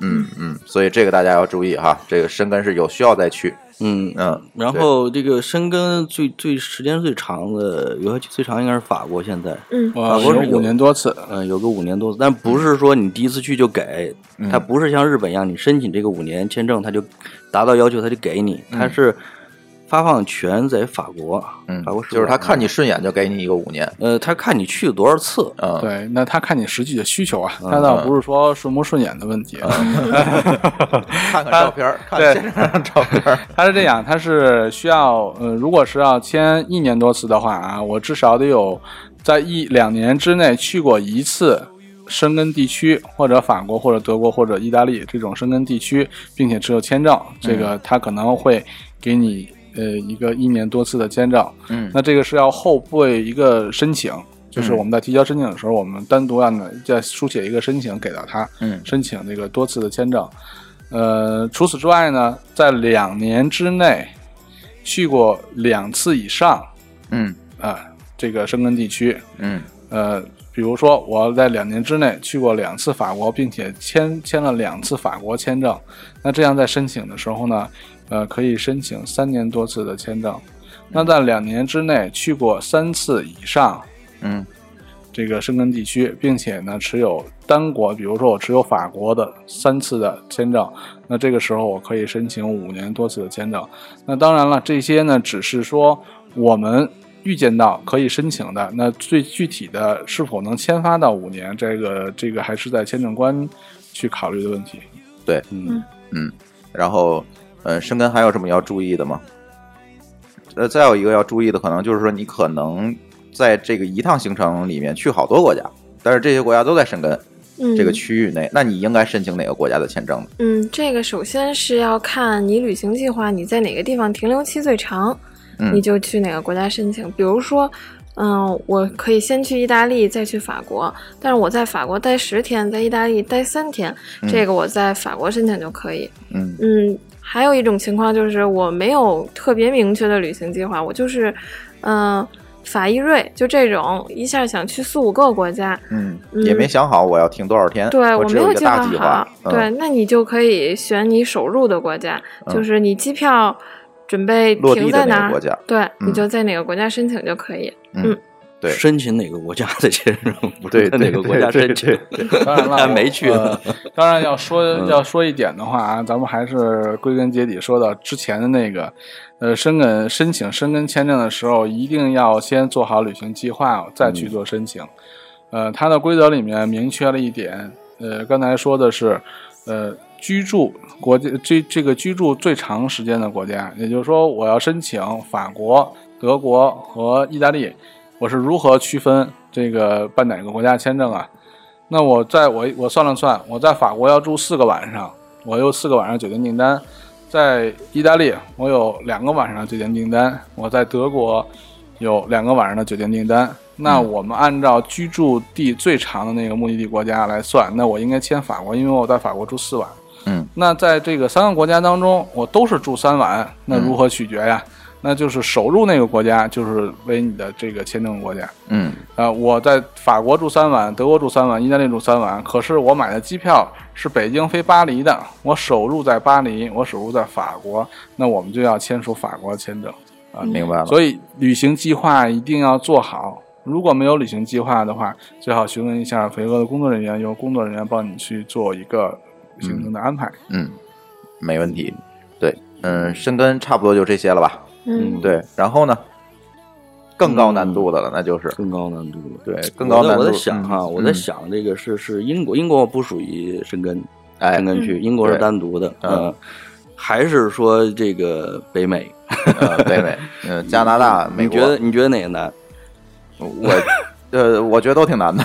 Speaker 7: 嗯嗯，所以这个大家要注意哈，这个申根是有需要再去。
Speaker 8: 嗯
Speaker 7: 嗯，
Speaker 8: 然后这个深根最最时间最长的，有效期最长应该是法国，现在，
Speaker 10: 嗯
Speaker 7: 哦
Speaker 8: 法国是
Speaker 9: 有呃五年多次，
Speaker 8: 嗯，有个五年多次，但不是说你第一次去就给，
Speaker 7: 嗯
Speaker 8: 它不是像日本一样，你申请这个五年签证，它就达到要求，它就给你，它是发放权在法国，
Speaker 7: 嗯，
Speaker 8: 法国
Speaker 7: 就是他看
Speaker 8: 你
Speaker 7: 顺眼就给你一个五年，
Speaker 8: 呃，他看你去了多少次，
Speaker 7: 嗯，
Speaker 9: 对，那他看你实际的需求啊，他倒不是说顺不顺眼的问题。
Speaker 7: 看
Speaker 8: 啊
Speaker 7: 看照片儿，看
Speaker 9: 对
Speaker 7: 看现场照片儿。
Speaker 9: 他是这样，他是需要，呃，如果是要签一年多次的话啊，我至少得有在一两年之内去过一次申根地区，或者法国，或者德国，或者意大利这种申根地区，并且持有签证，这个他可能会给你呃一个一年多次的签证。
Speaker 7: 嗯
Speaker 9: 那这个是要后备一个申请，就是
Speaker 7: 嗯
Speaker 9: 我们在提交申请的时候，我们单独要呢再书写一个申请给到他，
Speaker 7: 嗯
Speaker 9: 申请这个多次的签证。呃，除此之外呢，在两年之内去过两次以上
Speaker 7: 嗯
Speaker 9: 啊、这个申根地区，
Speaker 7: 嗯
Speaker 9: 呃，比如说我在两年之内去过两次法国，并且签签了两次法国签证，那这样在申请的时候呢，呃，可以申请三年多次的签证。那在两年之内去过三次以上
Speaker 7: 嗯
Speaker 9: 这个申根地区，并且呢持有单国，比如说我持有法国的三次的签证，那这个时候我可以申请五年多次的签证。那当然了，这些呢只是说我们预见到可以申请的，那最具体的是否能签发到五年，这个这个还是在签证官去考虑的问题。
Speaker 7: 对，
Speaker 9: 嗯
Speaker 7: 嗯，然后，呃，申根还有什么要注意的吗？呃，再有一个要注意的，可能就是说你可能在这个一趟行程里面去好多国家，但是这些国家都在申根
Speaker 10: 嗯
Speaker 7: 这个区域内，那你应该申请哪个国家的签证呢？
Speaker 10: 嗯，这个首先是要看你旅行计划，你在哪个地方停留期最长，
Speaker 7: 嗯
Speaker 10: 你就去哪个国家申请。比如说，嗯、我可以先去意大利，再去法国，但是我在法国待十天，在意大利待三天，
Speaker 12: 嗯
Speaker 10: 这个我在法国申请就可以。
Speaker 7: 嗯
Speaker 10: 嗯，还有一种情况就是我没有特别明确的旅行计划，我就是，嗯、法意瑞就这种一下想去四五个国家，
Speaker 7: 嗯，
Speaker 10: 嗯
Speaker 7: 也没想好我要停多少天，
Speaker 10: 对
Speaker 7: 呃我只
Speaker 10: 没有
Speaker 7: 一个大
Speaker 10: 计
Speaker 7: 计
Speaker 10: 划
Speaker 7: 划。
Speaker 10: 好，对，
Speaker 7: 嗯、
Speaker 10: 那你就可以选你首入的国家，
Speaker 7: 嗯
Speaker 10: 就是你机票准备
Speaker 7: 落地
Speaker 10: 停
Speaker 7: 的
Speaker 10: 在
Speaker 7: 那个
Speaker 10: 哪儿，
Speaker 7: 国家
Speaker 10: 对、你
Speaker 7: 嗯
Speaker 10: 就在哪个国家申请就可以。
Speaker 7: 嗯，对，
Speaker 8: 申请哪个国家的签证，不
Speaker 7: 对
Speaker 8: 是在哪个国家
Speaker 7: 对对
Speaker 8: 申请，
Speaker 9: 当然了，
Speaker 8: 他
Speaker 9: 我
Speaker 8: 没去
Speaker 9: 呃
Speaker 8: 呢。
Speaker 9: 当然要说
Speaker 8: 嗯
Speaker 9: 要说一点的话啊，咱们还是归根结底说到之前的那个，呃，申根申请申根签证的时候，一定要先做好旅行计划，再
Speaker 8: 嗯
Speaker 9: 去做申请。呃，它的规则里面明确了一点，呃，刚才说的是，呃，居住国家这这个居住最长时间的国家，也就是说，我要申请法国、德国和意大利，我是如何区分这个办哪个国家签证啊？那我在我我算了算，我在法国要住四个晚上，我有四个晚上酒店订单；在意大利，我有两个晚上的酒店订单；我在德国有两个晚上的酒店订单。那我们按照居住地最长的那个目的地国家来算，那我应该签法国，因为我在法国住四晚。
Speaker 7: 嗯，
Speaker 9: 那在这个三个国家当中，我都是住三晚，那如何取决呀？那就是首入那个国家就是为你的这个签证国家。
Speaker 7: 嗯
Speaker 9: 呃，我在法国住三晚，德国住三晚，意大利住三晚。可是我买的机票是北京飞巴黎的，我首入在巴黎，我首入在法国，那我们就要签署法国签证啊，
Speaker 7: 明白了
Speaker 9: 所以旅行计划一定要做好。如果没有旅行计划的话，最好询问一下肥哥的工作人员，由工作人员帮你去做一个行程的安排。
Speaker 7: 嗯，没问题。对，嗯，深蹲差不多就这些了吧？
Speaker 9: 嗯
Speaker 7: 对。然后呢，更高难度的了，那就是
Speaker 8: 更高难度了。
Speaker 7: 对，更高难度。
Speaker 8: 我在我在想哈，
Speaker 7: 嗯
Speaker 8: 我在，想这个是是英国，英国不属于申根，
Speaker 7: 哎
Speaker 8: 申根区，
Speaker 7: 嗯
Speaker 8: 英国是单独的，
Speaker 7: 对
Speaker 8: 呃，还是说这个北美，
Speaker 7: 呃，北美， 呃，加拿大、美
Speaker 8: 你
Speaker 7: 国，
Speaker 8: 觉得你觉得哪个难？
Speaker 7: 我，呃，我觉得都挺难的。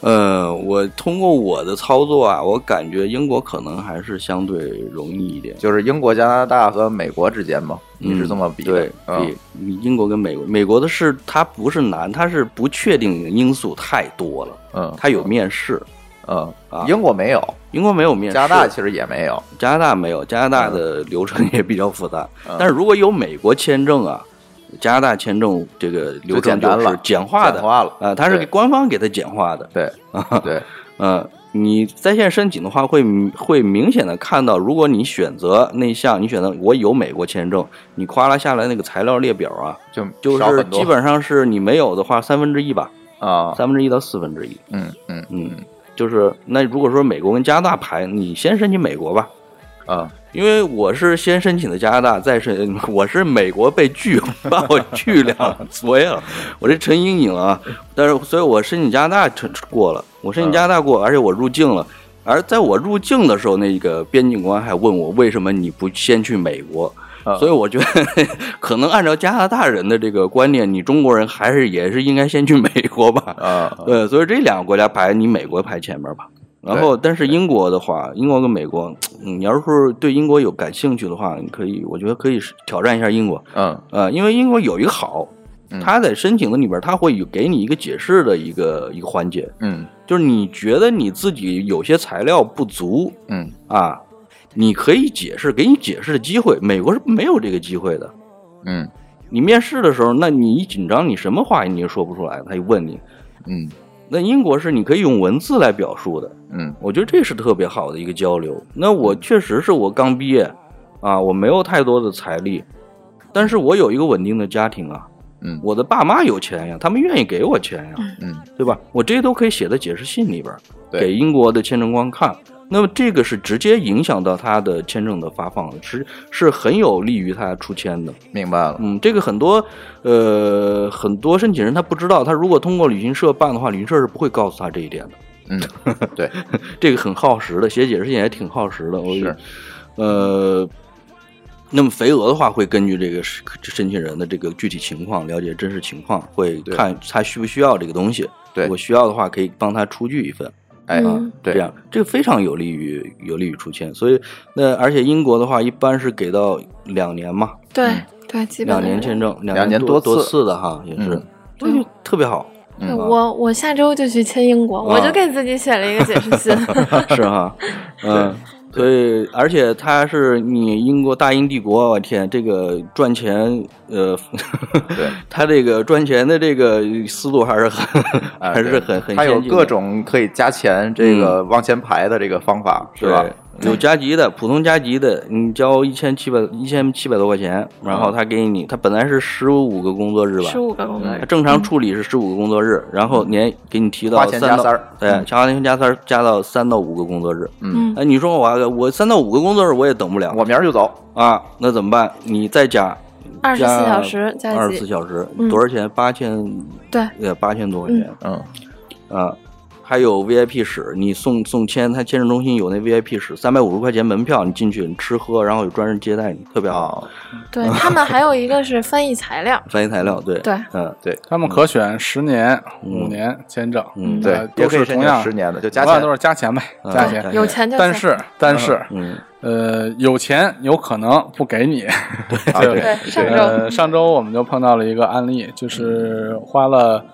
Speaker 8: 呃，我通过我的操作啊，我感觉英国可能还是相对容易一点，
Speaker 7: 就是英国、加拿大和美国之间嘛，你是这么比的？
Speaker 8: 对，
Speaker 7: 嗯
Speaker 8: 比英国跟美国，美国的是它不是难，它是不确定因素太多了，
Speaker 7: 嗯，
Speaker 8: 它有面试，
Speaker 7: 嗯
Speaker 8: 啊，
Speaker 7: 英国没有，
Speaker 8: 英国没有面试，
Speaker 7: 加拿大其实也没有，
Speaker 8: 加拿大没有，加拿大的流程也比较复杂。
Speaker 7: 嗯
Speaker 8: 但是如果有美国签证啊，加拿大签证这个流程
Speaker 7: 简单
Speaker 8: 就是
Speaker 7: 了
Speaker 8: 简化的，
Speaker 7: 简化了
Speaker 8: 啊，它是
Speaker 7: 对
Speaker 8: 官方给它简化的。
Speaker 7: 对，
Speaker 8: 啊，
Speaker 7: 对，
Speaker 8: 嗯，你在线申请的话，会会明显的看到，如果你选择那项，你选择我有美国签证，你夸啦下来那个材料列表啊，
Speaker 7: 就
Speaker 8: 就
Speaker 7: 少
Speaker 8: 是
Speaker 7: 很多
Speaker 8: 基本上是你没有的话，三分之一吧，
Speaker 7: 啊，
Speaker 8: 三分之一到四分之一，
Speaker 7: 嗯嗯
Speaker 8: 嗯，就是那如果说美国跟加拿大排，你先申请美国吧，
Speaker 7: 啊，
Speaker 8: 因为我是先申请的加拿大，再申 我是美国被拒， 把我拒两回了，我这成阴影了啊。但是，所以我申请加拿大成过了，我申请加拿大过，而且我入境了。而在我入境的时候，那个边境官还问我为什么你不先去美国。所以我觉得， 可能按照加拿大人的这个观念，你中国人还是也是应该先去美国吧。
Speaker 7: 啊，
Speaker 8: 对，所以这两个国家排你美国排前面吧。然后，但是英国的话，英国跟美国，嗯你要是对英国有感兴趣的话，你可以，我觉得可以挑战一下英国。
Speaker 7: 嗯，
Speaker 8: 呃，因为英国有一个好，它在申请的里边，它会有给你一个解释的一个一个环节，
Speaker 7: 嗯
Speaker 8: 就是你觉得你自己有些材料不足
Speaker 7: 嗯
Speaker 8: 啊，你可以解释，给你解释的机会。美国是没有这个机会的。
Speaker 7: 嗯
Speaker 8: 你面试的时候，那你一紧张，你什么话你也说不出来，他就问你。
Speaker 7: 嗯
Speaker 8: 那英国是你可以用文字来表述的，
Speaker 7: 嗯
Speaker 8: 我觉得这是特别好的一个交流。那我确实是我刚毕业啊，我没有太多的财力，但是我有一个稳定的家庭啊，
Speaker 7: 嗯
Speaker 8: 我的爸妈有钱呀，他们愿意给我钱呀，
Speaker 7: 嗯，
Speaker 8: 对吧？我这些都可以写在解释信里边儿，
Speaker 7: 对
Speaker 8: 给英国的签证官看。那么这个是直接影响到他的签证的发放的，是是很有利于他出签的。
Speaker 7: 明白了，
Speaker 8: 嗯，这个很多呃很多申请人他不知道，他如果通过旅行社办的话，旅行社是不会告诉他这一点的。
Speaker 7: 嗯，对，
Speaker 8: 这个很耗时的，写解释信也挺耗时的。我
Speaker 7: 是，
Speaker 8: 呃，那么肥鹅的话，会根据这个申申请人的这个具体情况，了解真实情况，会
Speaker 7: 对
Speaker 8: 看他需不需要这个东西。
Speaker 7: 对
Speaker 8: 如果需要的话，可以帮他出具一份。
Speaker 7: 哎
Speaker 8: 啊，
Speaker 7: 对
Speaker 8: 这样这个非常有利于有利于出签。所以，那而且英国的话，一般是给到两年嘛，
Speaker 10: 对对，基本
Speaker 8: 两年签证，
Speaker 7: 两年
Speaker 8: 年多
Speaker 7: 多次嗯
Speaker 8: 次的哈，也是，所以就特 别好。
Speaker 10: 对我我下周就去签英国，我就给自己写了一个解释信。
Speaker 8: 是哈，嗯，所以而且它是你英国大英帝国，我天，这个赚钱，呃，
Speaker 7: 对，
Speaker 8: 它这个赚钱的这个思路还是很，
Speaker 7: 哎
Speaker 8: 还是
Speaker 7: 对
Speaker 8: 很很
Speaker 7: 它有
Speaker 8: 先进的嗯
Speaker 7: 各种可以加钱这个往前排的这个方法，是
Speaker 8: 对
Speaker 7: 吧？
Speaker 8: 有加急的，普通加急的，你交一千七百一千七百多块钱，
Speaker 7: 嗯
Speaker 8: 然后他给你，他本来是十五个工作日吧，
Speaker 10: 15个工作日
Speaker 8: 他正常处理是十五个工作日，然后年给你提到
Speaker 7: 哎嗯花钱
Speaker 8: 三到
Speaker 7: 加三儿
Speaker 8: 对，
Speaker 7: 嗯
Speaker 8: 加钱加三儿加到三到五个工作日，
Speaker 7: 嗯
Speaker 8: 哎，你说我还我三到五个工作日我也等不了，
Speaker 7: 我明儿就走，
Speaker 8: 啊，那怎么办？你再加
Speaker 10: 24小时加
Speaker 8: 二十
Speaker 10: 急
Speaker 8: 四小时
Speaker 10: 嗯
Speaker 8: 多少钱？八千
Speaker 10: 对，
Speaker 8: 呃八千多块钱，
Speaker 7: 嗯
Speaker 8: 啊，还有 VIP 室，你送送签，他签证中心有那 VIP 室，三百五十块钱门票，你进去你吃喝，然后有专人接待你，特别好。
Speaker 7: 哦
Speaker 10: 对他们还有一个是翻译材料，
Speaker 8: 翻译材料，对
Speaker 10: 对
Speaker 8: 嗯，
Speaker 7: 对，
Speaker 9: 他们可选十年、五年签证，
Speaker 8: 嗯
Speaker 9: 呃
Speaker 7: 对也
Speaker 9: 都
Speaker 7: 可以
Speaker 9: 是
Speaker 7: 申
Speaker 9: 同
Speaker 7: 请
Speaker 9: 样
Speaker 7: 10年的就加
Speaker 9: 同样
Speaker 7: 钱
Speaker 9: 都是加钱呗，
Speaker 8: 嗯
Speaker 9: 加
Speaker 8: 对
Speaker 9: 钱，
Speaker 10: 有钱就行
Speaker 9: 但是但是，
Speaker 8: 嗯，
Speaker 9: 呃，有钱有可能不给你。
Speaker 7: 啊
Speaker 9: 对
Speaker 7: 对
Speaker 10: 上周
Speaker 9: 呃，上周我们就碰到了一个案例，就是花了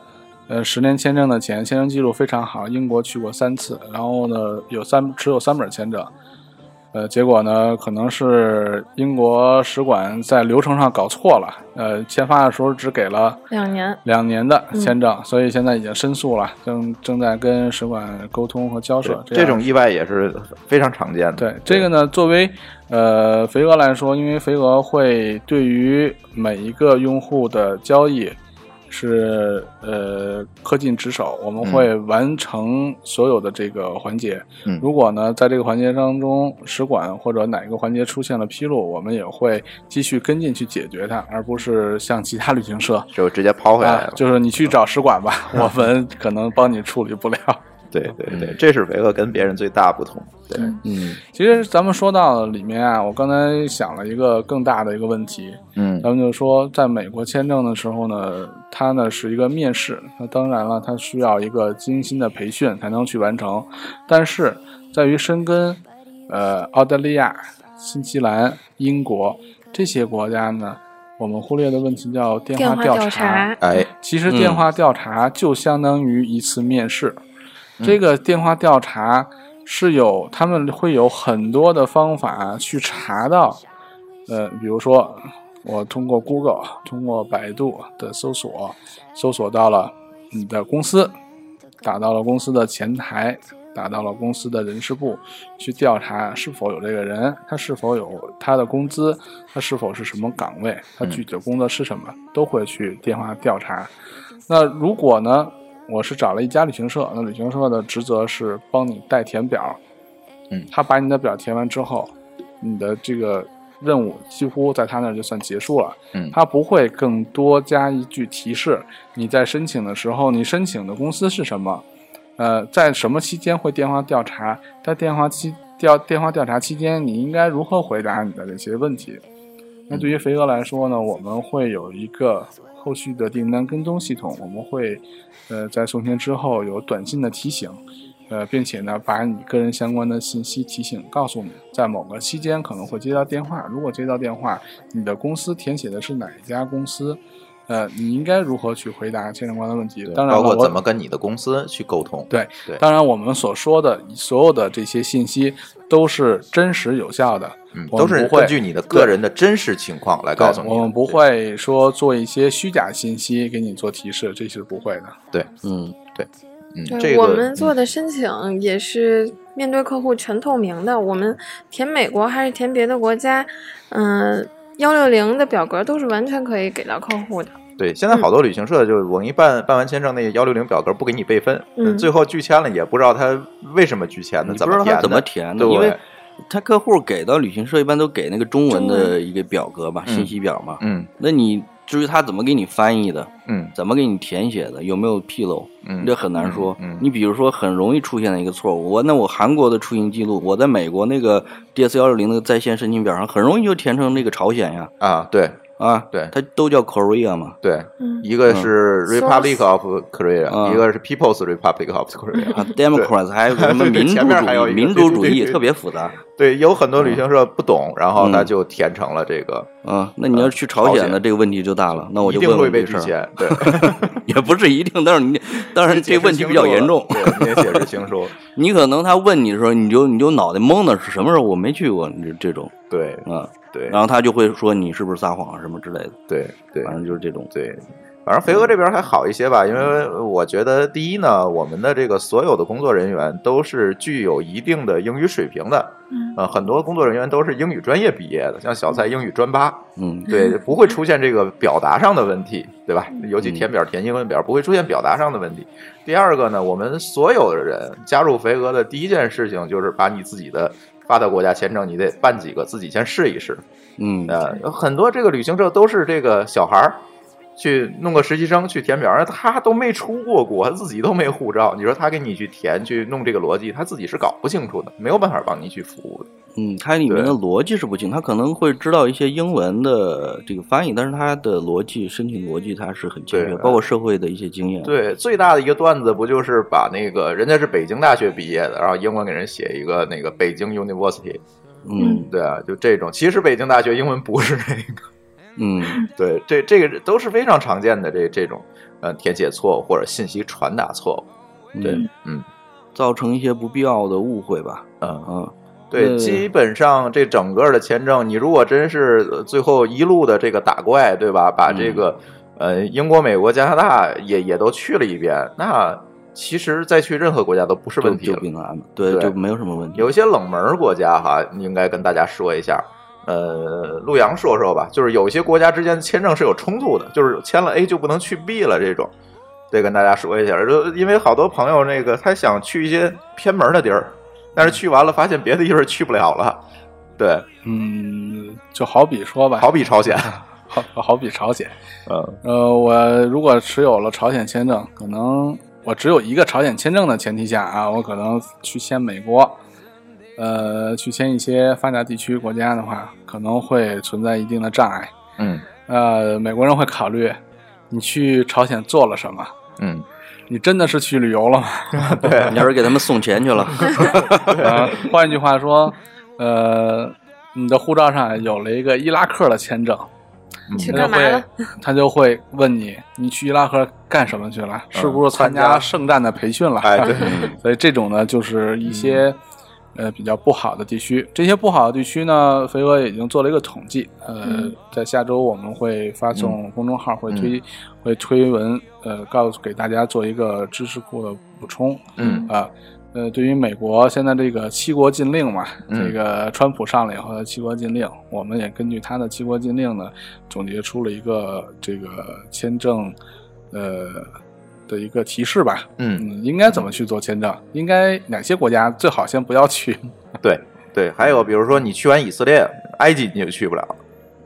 Speaker 9: 呃十年签证的钱，签证记录非常好，英国去过三次，然后呢有三持有三本签证，呃，结果呢，可能是英国使馆在流程上搞错了，呃，签发的时候只给了
Speaker 10: 两年，
Speaker 9: 两年的
Speaker 10: 嗯
Speaker 9: 签证，所以现在已经申诉了，正正在跟使馆沟通和交涉。
Speaker 7: 这种
Speaker 9: 样
Speaker 7: 意外也是非常常见的。对，
Speaker 9: 这个呢，作为呃肥鹅来说，因为肥鹅会对于每一个用户的交易是呃恪尽职守，我们
Speaker 12: 嗯
Speaker 9: 会完成所有的这个环节。
Speaker 12: 嗯
Speaker 9: 如果呢在这个环节当中，使馆或者哪个环节出现了纰漏，我们也会继续跟进去解决它，而不是像其他旅行社
Speaker 7: 就直接抛回来了
Speaker 9: 啊就是你去找使馆吧，我们可能帮你处理不了。
Speaker 7: 对对对，这是维厄跟别人最大不同。对，
Speaker 9: 嗯，其实咱们说到里面啊，我刚才想了一个更大的一个问题，
Speaker 7: 嗯
Speaker 9: 咱们就说在美国签证的时候呢，它呢是一个面试，那当然了，它需要一个精心的培训才能去完成，但是在于深根，呃，澳大利亚、新西兰、英国这些国家呢。我们忽略的问题叫电话
Speaker 10: 电话
Speaker 9: 调
Speaker 10: 调查
Speaker 7: 哎
Speaker 9: 其实
Speaker 10: 嗯
Speaker 9: 电话调查就相当于一次面试，这个电话调查是有他们会有很多的方法去查到，呃，比如说我通过 Google、通过百度的搜索，搜索到了你的公司，打到了公司的前台，打到了公司的人事部，去调查是否有这个人，他是否有他的工资，他是否是什么岗位，他具体的工作是什么，都会去电话调查。那如果呢，我是找了一家旅行社，那旅行社的职责是帮你代填表，
Speaker 7: 嗯，
Speaker 9: 他把你的表填完之后，你的这个任务几乎在他那儿就算结束了。
Speaker 7: 嗯
Speaker 9: 他不会更多加一句提示，你在申请的时候，你申请的公司是什么？呃，在什么期间会电话调查？在电话期调电话调查期间，你应该如何回答你的这些问题？那对于肥鹅来说呢，我们会有一个后续的订单跟踪系统，我们会呃在送签之后有短信的提醒，呃，并且呢把你个人相关的信息提醒告诉你，在某个期间可能会接到电话，如果接到电话，你的公司填写的是哪一家公司？呃，你应该如何去回答签证官的问题？当然
Speaker 7: 包
Speaker 9: 了，
Speaker 7: 括
Speaker 9: 我
Speaker 7: 怎么跟你的公司去沟通。
Speaker 9: 对
Speaker 7: 对，
Speaker 9: 当然，我们所说的所有的这些信息都是真实有效的，
Speaker 7: 嗯
Speaker 9: 我
Speaker 7: 都
Speaker 9: 们
Speaker 7: 是
Speaker 9: 不会
Speaker 7: 根据你的个人的真实情况来告诉
Speaker 9: 对我
Speaker 7: 你。
Speaker 9: 们不会说做一些虚假信息给你做提示，这是不会的。
Speaker 7: 对，
Speaker 8: 嗯，
Speaker 7: 对，嗯
Speaker 10: 对，
Speaker 9: 这个
Speaker 10: 我们做的申请也是面对客户全透明的，我们填美国还是填别的国家，嗯、幺六零的表格都是完全可以给到客户的。
Speaker 7: 对，
Speaker 10: 嗯
Speaker 7: 现在好多旅行社就是我一办办完签证，那幺六零表格不给你备份，
Speaker 10: 嗯
Speaker 7: 最后拒签了也不知道他为什么拒签的，
Speaker 8: 你不
Speaker 7: 怎
Speaker 8: 知
Speaker 7: 么
Speaker 8: 道
Speaker 7: 填的，
Speaker 8: 他怎么填的，
Speaker 7: 对，
Speaker 8: 因为他客户给到旅行社一般都给那个中
Speaker 7: 中
Speaker 8: 文的
Speaker 7: 文
Speaker 8: 一个表格嘛，
Speaker 7: 嗯
Speaker 8: 信息表嘛。
Speaker 7: 嗯
Speaker 8: 那你至于他怎么给你翻译的，
Speaker 7: 嗯
Speaker 8: 怎么给你填写的，有没有纰漏，
Speaker 7: 嗯
Speaker 8: 这很难说。
Speaker 7: 嗯嗯
Speaker 8: 你比如说，很容易出现的一个错误，我那我韩国的出行记录，我在美国那个 DS 幺六零的在线申请表上，很容易就填成那个朝鲜呀。
Speaker 7: 啊，对
Speaker 8: 啊，
Speaker 7: 对，
Speaker 8: 它都叫 Korea 嘛。
Speaker 7: 对
Speaker 10: 嗯，
Speaker 7: 一个是 Republic
Speaker 8: Source
Speaker 7: of Korea，、
Speaker 8: 啊
Speaker 7: 一个是 People's Republic of Korea，、
Speaker 8: 啊，Democrats 还有什么民主
Speaker 7: 前面还有一
Speaker 8: 主义、
Speaker 7: 个
Speaker 8: 民主主
Speaker 7: 对对
Speaker 8: 义
Speaker 7: 对
Speaker 8: 特别复杂。
Speaker 7: 对，有很多旅行社不懂，然后他
Speaker 8: 嗯
Speaker 7: 就填成了这个。
Speaker 8: 啊，那你要是去朝鲜的这个问题就大了，那我就
Speaker 7: 一定
Speaker 8: 问
Speaker 7: 会
Speaker 8: 问
Speaker 7: 被
Speaker 8: 这事
Speaker 7: 拒
Speaker 8: 儿
Speaker 7: 签，对，
Speaker 8: 也不是一定，但是你当然这个问题比较严重，
Speaker 7: 你也解释清楚了。
Speaker 8: 你可能他问你的时候，你就你就脑袋懵的是什么时候我没去过，你这这种
Speaker 7: 对
Speaker 8: 啊
Speaker 7: 对，
Speaker 8: 然后他就会说你是不是撒谎啊什么之类的，
Speaker 7: 对对，
Speaker 8: 反正就是这种
Speaker 7: 对。反正肥鹅这边还好一些吧，因为我觉得第一呢，我们的这个所有的工作人员都是具有一定的英语水平的，
Speaker 10: 嗯
Speaker 7: 呃，很多工作人员都是英语专业毕业的，像小蔡英语专八，
Speaker 8: 嗯，
Speaker 7: 对，不会出现这个表达上的问题，对吧？尤其填表填英文表不会出现表达上的问题。第二个呢，我们所有的人加入肥鹅的第一件事情就是把你自己的发达国家签证，你得办几个自己先试一试，
Speaker 8: 嗯，
Speaker 7: 呃，有很多这个旅行社都是这个小孩儿去弄个实习生去填表，而他都没出过国，自己都没护照，你说他给你去填去弄这个逻辑，他自己是搞不清楚的，没有办法帮你去服务的。
Speaker 8: 嗯，它里面的逻辑是不清，他可能会知道一些英文的这个翻译，但是他的逻辑申请逻辑它是很欠缺，包括社会的一些经验，
Speaker 7: 啊对，最大的一个段子不就是把那个人家是北京大学毕业的，然后英文给人写一个那个北京 University，
Speaker 8: 嗯，
Speaker 7: 对啊，就这种。其实北京大学英文不是那个，
Speaker 8: 嗯，
Speaker 7: 对，这这个都是非常常见的这这种，呃，填写错误或者信息传达错误。对，嗯，
Speaker 8: 造成一些不必要的误会吧，
Speaker 7: 嗯
Speaker 8: 啊，
Speaker 7: 对，
Speaker 8: 呃
Speaker 7: 基本上这整个的签证，你如果真是呃最后一路的这个打怪，对吧？把这个、呃英国、美国、加拿大也也都去了一遍，那其实再去任何国家都不是问题了，
Speaker 8: 对
Speaker 7: 对
Speaker 8: 就没有什么问题。
Speaker 7: 有一些冷门国家哈，应该跟大家说一下。呃，陆洋说说吧，就是有一些国家之间签证是有冲突的，就是签了 A 就不能去 B 了这种，得跟大家说一下。就因为好多朋友那个他想去一些偏门的地儿，但是去完了发现别的地儿去不了了。对，
Speaker 9: 嗯，就好比说吧，
Speaker 7: 好比朝鲜，
Speaker 9: 好好比朝鲜，
Speaker 7: 嗯，
Speaker 9: 呃，我如果持有了朝鲜签证，可能我只有一个朝鲜签证的前提下啊，我可能去签美国，呃，去签一些发达地区国家的话，可能会存在一定的障碍。
Speaker 7: 嗯
Speaker 9: 呃，美国人会考虑你去朝鲜做了什么，
Speaker 7: 嗯，
Speaker 9: 你真的是去旅游了吗？
Speaker 8: 对， 你要是给他们送钱去了，
Speaker 9: 啊，换句话说，呃，你的护照上有了一个伊拉克的签证，
Speaker 7: 嗯
Speaker 10: 去
Speaker 9: 他就
Speaker 10: 干嘛
Speaker 9: 会
Speaker 10: 了？
Speaker 9: 他就会问你，你去伊拉克干什么去了？是不是参加圣战的培训了？
Speaker 7: 哎 对
Speaker 9: 所以这种呢，就是一些、
Speaker 7: 嗯
Speaker 9: 呃比较不好的地区。这些不好的地区呢，飞哥已经做了一个统计，呃，
Speaker 10: 嗯
Speaker 9: 在下周我们会发送
Speaker 7: 嗯
Speaker 9: 公众号，会
Speaker 7: 嗯
Speaker 9: 推、会推文，呃，告诉给大家做一个知识库的补充。
Speaker 7: 嗯
Speaker 9: 啊。呃，对于美国现在这个七国禁令嘛，
Speaker 7: 嗯
Speaker 9: 这个川普上来以后的七国禁令，我们也根据他的七国禁令呢，总结出了一个这个签证，呃的一个提示吧。
Speaker 7: 嗯，
Speaker 9: 嗯，应该怎么去做签证？应该哪些国家最好先不 要去？
Speaker 7: 对对。还有比如说你去完以色列、埃及你就去不了，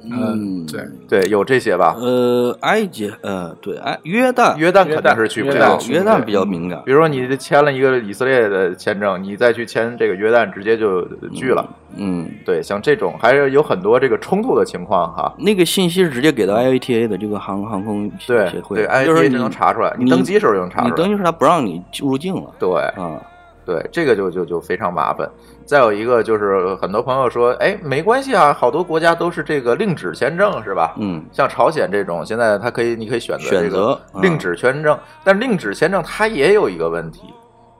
Speaker 9: 嗯，对，
Speaker 7: 呃对，有这些吧？
Speaker 8: 呃，埃及，呃，对，埃呃约旦，
Speaker 7: 约旦肯定是去不了，
Speaker 8: 约旦比较敏感。
Speaker 7: 比如说你签了一个以色列的签证，你再去签这个约旦，直接就拒了。
Speaker 8: 嗯，
Speaker 7: 对，像这种还是有很多这个冲突的情况哈。
Speaker 8: 那个信息是直接给到 IATA 的这个航航空
Speaker 7: 对
Speaker 8: 协会，
Speaker 7: 对
Speaker 8: 啊
Speaker 7: ，I
Speaker 8: 就是
Speaker 7: T
Speaker 8: 你
Speaker 7: 能查出来，
Speaker 8: 你
Speaker 7: 登机时候就能查出来。
Speaker 8: 你登机时候他不让你入境了。
Speaker 7: 对
Speaker 8: 啊，
Speaker 7: 对，这个就就就非常麻烦。再有一个就是很多朋友说，哎，没关系啊，好多国家都是这个令旨签证是吧？
Speaker 8: 嗯，
Speaker 7: 像朝鲜这种，现在它可以，你可以选择这
Speaker 8: 选择
Speaker 7: 个
Speaker 8: 啊
Speaker 7: 令旨签证，但令旨签证它也有一个问题，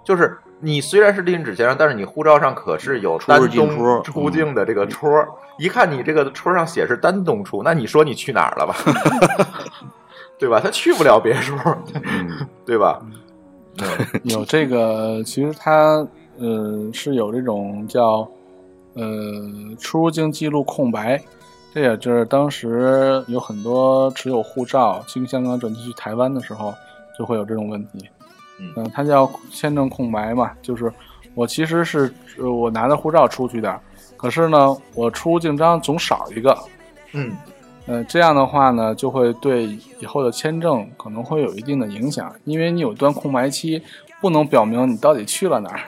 Speaker 7: 就是你虽然是令旨签证，但是你护照上可是有
Speaker 8: 出入
Speaker 7: 丹
Speaker 8: 境戳嗯
Speaker 7: 东出境的这个戳儿，一看你这个戳上写是丹东出，那你说你去哪儿了 吧？对吧？他去不了别处，
Speaker 8: 嗯
Speaker 7: 对吧？
Speaker 9: 有这个，其实它呃是有这种叫呃出入境记录空白，这也就是当时有很多持有护照经香港转机去台湾的时候就会有这种问题。
Speaker 7: 嗯、
Speaker 9: 它叫签证空白嘛，就是我其实是、呃我拿着护照出去的，可是呢我出入境章总少一个，
Speaker 7: 嗯
Speaker 9: 呃，这样的话呢，就会对以后的签证可能会有一定的影响，因为你有段空白期，不能表明你到底去了哪儿。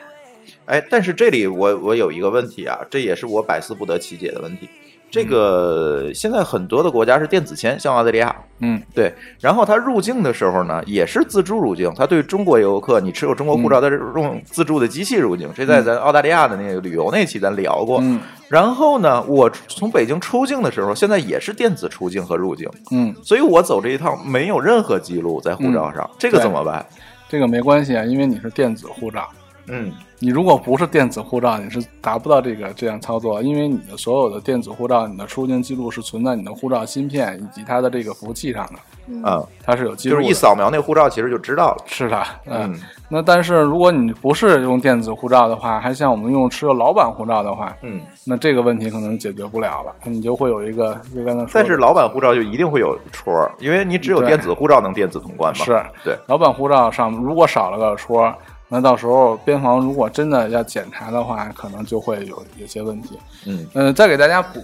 Speaker 7: 哎，但是这里我我有一个问题啊，这也是我百思不得其解的问题。这个现在很多的国家是电子签，像澳大利亚，
Speaker 9: 嗯，
Speaker 7: 对。然后他入境的时候呢，也是自助入境。他对中国游客，你持有中国护
Speaker 9: 嗯
Speaker 7: 照，他是用自助的机器入境。这在咱澳大利亚的那个旅游那期咱聊过。
Speaker 9: 嗯
Speaker 7: 然后呢，我从北京出境的时候，现在也是电子出境和入境，
Speaker 9: 嗯，
Speaker 7: 所以我走这一趟没有任何记录在护照上，
Speaker 9: 嗯
Speaker 7: 这个
Speaker 9: 对
Speaker 7: 怎么办？
Speaker 9: 这个没关系啊，因为你是电子护照。
Speaker 7: 嗯
Speaker 9: 你如果不是电子护照，你是达不到这个这样操作，因为你的所有的电子护照，你的出境记录是存在你的护照芯片以及它的这个服务器上的，
Speaker 7: 啊，
Speaker 9: 它是有记录
Speaker 7: 就
Speaker 9: 的。
Speaker 7: 是一扫描那护照，其实就知道了。
Speaker 9: 是的，嗯
Speaker 7: 嗯
Speaker 9: 那但是如果你不是用电子护照的话，还像我们用持有老板护照的话，
Speaker 7: 嗯，
Speaker 9: 那这个问题可能解决不了了，你就会有一个就刚才说
Speaker 7: 但
Speaker 9: 的
Speaker 7: 是老板护照就一定会有戳儿，因为你只有
Speaker 9: 对
Speaker 7: 电子护照能电子通关嘛。
Speaker 9: 是
Speaker 7: 对，
Speaker 9: 老板护照上如果少了个戳，那到时候边防如果真的要检查的话，可能就会有有些问题。
Speaker 7: 嗯
Speaker 9: 呃，再给大家普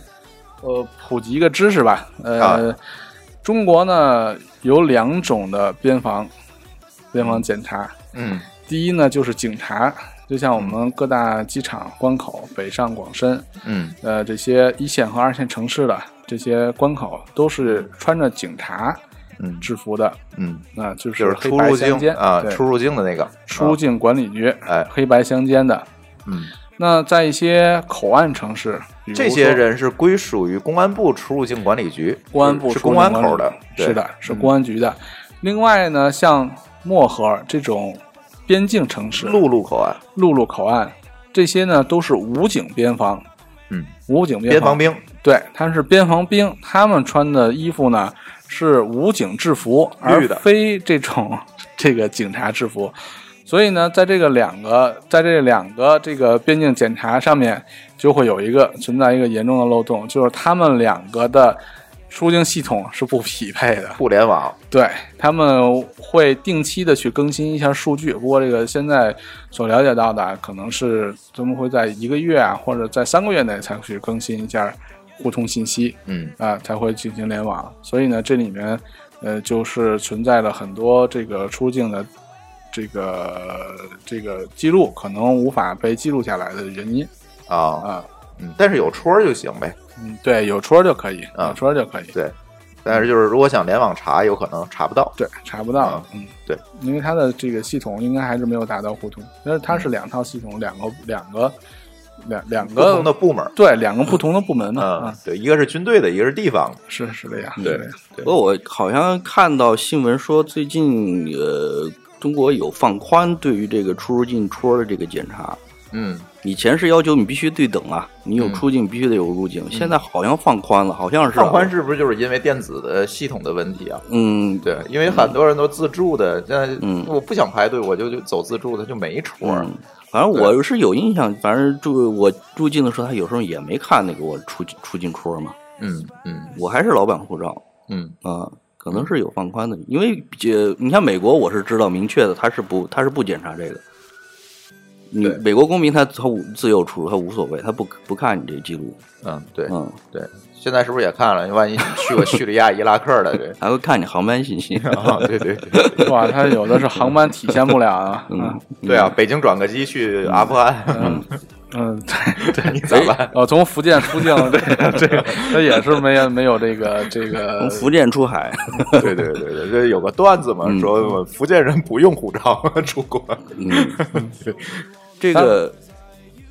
Speaker 9: 呃普及一个知识吧。呃，
Speaker 7: 啊
Speaker 9: 中国呢有两种的边防边防检查，
Speaker 7: 嗯
Speaker 9: 第一呢就是警察，就像我们各大机场关口、北上广深，
Speaker 7: 嗯
Speaker 9: 呃，这些一线和二线城市的这些关口都是穿着警察
Speaker 7: 嗯
Speaker 9: 制服的，
Speaker 7: 嗯，
Speaker 9: 那就
Speaker 7: 就是是
Speaker 9: 黑
Speaker 7: 出
Speaker 9: 白
Speaker 7: 入
Speaker 9: 相
Speaker 7: 境
Speaker 9: 间
Speaker 7: 啊，
Speaker 9: 对
Speaker 7: 出入境的那个
Speaker 9: 出入，境管理局，
Speaker 7: 哎，
Speaker 9: 黑白相间的。
Speaker 7: 嗯，
Speaker 9: 那在一些口岸城市，比如
Speaker 7: 这些
Speaker 9: 说
Speaker 7: 人是归属于公安部出入境管理局，
Speaker 9: 公安部
Speaker 7: 是
Speaker 9: 出入
Speaker 7: 公安
Speaker 9: 境
Speaker 7: 口
Speaker 9: 管
Speaker 7: 的
Speaker 9: 理，
Speaker 7: 对嗯
Speaker 9: 是的，是公安局的。另外呢，像漠河这种边境城市，
Speaker 7: 陆路口岸，啊
Speaker 9: 陆路口岸，这些呢都是武警边防，
Speaker 7: 嗯，
Speaker 9: 武警
Speaker 7: 边防兵，
Speaker 9: 对，他们是边防兵，他们穿的衣服呢是武警制服，而
Speaker 7: 绿的
Speaker 9: 非这种 这个警察制服。所以呢，在这个两个，在这两个这个边境检查上面，就会有一个存在一个严重的漏洞，就是他们两个的出境系统是不匹配的，
Speaker 7: 互联网。
Speaker 9: 对他们会定期的去更新一下数据，不过这个现在所了解到的啊，可能是他们会在一个月啊，或者在三个月内才去更新一下互通信息，
Speaker 7: 嗯
Speaker 9: 啊、才会进行联网。所以呢，这里面呃就是存在了很多这个出境的这个这个记录可能无法被记录下来的原因
Speaker 7: 啊
Speaker 9: 啊，
Speaker 7: 嗯，但是有戳就行呗，
Speaker 9: 嗯，对，有戳就可以，有戳就可以，
Speaker 7: 对。但是就是如果想联网查，有可能查不到。
Speaker 9: 对，查不到，嗯，
Speaker 7: 对，
Speaker 9: 因为它的这个系统应该还是没有达到互通，因为它是两套系统，两个两个两两
Speaker 7: 不
Speaker 9: 个
Speaker 7: 同的部门，
Speaker 9: 对，两个不同的部门嘛，啊
Speaker 7: 嗯，对，一个是军队的，一个是地方的，
Speaker 9: 是是这样，
Speaker 8: 对，不过我好像看到新闻说，最近呃，中国有放宽对于这个出入境戳的这个检查。
Speaker 7: 嗯，
Speaker 8: 以前是要求你必须对等啊，你有出境必须得有入境，现在好像放宽了，好像是啊
Speaker 7: 嗯放宽是不是就是因为电子的系统的问题啊？
Speaker 8: 嗯，
Speaker 7: 对，因为很多人都自助的，现在我不想排队，我就就走自助，他就没戳。
Speaker 8: 嗯反正我是有印象，反正住我入境的时候，他有时候也没看那个我出出境戳嘛。
Speaker 7: 嗯嗯，
Speaker 8: 我还是老板护照。
Speaker 7: 嗯
Speaker 8: 啊，可能是有放宽的，因为呃，你像美国，我是知道明确的，他是不他是不检查这个。你美国公民他他无自由出入，他无所谓，他不不看你这记录。
Speaker 7: 嗯，对，
Speaker 8: 嗯
Speaker 7: 对。现在是不是也看了？万一你去过叙利亚、伊拉克 的，对，
Speaker 8: 还会看你航班信息。
Speaker 7: 啊，对对对，
Speaker 9: 哇，它有的是航班体现不了啊，嗯
Speaker 7: 对啊，北京转个机去阿富汗，
Speaker 9: 嗯，对对，
Speaker 7: 你咋办？
Speaker 9: 哦，从福建出境，这个这个， 它也是没有没有这个这个
Speaker 8: 从福建出海，
Speaker 7: 对对对对，这有个段子嘛，说我福建人不用护照出国。
Speaker 8: 嗯，这个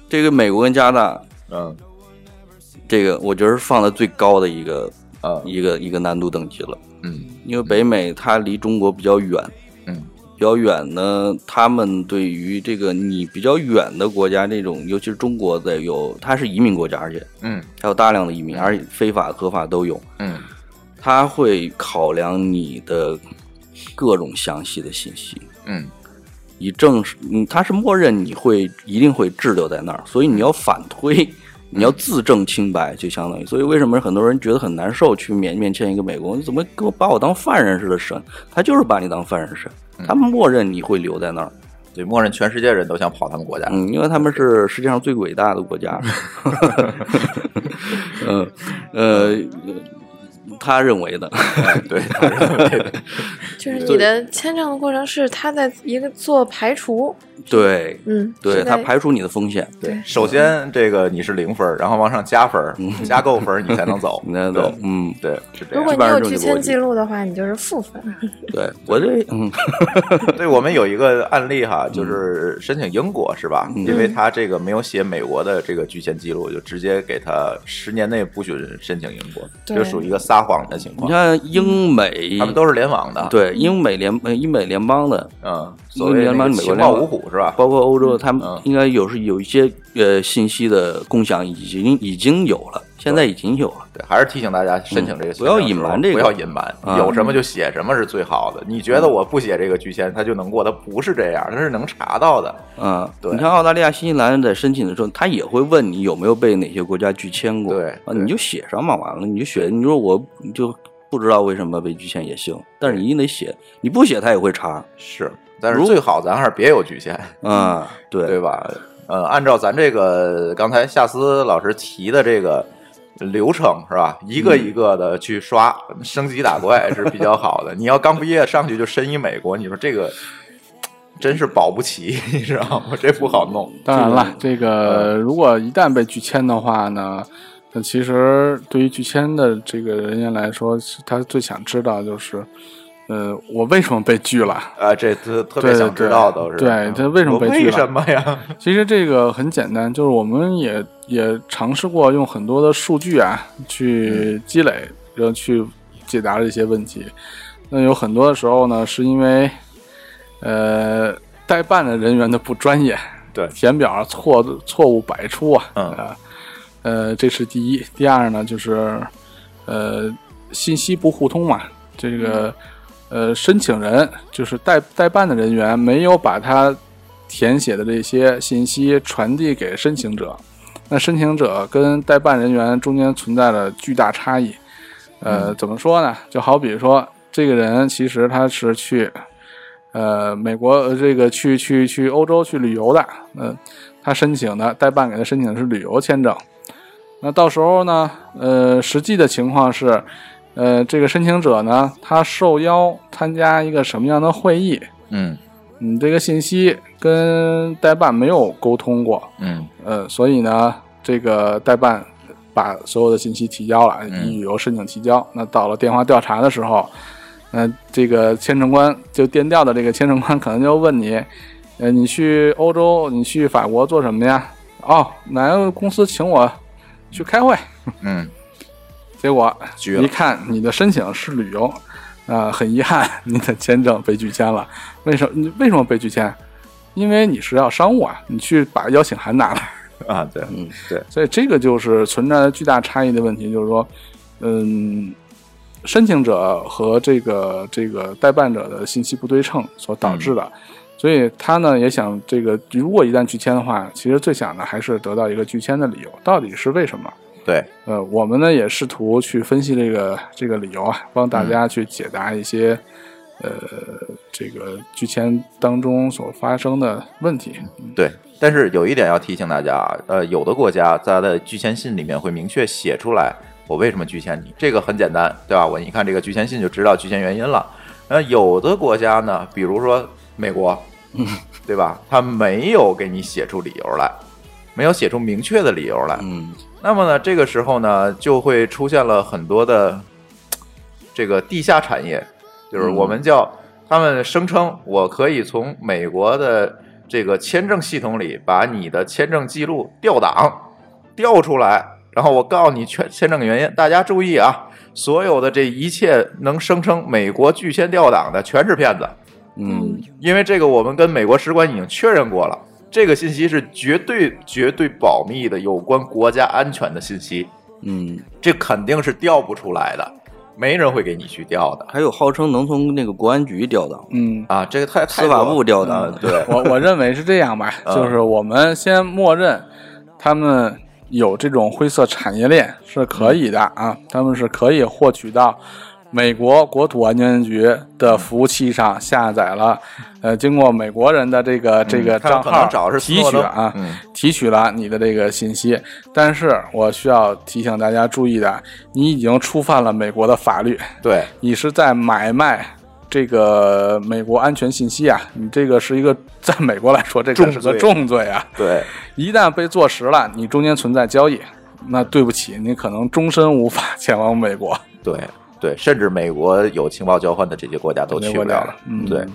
Speaker 8: 这个美国跟加拿大，
Speaker 7: 嗯，
Speaker 8: 这个我觉得是放的最高的一个
Speaker 7: 啊
Speaker 8: 一个一个难度等级了。
Speaker 7: 嗯，
Speaker 8: 因为北美它离中国比较远，
Speaker 7: 嗯，
Speaker 8: 比较远呢，他们对于这个你比较远的国家，这种尤其是中国的有，它是移民国家，而且
Speaker 7: 嗯
Speaker 8: 还有大量的移民，而且非法合法都有，
Speaker 7: 嗯
Speaker 8: 他会考量你的各种详细的信息，
Speaker 7: 嗯
Speaker 8: 以证实，嗯，他是默认你会一定会滞留在那儿，所以你要反推，你要自证清白，就相当于，所以为什么很多人觉得很难受，去面面见一个美国，你怎么给我把我当犯人似的审？他就是把你当犯人审，
Speaker 7: 嗯
Speaker 8: 他默认你会留在那儿，
Speaker 7: 对，默认全世界人都想跑他们国家。
Speaker 8: 嗯，因为他们是世界上最伟大的 国家，嗯呃，他认为的，
Speaker 7: 哎对，他认为的，
Speaker 10: 就是你的签证的过程是他在一个做排除，
Speaker 8: 对，
Speaker 10: 嗯
Speaker 8: 对
Speaker 10: 是
Speaker 8: 他
Speaker 10: 在
Speaker 8: 排除你的风险，
Speaker 10: 对
Speaker 7: 首先这个你是零分儿，然后往上加分
Speaker 8: 嗯
Speaker 7: 儿，加够分儿你才能 走。
Speaker 8: 你才走，嗯，
Speaker 7: 对，是这
Speaker 10: 如
Speaker 7: 样。
Speaker 10: 果你有拒签记录的话，你就是负分。
Speaker 8: 对我这，嗯，
Speaker 7: 对我们有一个案例哈，
Speaker 8: 嗯
Speaker 7: 就是申请英国是吧？因为他这个没有写美国的这个拒签记录，就直接给他十年内不许申请英国，
Speaker 8: 对
Speaker 7: 就属于一个撒谎的情
Speaker 8: 你
Speaker 7: 况。
Speaker 8: 看英美，
Speaker 7: 他们都是啊联网的，
Speaker 8: 对，英美联呃英美联邦的，
Speaker 7: 嗯，
Speaker 8: 英
Speaker 7: 所
Speaker 8: 美
Speaker 7: 谓
Speaker 8: 联
Speaker 7: 那
Speaker 8: 邦、
Speaker 7: 个
Speaker 8: 美国
Speaker 7: 情
Speaker 8: 联
Speaker 7: 报
Speaker 8: 邦
Speaker 7: 五虎是吧？
Speaker 8: 包括欧洲，他们
Speaker 7: 嗯
Speaker 8: 应该有是有一些呃信息的共享已经已经有了，现在已经有了。
Speaker 7: 对，还是提醒大家申请这个
Speaker 8: 嗯不要
Speaker 7: 签证的时
Speaker 8: 隐
Speaker 7: 候
Speaker 8: 瞒这个嗯
Speaker 7: 不要隐瞒，
Speaker 8: 啊
Speaker 7: 有什么就写什么是最好的。你觉得我不写这个拒签，他就能过？他不是这样，他是能查到的。
Speaker 8: 啊，你看澳大利亚、新西兰在申请的时候，他也会问你有没有被哪些国家拒签过，对啊，你就写上嘛，完了你就写，你说我就不知道为什么被拒签也行，但是你一定得写，你不写他也会查，
Speaker 7: 是，但是最好咱还是别有拒签。
Speaker 8: 啊，对
Speaker 7: 嗯对吧？呃，按照咱这个刚才夏思老师提的这个流程是吧？一
Speaker 9: 嗯
Speaker 7: 个一个的去刷、升级打怪是比较好的。你要刚毕业上去就申一美国，你说这个真是保不齐， 你知道吗？这不好弄。
Speaker 9: 当然了，这个呃如果一旦被拒签的话呢，那其实对于拒签的这个人员来说，是他最想知道就是，呃，我为什么被拒了？
Speaker 7: 啊，这特特别
Speaker 9: 对
Speaker 7: 想知
Speaker 9: 对
Speaker 7: 道都是。嗯
Speaker 9: 对他为什么被
Speaker 7: 我
Speaker 9: 拒
Speaker 7: 为
Speaker 9: 了
Speaker 7: 什么呀？
Speaker 9: 其实这个很简单，就是我们也也尝试过用很多的数据啊去积累，然后去解答这些问题。那有很多的时候呢，是因为呃代办的人员的不专业，
Speaker 7: 对，
Speaker 9: 填表错错误百出啊。
Speaker 7: 嗯，
Speaker 9: 呃，这是第一。第二呢，就是呃，信息不互通嘛，这个呃，申请人就是代代办的人员没有把他填写的这些信息传递给申请者，那申请者跟代办人员中间存在了巨大差异。呃，怎么说呢？就好比说，这个人其实他是去呃美国呃这个去去去欧洲去旅游的，嗯、他申请的代办给他申请的是旅游签证。那到时候呢，呃，实际的情况是，呃，这个申请者呢，他受邀参加一个什么样的会议，
Speaker 7: 嗯
Speaker 9: 你这个信息跟代办没有沟通过，
Speaker 7: 嗯
Speaker 9: 呃，所以呢，这个代办把所有的信息提交了，
Speaker 7: 嗯
Speaker 9: 以旅游申请提交。那到了电话调查的时候，那这个签证官就电调的这个签证官可能就问你，呃，你去欧洲，你去法国做什么呀？哦，哪个公司请我去开会？
Speaker 7: 嗯，
Speaker 9: 结果
Speaker 7: 拒了
Speaker 9: 一看你的申请是旅游，啊、很遗憾， 你的签证被拒签了。为什么？你为什么被拒签？因为你是要商务啊，你去把邀请函拿来。
Speaker 7: 啊，对，嗯对，
Speaker 9: 所以这个就是存在巨大差异的问题，就是说，嗯，申请者和这个这个代办者的信息不对称所导致的。所以他呢也想这个，如果一旦拒签的话，其实最想的还是得到一个拒签的理由，到底是为什么？
Speaker 7: 对，
Speaker 9: 呃，我们呢也试图去分析这个这个理由啊，帮大家去解答一些、呃这个拒签当中所发生的问题。
Speaker 7: 对，但是有一点要提醒大家啊，呃，有的国家在它的拒签信里面会明确写出来我为什么拒签你，这个很简单，对吧？我一看这个拒签信就知道拒签原因了。呃，有的国家呢，比如说美国，对吧？他没有给你写出理由来，没有写出明确的理由来。
Speaker 8: 嗯，
Speaker 7: 那么呢，这个时候呢，就会出现了很多的这个地下产业，就是我们叫、他们声称我可以从美国的这个签证系统里把你的签证记录调档调出来，然后我告诉你签签证原因。大家注意啊，所有的这一切能声称美国拒签调档的全是骗子。
Speaker 8: 嗯，
Speaker 7: 因为这个我们跟美国使馆已经确认过了，这个信息是绝对绝对保密的，有关国家安全的信息，
Speaker 8: 嗯，
Speaker 7: 这肯定是调不出来的，没人会给你去调的。
Speaker 8: 还有号称能从那个国安局调档，
Speaker 9: 嗯
Speaker 7: 啊，这个太
Speaker 8: 司法部调啊档，
Speaker 7: 对，
Speaker 9: 我我认为是这样吧，
Speaker 8: 嗯
Speaker 9: 就是我们先默认他们有这种灰色产业链是可
Speaker 7: 嗯
Speaker 9: 以的啊，他们是可以获取到美国国土安全局
Speaker 7: 嗯
Speaker 9: 的服务器上下载了，呃，经过美国人的这个这个
Speaker 7: 嗯他们
Speaker 9: 账
Speaker 7: 可能
Speaker 9: 号
Speaker 7: 找的是斯
Speaker 9: 提
Speaker 7: 诺
Speaker 9: 取
Speaker 7: 登
Speaker 9: 啊，
Speaker 7: 嗯
Speaker 9: 提取了你的这个信息，但是我需要提醒大家注意的，你已经触犯了美国的法律，
Speaker 7: 对，
Speaker 9: 你是在买卖这个美国安全信息啊，你这个是一个在美国来说，这
Speaker 7: 重
Speaker 9: 个是个
Speaker 7: 罪
Speaker 9: 重罪啊，
Speaker 7: 对，
Speaker 9: 一旦被坐实了，你中间存在交易，那对不起，你可能终身无法前往美国。
Speaker 7: 对对，甚至美国有情报交换的这些国家都
Speaker 9: 这些
Speaker 7: 去不
Speaker 9: 国家
Speaker 7: 了
Speaker 9: 了嗯
Speaker 7: 对，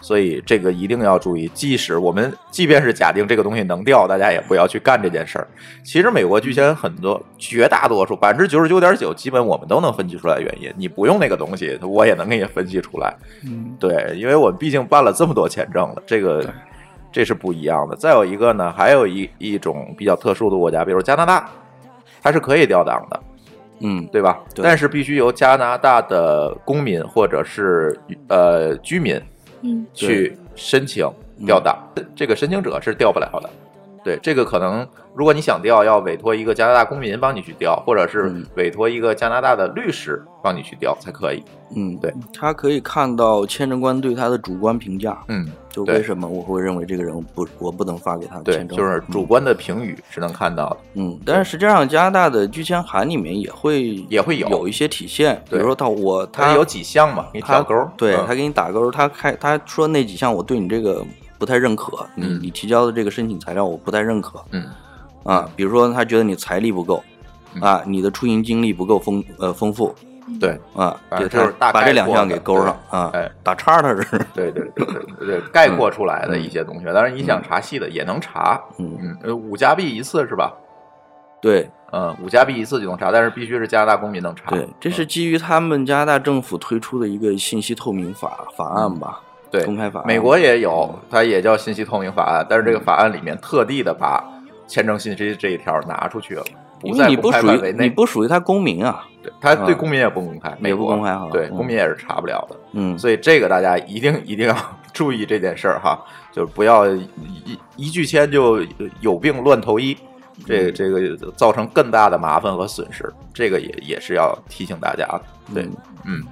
Speaker 7: 所以这个一定要注意。即使我们即便是假定这个东西能掉，大家也不要去干这件事儿。其实美国拒签很多，绝大多数百分之九十九点九，基本我们都能分析出来原因。你不用那个东西，我也能给你分析出来。
Speaker 9: 嗯，
Speaker 7: 对，因为我们毕竟办了这么多签证了，这个这是不一样的。再有一个呢，还有一一种比较特殊的国家，比如加拿大，它是可以调档的，
Speaker 8: 嗯，
Speaker 7: 对吧？
Speaker 8: 对
Speaker 7: 但是必须由加拿大的公民或者是呃居民
Speaker 10: 嗯
Speaker 7: 去申请
Speaker 8: 嗯
Speaker 7: 调档，这个申请者是调不了的。对，这个可能如果你想调，要委托一个加拿大公民帮你去调，或者是
Speaker 8: 嗯
Speaker 7: 委托一个加拿大的律师帮你去调才可以。
Speaker 8: 嗯，
Speaker 7: 对，
Speaker 8: 他可以看到签证官对他的主观评价，
Speaker 7: 嗯，
Speaker 8: 就
Speaker 7: 对
Speaker 8: 为什么我会认为这个人不，我不能发给他的
Speaker 7: 对，
Speaker 8: 签证，
Speaker 7: 就是主观的评语是能看到的。
Speaker 8: 嗯，但是实际上加拿大的拒签函里面也会
Speaker 7: 也会有
Speaker 8: 有一些体现，比
Speaker 7: 对
Speaker 8: 如说他我
Speaker 7: 它
Speaker 8: 他
Speaker 7: 有几项嘛，给你
Speaker 8: 他
Speaker 7: 挑勾儿。
Speaker 8: 对
Speaker 7: 嗯
Speaker 8: 他给你打勾儿，他开他说那几项我对你这个不太认可，你
Speaker 7: 嗯
Speaker 8: 你提交的这个申请材料我不太认可
Speaker 7: 嗯
Speaker 8: 啊，比如说他觉得你财力不够啊，你的出行经历不够丰呃丰富
Speaker 7: 对，
Speaker 8: 啊，
Speaker 7: 反正
Speaker 8: 给他
Speaker 7: 就是大概
Speaker 8: 把这两
Speaker 7: 括
Speaker 8: 项
Speaker 7: 的哎
Speaker 8: 给勾上啊，打叉儿他是
Speaker 7: 对对对对对，概括出来的一些东西。当然，你想查细的也能查。
Speaker 8: 嗯
Speaker 7: 嗯，呃，五加币一次是吧？
Speaker 8: 对
Speaker 7: 嗯，五加币一次就能查，但是必须是加拿大公民能查。
Speaker 8: 对，这是基于他们加拿大政府推出的一个信息透明法法案吧。
Speaker 7: 对，
Speaker 8: 公开法案嗯
Speaker 7: 美国也有，它也叫信息透明法案，但是这个法案里面特地的把签证信息这一条拿出去了，不
Speaker 8: 因
Speaker 7: 在
Speaker 8: 为你
Speaker 7: 公
Speaker 8: 不
Speaker 7: 开
Speaker 8: 属
Speaker 7: 范围
Speaker 8: 于
Speaker 7: 内
Speaker 8: 你。不属于他公民啊，
Speaker 7: 对它对公民也不公开，美
Speaker 8: 也不
Speaker 7: 国
Speaker 8: 公开哈，
Speaker 7: 对，
Speaker 8: 嗯
Speaker 7: 公民也是查不了的。
Speaker 8: 嗯，
Speaker 7: 所以这个大家一定一定要 注意这件事儿哈，就是不要一一一拒签就有病乱投医，这
Speaker 8: 嗯
Speaker 7: 这个造成更大的麻烦和损失，这个也也是要提醒大家的。对，嗯，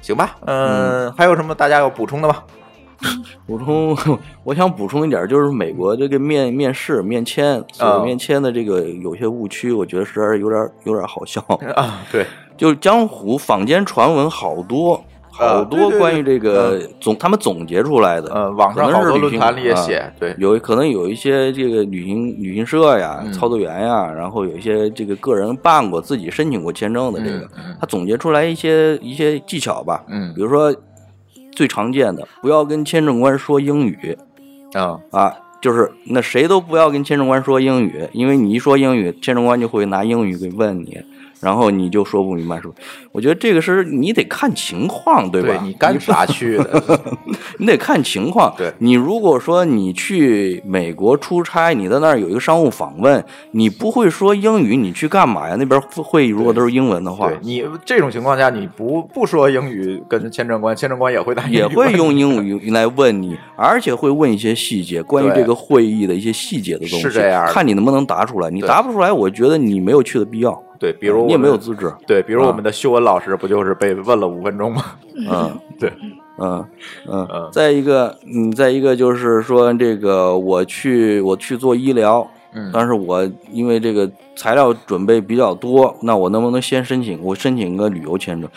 Speaker 7: 行吧，嗯，还有什么大家要补充的吗？
Speaker 8: 补充，我想补充一点，就是美国这个面面试、面签、所
Speaker 7: 啊
Speaker 8: 有面签的这个有些误区，我觉得实在是有点有点好 笑
Speaker 7: 啊。对，
Speaker 8: 就是江湖坊间传闻好多好
Speaker 7: 啊对对嗯
Speaker 8: 多
Speaker 7: 对
Speaker 8: 关于这个总他们总结出来的，呃，
Speaker 7: 网上好多论坛里也写对，
Speaker 8: 啊有可能有一些这个旅行旅行社呀、
Speaker 7: 嗯
Speaker 8: 操作员呀，然后有一些这个个人办过、自己申请过签证的这个，他总结出来一些一些技巧吧，
Speaker 7: 嗯
Speaker 8: 比如说最常见的，不要跟签证官说英语
Speaker 7: 啊
Speaker 8: 啊，就是那谁都不要跟签证官说英语，因为你一说英语，签证官就会拿英语给问你，然后你就说不明白，说，我觉得这个是你得看情况，对吧？
Speaker 7: 对你干啥去的？
Speaker 8: 你得看情况。
Speaker 7: 对，
Speaker 8: 你如果说你去美国出差，你在那儿有一个商务访问，你不会说英语，你去干嘛呀？那边会如果都是英文的话
Speaker 7: 对，你这种情况下，你不不说英语跟签证官，签证官也会打
Speaker 8: 也会用英语来问你，而且会问一些细节，关于
Speaker 7: 对
Speaker 8: 这个会议的一些细节的东西，
Speaker 7: 是这样的
Speaker 8: 看你能不能答出来。你
Speaker 7: 对
Speaker 8: 答不出来，我觉得你没有去的必要。
Speaker 7: 对，比如我
Speaker 8: 嗯你也没
Speaker 7: 们
Speaker 8: 有资质。
Speaker 7: 对，比如
Speaker 8: 啊
Speaker 7: 我们的修文老师不就是被问了五分钟吗？
Speaker 8: 嗯，
Speaker 7: 对，
Speaker 8: 嗯嗯，再一个，嗯，再一个就是说，这个我去我去做医疗，
Speaker 7: 嗯
Speaker 8: 但是我因为这个材料准备比较多，那我能不能先申请？我申请个旅游签证？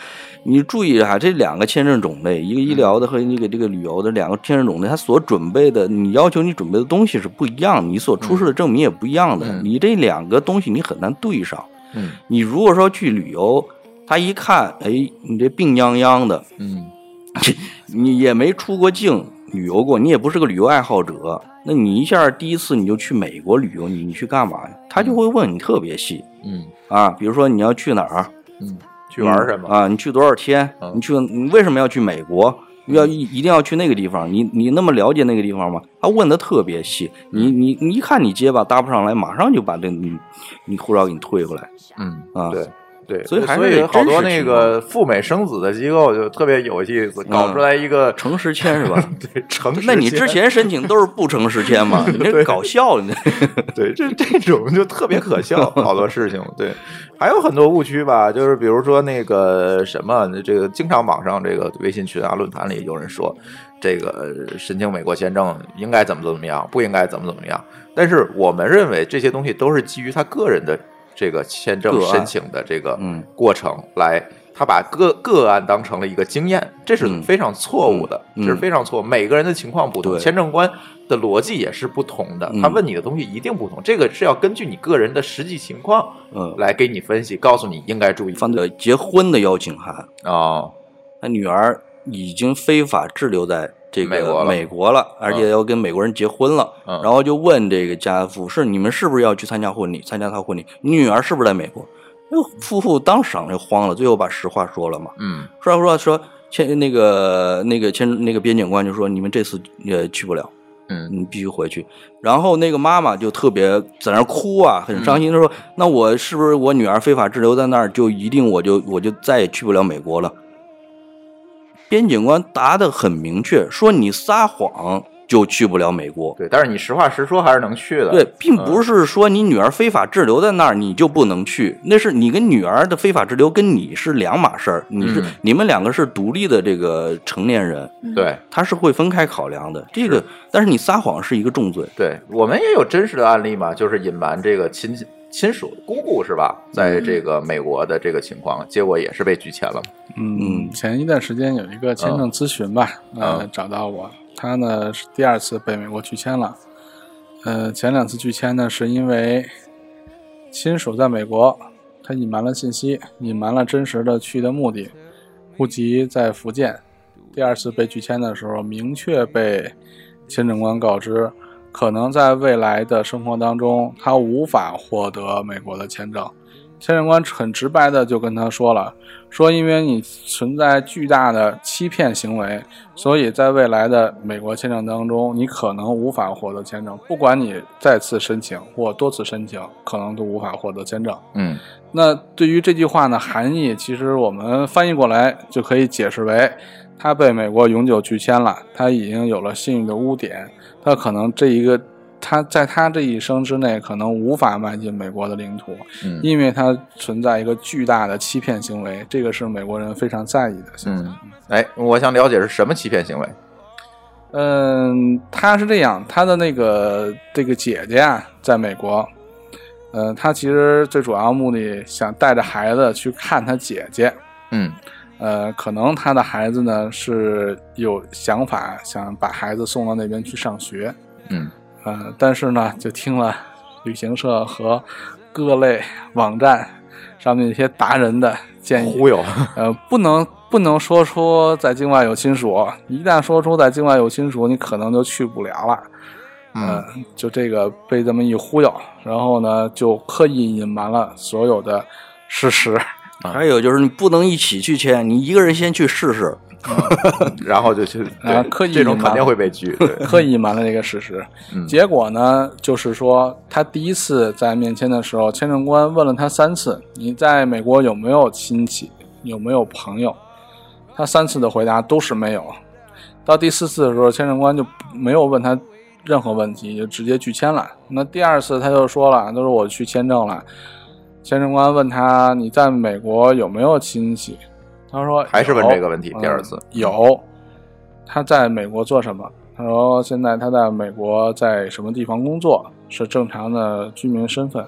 Speaker 8: 你注意哈、这两个签证种类，一个医疗的和一个这个旅游的两个签证种类，它所准备的，你要求你准备的东西是不一样，你所出示的证明也不一样的，你这两个东西你很难对上。
Speaker 7: 嗯
Speaker 8: 你如果说去旅游，他一看，哎，你这病殃殃的，
Speaker 7: 嗯，
Speaker 8: 你也没出过境旅游过，你也不是个旅游爱好者，那你一下第一次你就去美国旅游，你你去干嘛呀？他就会问你特别细
Speaker 7: 嗯
Speaker 8: 啊，比如说你要去哪儿，
Speaker 7: 嗯，去玩什么嗯
Speaker 8: 啊？你去多少天？你去你为什么要去美国？要一一定要去那个地方？你你那么了解那个地方吗？他问的特别细，你
Speaker 7: 嗯
Speaker 8: 你你一看你结巴搭不上来，马上就把这你你护照给你退回来
Speaker 7: 嗯
Speaker 8: 啊！
Speaker 7: 对对，
Speaker 8: 所以还是得
Speaker 7: 好多
Speaker 8: 真实
Speaker 7: 那
Speaker 8: 情
Speaker 7: 个赴美生子的机构就特别有意思，搞出来一个
Speaker 8: 诚实签是吧？
Speaker 7: 对，诚实签。
Speaker 8: 嗯那你之前申请都是不诚实签 嘛？你这搞笑了，你这
Speaker 7: 对，这这种就特别可笑，好多事情。对，还有很多误区吧，就是比如说那个什么，这个经常网上这个微信群啊、论坛里有人说，这个呃申请美国签证应该怎么怎么样，不应该怎么怎么样。但是我们认为这些东西都是基于他个人的这个签证
Speaker 8: 个案嗯
Speaker 7: 申请的这个过程来。他把个个案当成了一个经验，这是非常错误的，
Speaker 8: 嗯嗯嗯
Speaker 7: 这是非常错误。每个人的情况不同，
Speaker 8: 对
Speaker 7: 签证官的逻辑也是不同的，
Speaker 8: 嗯
Speaker 7: 他问你的东西一定不同，这个是要根据你个人的实际情况，
Speaker 8: 嗯，
Speaker 7: 来给你分析，告诉你应该注意。
Speaker 8: 翻的结婚的邀请函
Speaker 7: 哦，
Speaker 8: 他女儿已经非法滞留在这个
Speaker 7: 美国了
Speaker 8: 美国了，而且要跟美国人结婚了，
Speaker 7: 嗯
Speaker 8: 然后就问这个家父是你们是不是要去参加婚礼，参加他婚礼，你女儿是不是在美国？那夫妇当场就慌了，最后把实话说了嘛。
Speaker 7: 嗯
Speaker 8: 说说说签那个那个签那个边检官就说你们这次也去不了，
Speaker 7: 嗯，
Speaker 8: 你必须回去。然后那个妈妈就特别在那儿哭啊，很伤
Speaker 7: 嗯
Speaker 8: 心，她说那我是不是我女儿非法滞留在那儿，就一定我就我就再也去不了美国了？边检官答的很明确，说你撒谎就去不了美国。
Speaker 7: 对，但是你实话实说还是能去的。
Speaker 8: 对，并不
Speaker 7: 嗯、
Speaker 8: 是说你女儿非法滞留在那儿，你就不能去。那是你跟女儿的非法滞留跟你是两码事儿，你是、
Speaker 7: 嗯
Speaker 8: 你们两个是独立的这个成年人，
Speaker 7: 对，
Speaker 8: 他是会分开考量的。这个，但是你撒谎是一个重罪。
Speaker 7: 对我们也有真实的案例嘛，就是隐瞒这个亲亲属姑姑是吧，在这个美国的这个情况，结果也是被拒签了。
Speaker 9: 嗯，前一段时间有一个签证咨询吧，呃
Speaker 7: 嗯，
Speaker 9: 找到我，他呢是第二次被美国拒签了，呃，前两次拒签呢是因为亲属在美国，他隐瞒了信息，隐瞒了真实的去的目的，户籍在福建，第二次被拒签的时候，明确被签证官告知，可能在未来的生活当中，他无法获得美国的签证，签证官很直白的就跟他说了，说因为你存在巨大的欺骗行为，所以在未来的美国签证当中，你可能无法获得签证，不管你再次申请或多次申请，可能都无法获得签证。
Speaker 7: 嗯，
Speaker 9: 那对于这句话呢，含义其实我们翻译过来就可以解释为，他被美国永久拒签了，他已经有了信誉的污点，他可能这一个他在他这一生之内可能无法迈进美国的领土，
Speaker 7: 嗯
Speaker 9: 因为他存在一个巨大的欺骗行为，这个是美国人非常在意的。
Speaker 7: 嗯，哎，我想了解是什么欺骗行为？
Speaker 9: 嗯，他是这样，他的那个这个姐姐啊，在美国，嗯，他其实最主要目的想带着孩子去看他姐姐，
Speaker 7: 嗯
Speaker 9: 呃，可能他的孩子呢是有想法，想把孩子送到那边去上学，
Speaker 7: 嗯
Speaker 9: 呃，但是呢，就听了旅行社和各类网站上面一些达人的建议，
Speaker 7: 忽悠，
Speaker 9: 呃，不能不能说出在境外有亲属，一旦说出在境外有亲属，你可能就去不了了。
Speaker 7: 嗯，
Speaker 9: 就这个被这么一忽悠，然后呢，就刻意隐瞒了所有的事实。
Speaker 8: 还有就是你不能一起去签，你一个人先去试试，
Speaker 7: 然后就去
Speaker 9: 啊，刻意
Speaker 8: 这种
Speaker 9: 隐瞒
Speaker 8: 肯定会被
Speaker 7: 拒
Speaker 9: 刻意隐瞒了这个事实。
Speaker 7: 嗯
Speaker 9: 结果呢，就是说他第一次在面签的时候，签证官问了他三次：“你在美国有没有亲戚？有没有朋友？”他三次的回答都是没有。到第四次的时候，签证官就没有问他任何问题，就直接拒签了。那第二次他就说了：“他说我去签证了。”签证官问他：“你在美国有没有亲戚？”他说：“
Speaker 7: 还是问
Speaker 9: 有
Speaker 7: 这个问题第二
Speaker 9: 嗯
Speaker 7: 次
Speaker 9: 有，他在美国做什么？他说现在他在美国在什么地方工作，是正常的居民身份。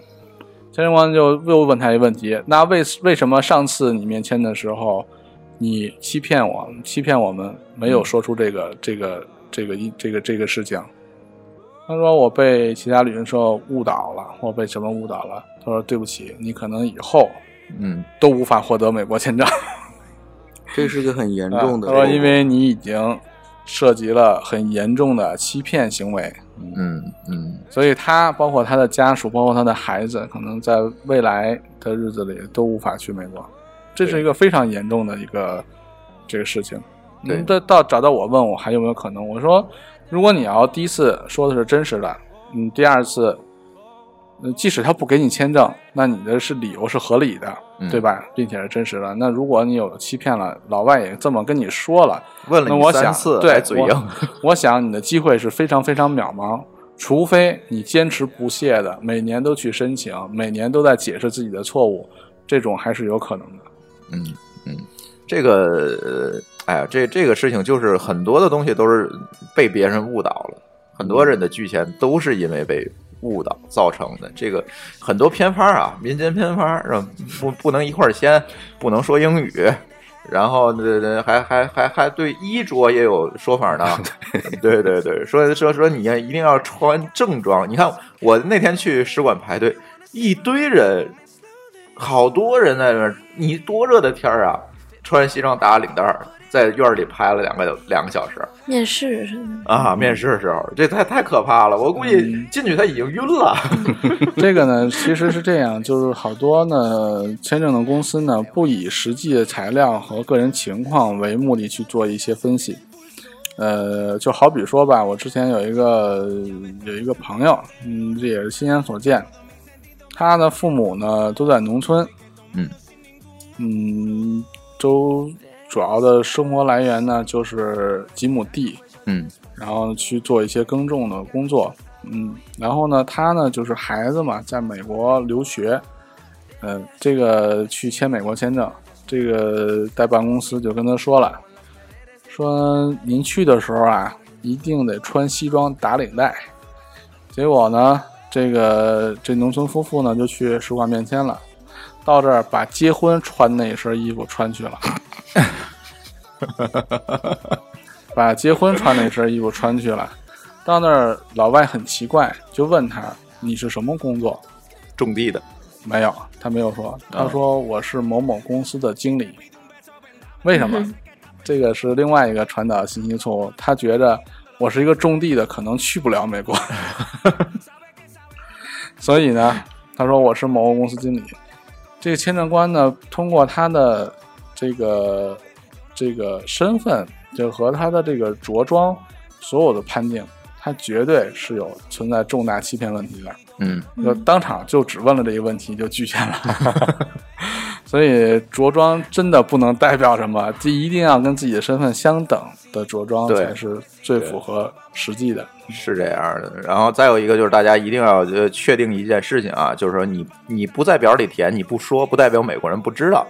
Speaker 9: 签证官就又问他一个问题：那为为什么上次你面签的时候，你欺骗我，欺骗我们，没
Speaker 8: 嗯
Speaker 9: 有说出这个、这个这个一这个这个事情？他说我被其他旅行社误导了，我被什么误导了？他说对不起，你可能以后
Speaker 7: 嗯，
Speaker 9: 都无法获得美国签证。
Speaker 8: 这是个很严重的。
Speaker 9: 他说，啊因为你已经涉及了很严重的欺骗行为，
Speaker 7: 嗯嗯
Speaker 9: 所以他包括他的家属，包括他的孩子，可能在未来的日子里都无法去美国。这是一个非常严重的一个这个事情。
Speaker 7: 对
Speaker 9: 嗯到到找到我问我还有没有可能？我说，如果你要第一次说的是真实的，嗯，第二次，嗯即使他不给你签证，那你的是理由是合理的，
Speaker 7: 嗯
Speaker 9: 对吧？并且是真实的。那如果你有欺骗了，老外也这么跟你说了，
Speaker 7: 问了
Speaker 9: 那
Speaker 7: 你
Speaker 9: 我
Speaker 7: 三
Speaker 9: 想
Speaker 7: 次
Speaker 9: 对
Speaker 7: 还嘴
Speaker 9: 我
Speaker 7: 硬
Speaker 9: 我想你的机会是非常非常渺茫，除非你坚持不懈的每年都去申请，每年都在解释自己的错误，这种还是有可能的。
Speaker 7: 嗯嗯，这个呃哎呀，这这个事情就是很多的东西都是被别人误导了，很多人的拒签都是因为被误导造成的。这个很多偏方啊，民间偏方，让不不能一块儿签，不能说英语。然后这还还还还对衣着也有说法呢，对对对，说说说你一定要穿正装。你看我那天去使馆排队，一堆人好多人在那边，你多热的天儿啊，穿西装打领带儿，在院儿里拍了两个两个小时
Speaker 10: 面试是吗？
Speaker 7: 啊！面试的时候，这太太可怕了，我估计进去他已经晕了。
Speaker 9: 这个呢，其实是这样，就是好多呢签证的公司呢，不以实际的材料和个人情况为目的去做一些分析。呃，就好比说吧，我之前有一个有一个朋友，嗯，这也是亲眼所见，他的父母呢都在农村，
Speaker 7: 嗯
Speaker 9: 嗯，都主要的生活来源呢就是几亩地，
Speaker 7: 嗯
Speaker 9: 然后去做一些耕种的工作。嗯，然后呢，他呢就是孩子嘛，在美国留学，嗯、这个去签美国签证，这个代办公司就跟他说了，说您去的时候啊，一定得穿西装打领带。结果呢，这个这农村夫妇呢就去使馆面签了，到这儿把结婚穿那身衣服穿去了。把结婚穿那身衣服穿去了。到那儿，老外很奇怪，就问他：“你是什么工作？”
Speaker 7: 种地的。
Speaker 9: 没有，他没有说。他说：“我是某某公司的经理。为什么？这个是另外一个传导信息错误。他觉着我是一个种地的，可能去不了美国， 所以呢，他说我是某某公司经理。这个签证官呢，通过他的这个这个身份，就和他的这个着装，所有的判定，他绝对是有存在重大欺骗问题的。
Speaker 7: 嗯
Speaker 9: 就当场就只问了这一个问题就拒签了， 所以着装真的不能代表什么，这一定要跟自己的身份相等的着装
Speaker 7: 对
Speaker 9: 才是最符合实际的。
Speaker 7: 是这样的。然后再有一个就是，大家一定要呃确定一件事情啊，就是说你你不在表里填，你不说，不代表美国人不知道。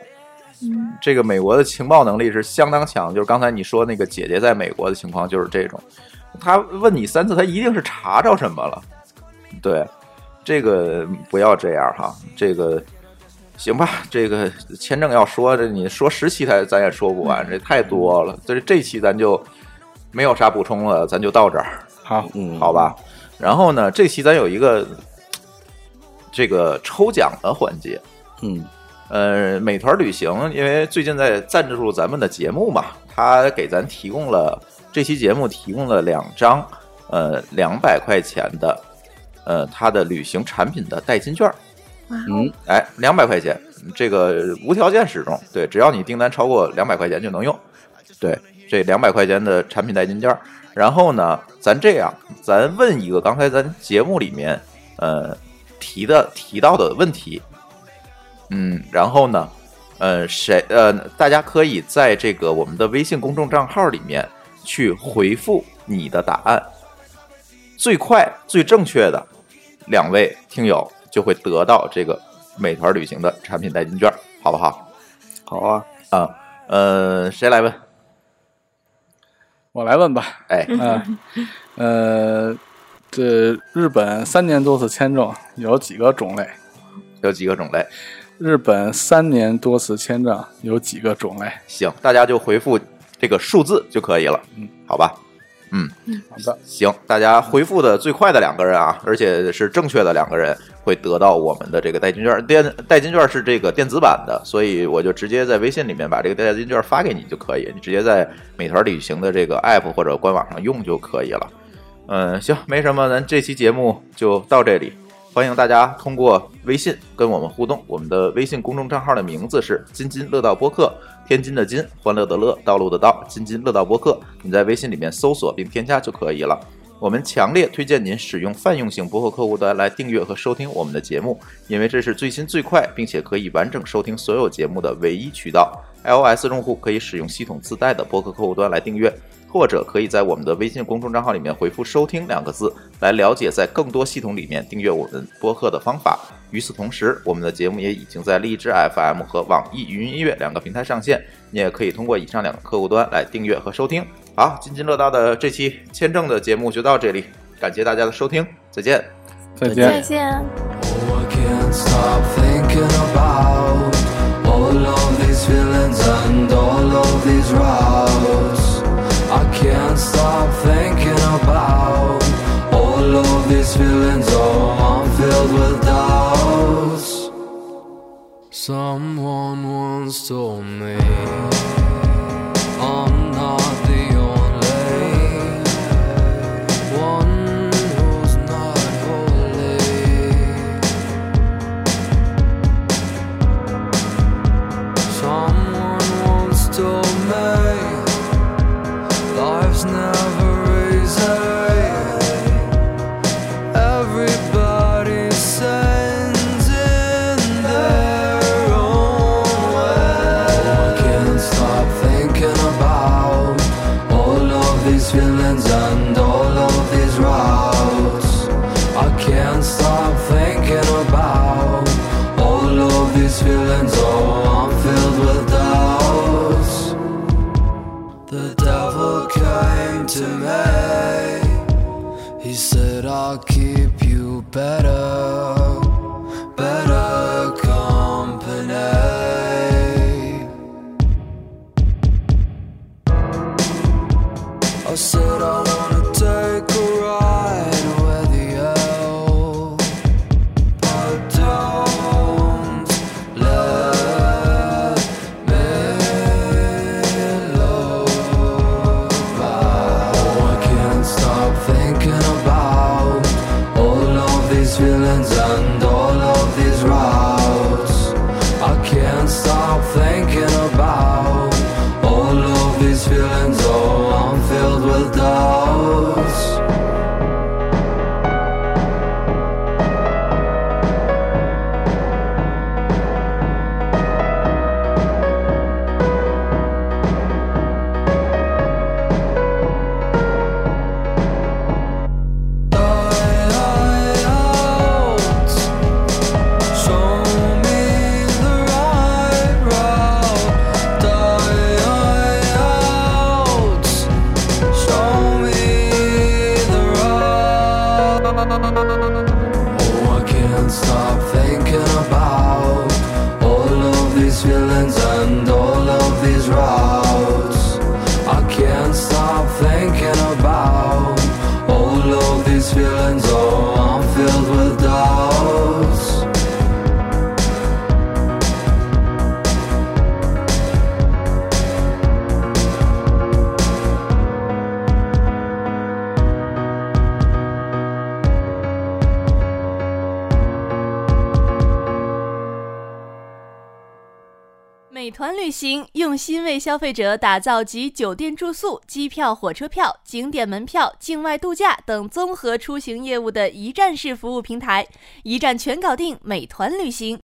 Speaker 12: 嗯
Speaker 7: 这个美国的情报能力是相当强，就是刚才你说那个姐姐在美国的情况就是这种，他问你三次，他一定是查着什么了。对，这个不要这样哈，这个行吧，这个签证要说这你说十期咱咱也说不完，这太多了，所以这期咱就没有啥补充了，咱就到这儿。
Speaker 9: 好，
Speaker 7: 嗯，好吧。然后呢，这期咱有一个这个抽奖的环节，
Speaker 8: 嗯，
Speaker 7: 呃，美团旅行因为最近在赞助咱们的节目嘛，他给咱提供了这期节目提供了两张呃两百块钱的呃他的旅行产品的代金券儿，
Speaker 8: 嗯，
Speaker 7: 哎，两百块钱，这个无条件使用，对，只要你订单超过两百块钱就能用，对，这两百块钱的产品代金券儿。然后呢，咱这样，咱问一个刚才咱节目里面呃提的提到的问题，嗯，然后呢，呃，谁呃，大家可以在这个我们的微信公众账号里面去回复你的答案，最快最正确的两位听友就会得到这个美团旅行的产品代金券，好不好？
Speaker 8: 好啊，
Speaker 7: 啊、呃，谁来问？
Speaker 9: 我来问吧，
Speaker 7: 哎
Speaker 9: 嗯呃，这日本三年多次签证有几个种类？
Speaker 7: 有几个种类？
Speaker 9: 日本三年多次签证有几个种类？
Speaker 7: 行，大家就回复这个数字就可以了，嗯，好吧，嗯，
Speaker 9: 好的，
Speaker 7: 行，大家回复的最快的两个人啊，而且是正确的两个人会得到我们的这个代金券，电代金券是这个电子版的，所以我就直接在微信里面把这个代金券发给你就可以，你直接在美团旅行的这个 app 或者官网上用就可以了。嗯，行，没什么，咱这期节目就到这里。欢迎大家通过微信跟我们互动，我们的微信公众账号的名字是“津津乐道播客”，天津的津，欢乐的乐，道路的道，津津乐道播客。你在微信里面搜索并添加就可以了。我们强烈推荐您使用泛用型播客客户端来订阅和收听我们的节目，因为这是最新最快，并且可以完整收听所有节目的唯一渠道。iOS 用户可以使用系统自带的播客客户端来订阅，或者可以在我们的微信公众账号里面回复“收听”两个字，来了解在更多系统里面订阅我们播客的方法。与此同时，我们的节目也已经在荔枝 FM 和网易云音乐两个平台上线，你也可以通过以上两个客户端来订阅和收听。好，津津乐道的这期签证的节目就到这里，感谢大家的收听，再见，
Speaker 9: 再
Speaker 12: 再见。
Speaker 13: I can't stop thinking about all of these feelings and all of these routes. I can't stop thinking about all of these feelings. Oh, I'm filled with doubts. Someone once told me I'm not the only one who's not holy. Someone once told me life's never easy. Everybody sends in their own way. I can't stop thinking about all of these feelings and all of these routes. I can't stop thinking about all of these feelings. Oh, I'm filled with doubts. The devil came to me. He said, I'll keep you better, better company. I said I wanna take a ride with you, but don't let me love. I can't stop thinking about all of these feelings and all of these routes. I
Speaker 8: feelings, oh, I'm filled with doubts. Oh, I can't stop thinking about all of these feelings and all of these routes. I can't stop thinking about all of these feelings. Oh, I'm filled with doubts.
Speaker 1: 美团旅行用心为消费者打造集酒店住宿、机票、火车票、景点门票、境外度假等综合出行业务的一站式服务平台，一站全搞定。美团旅行。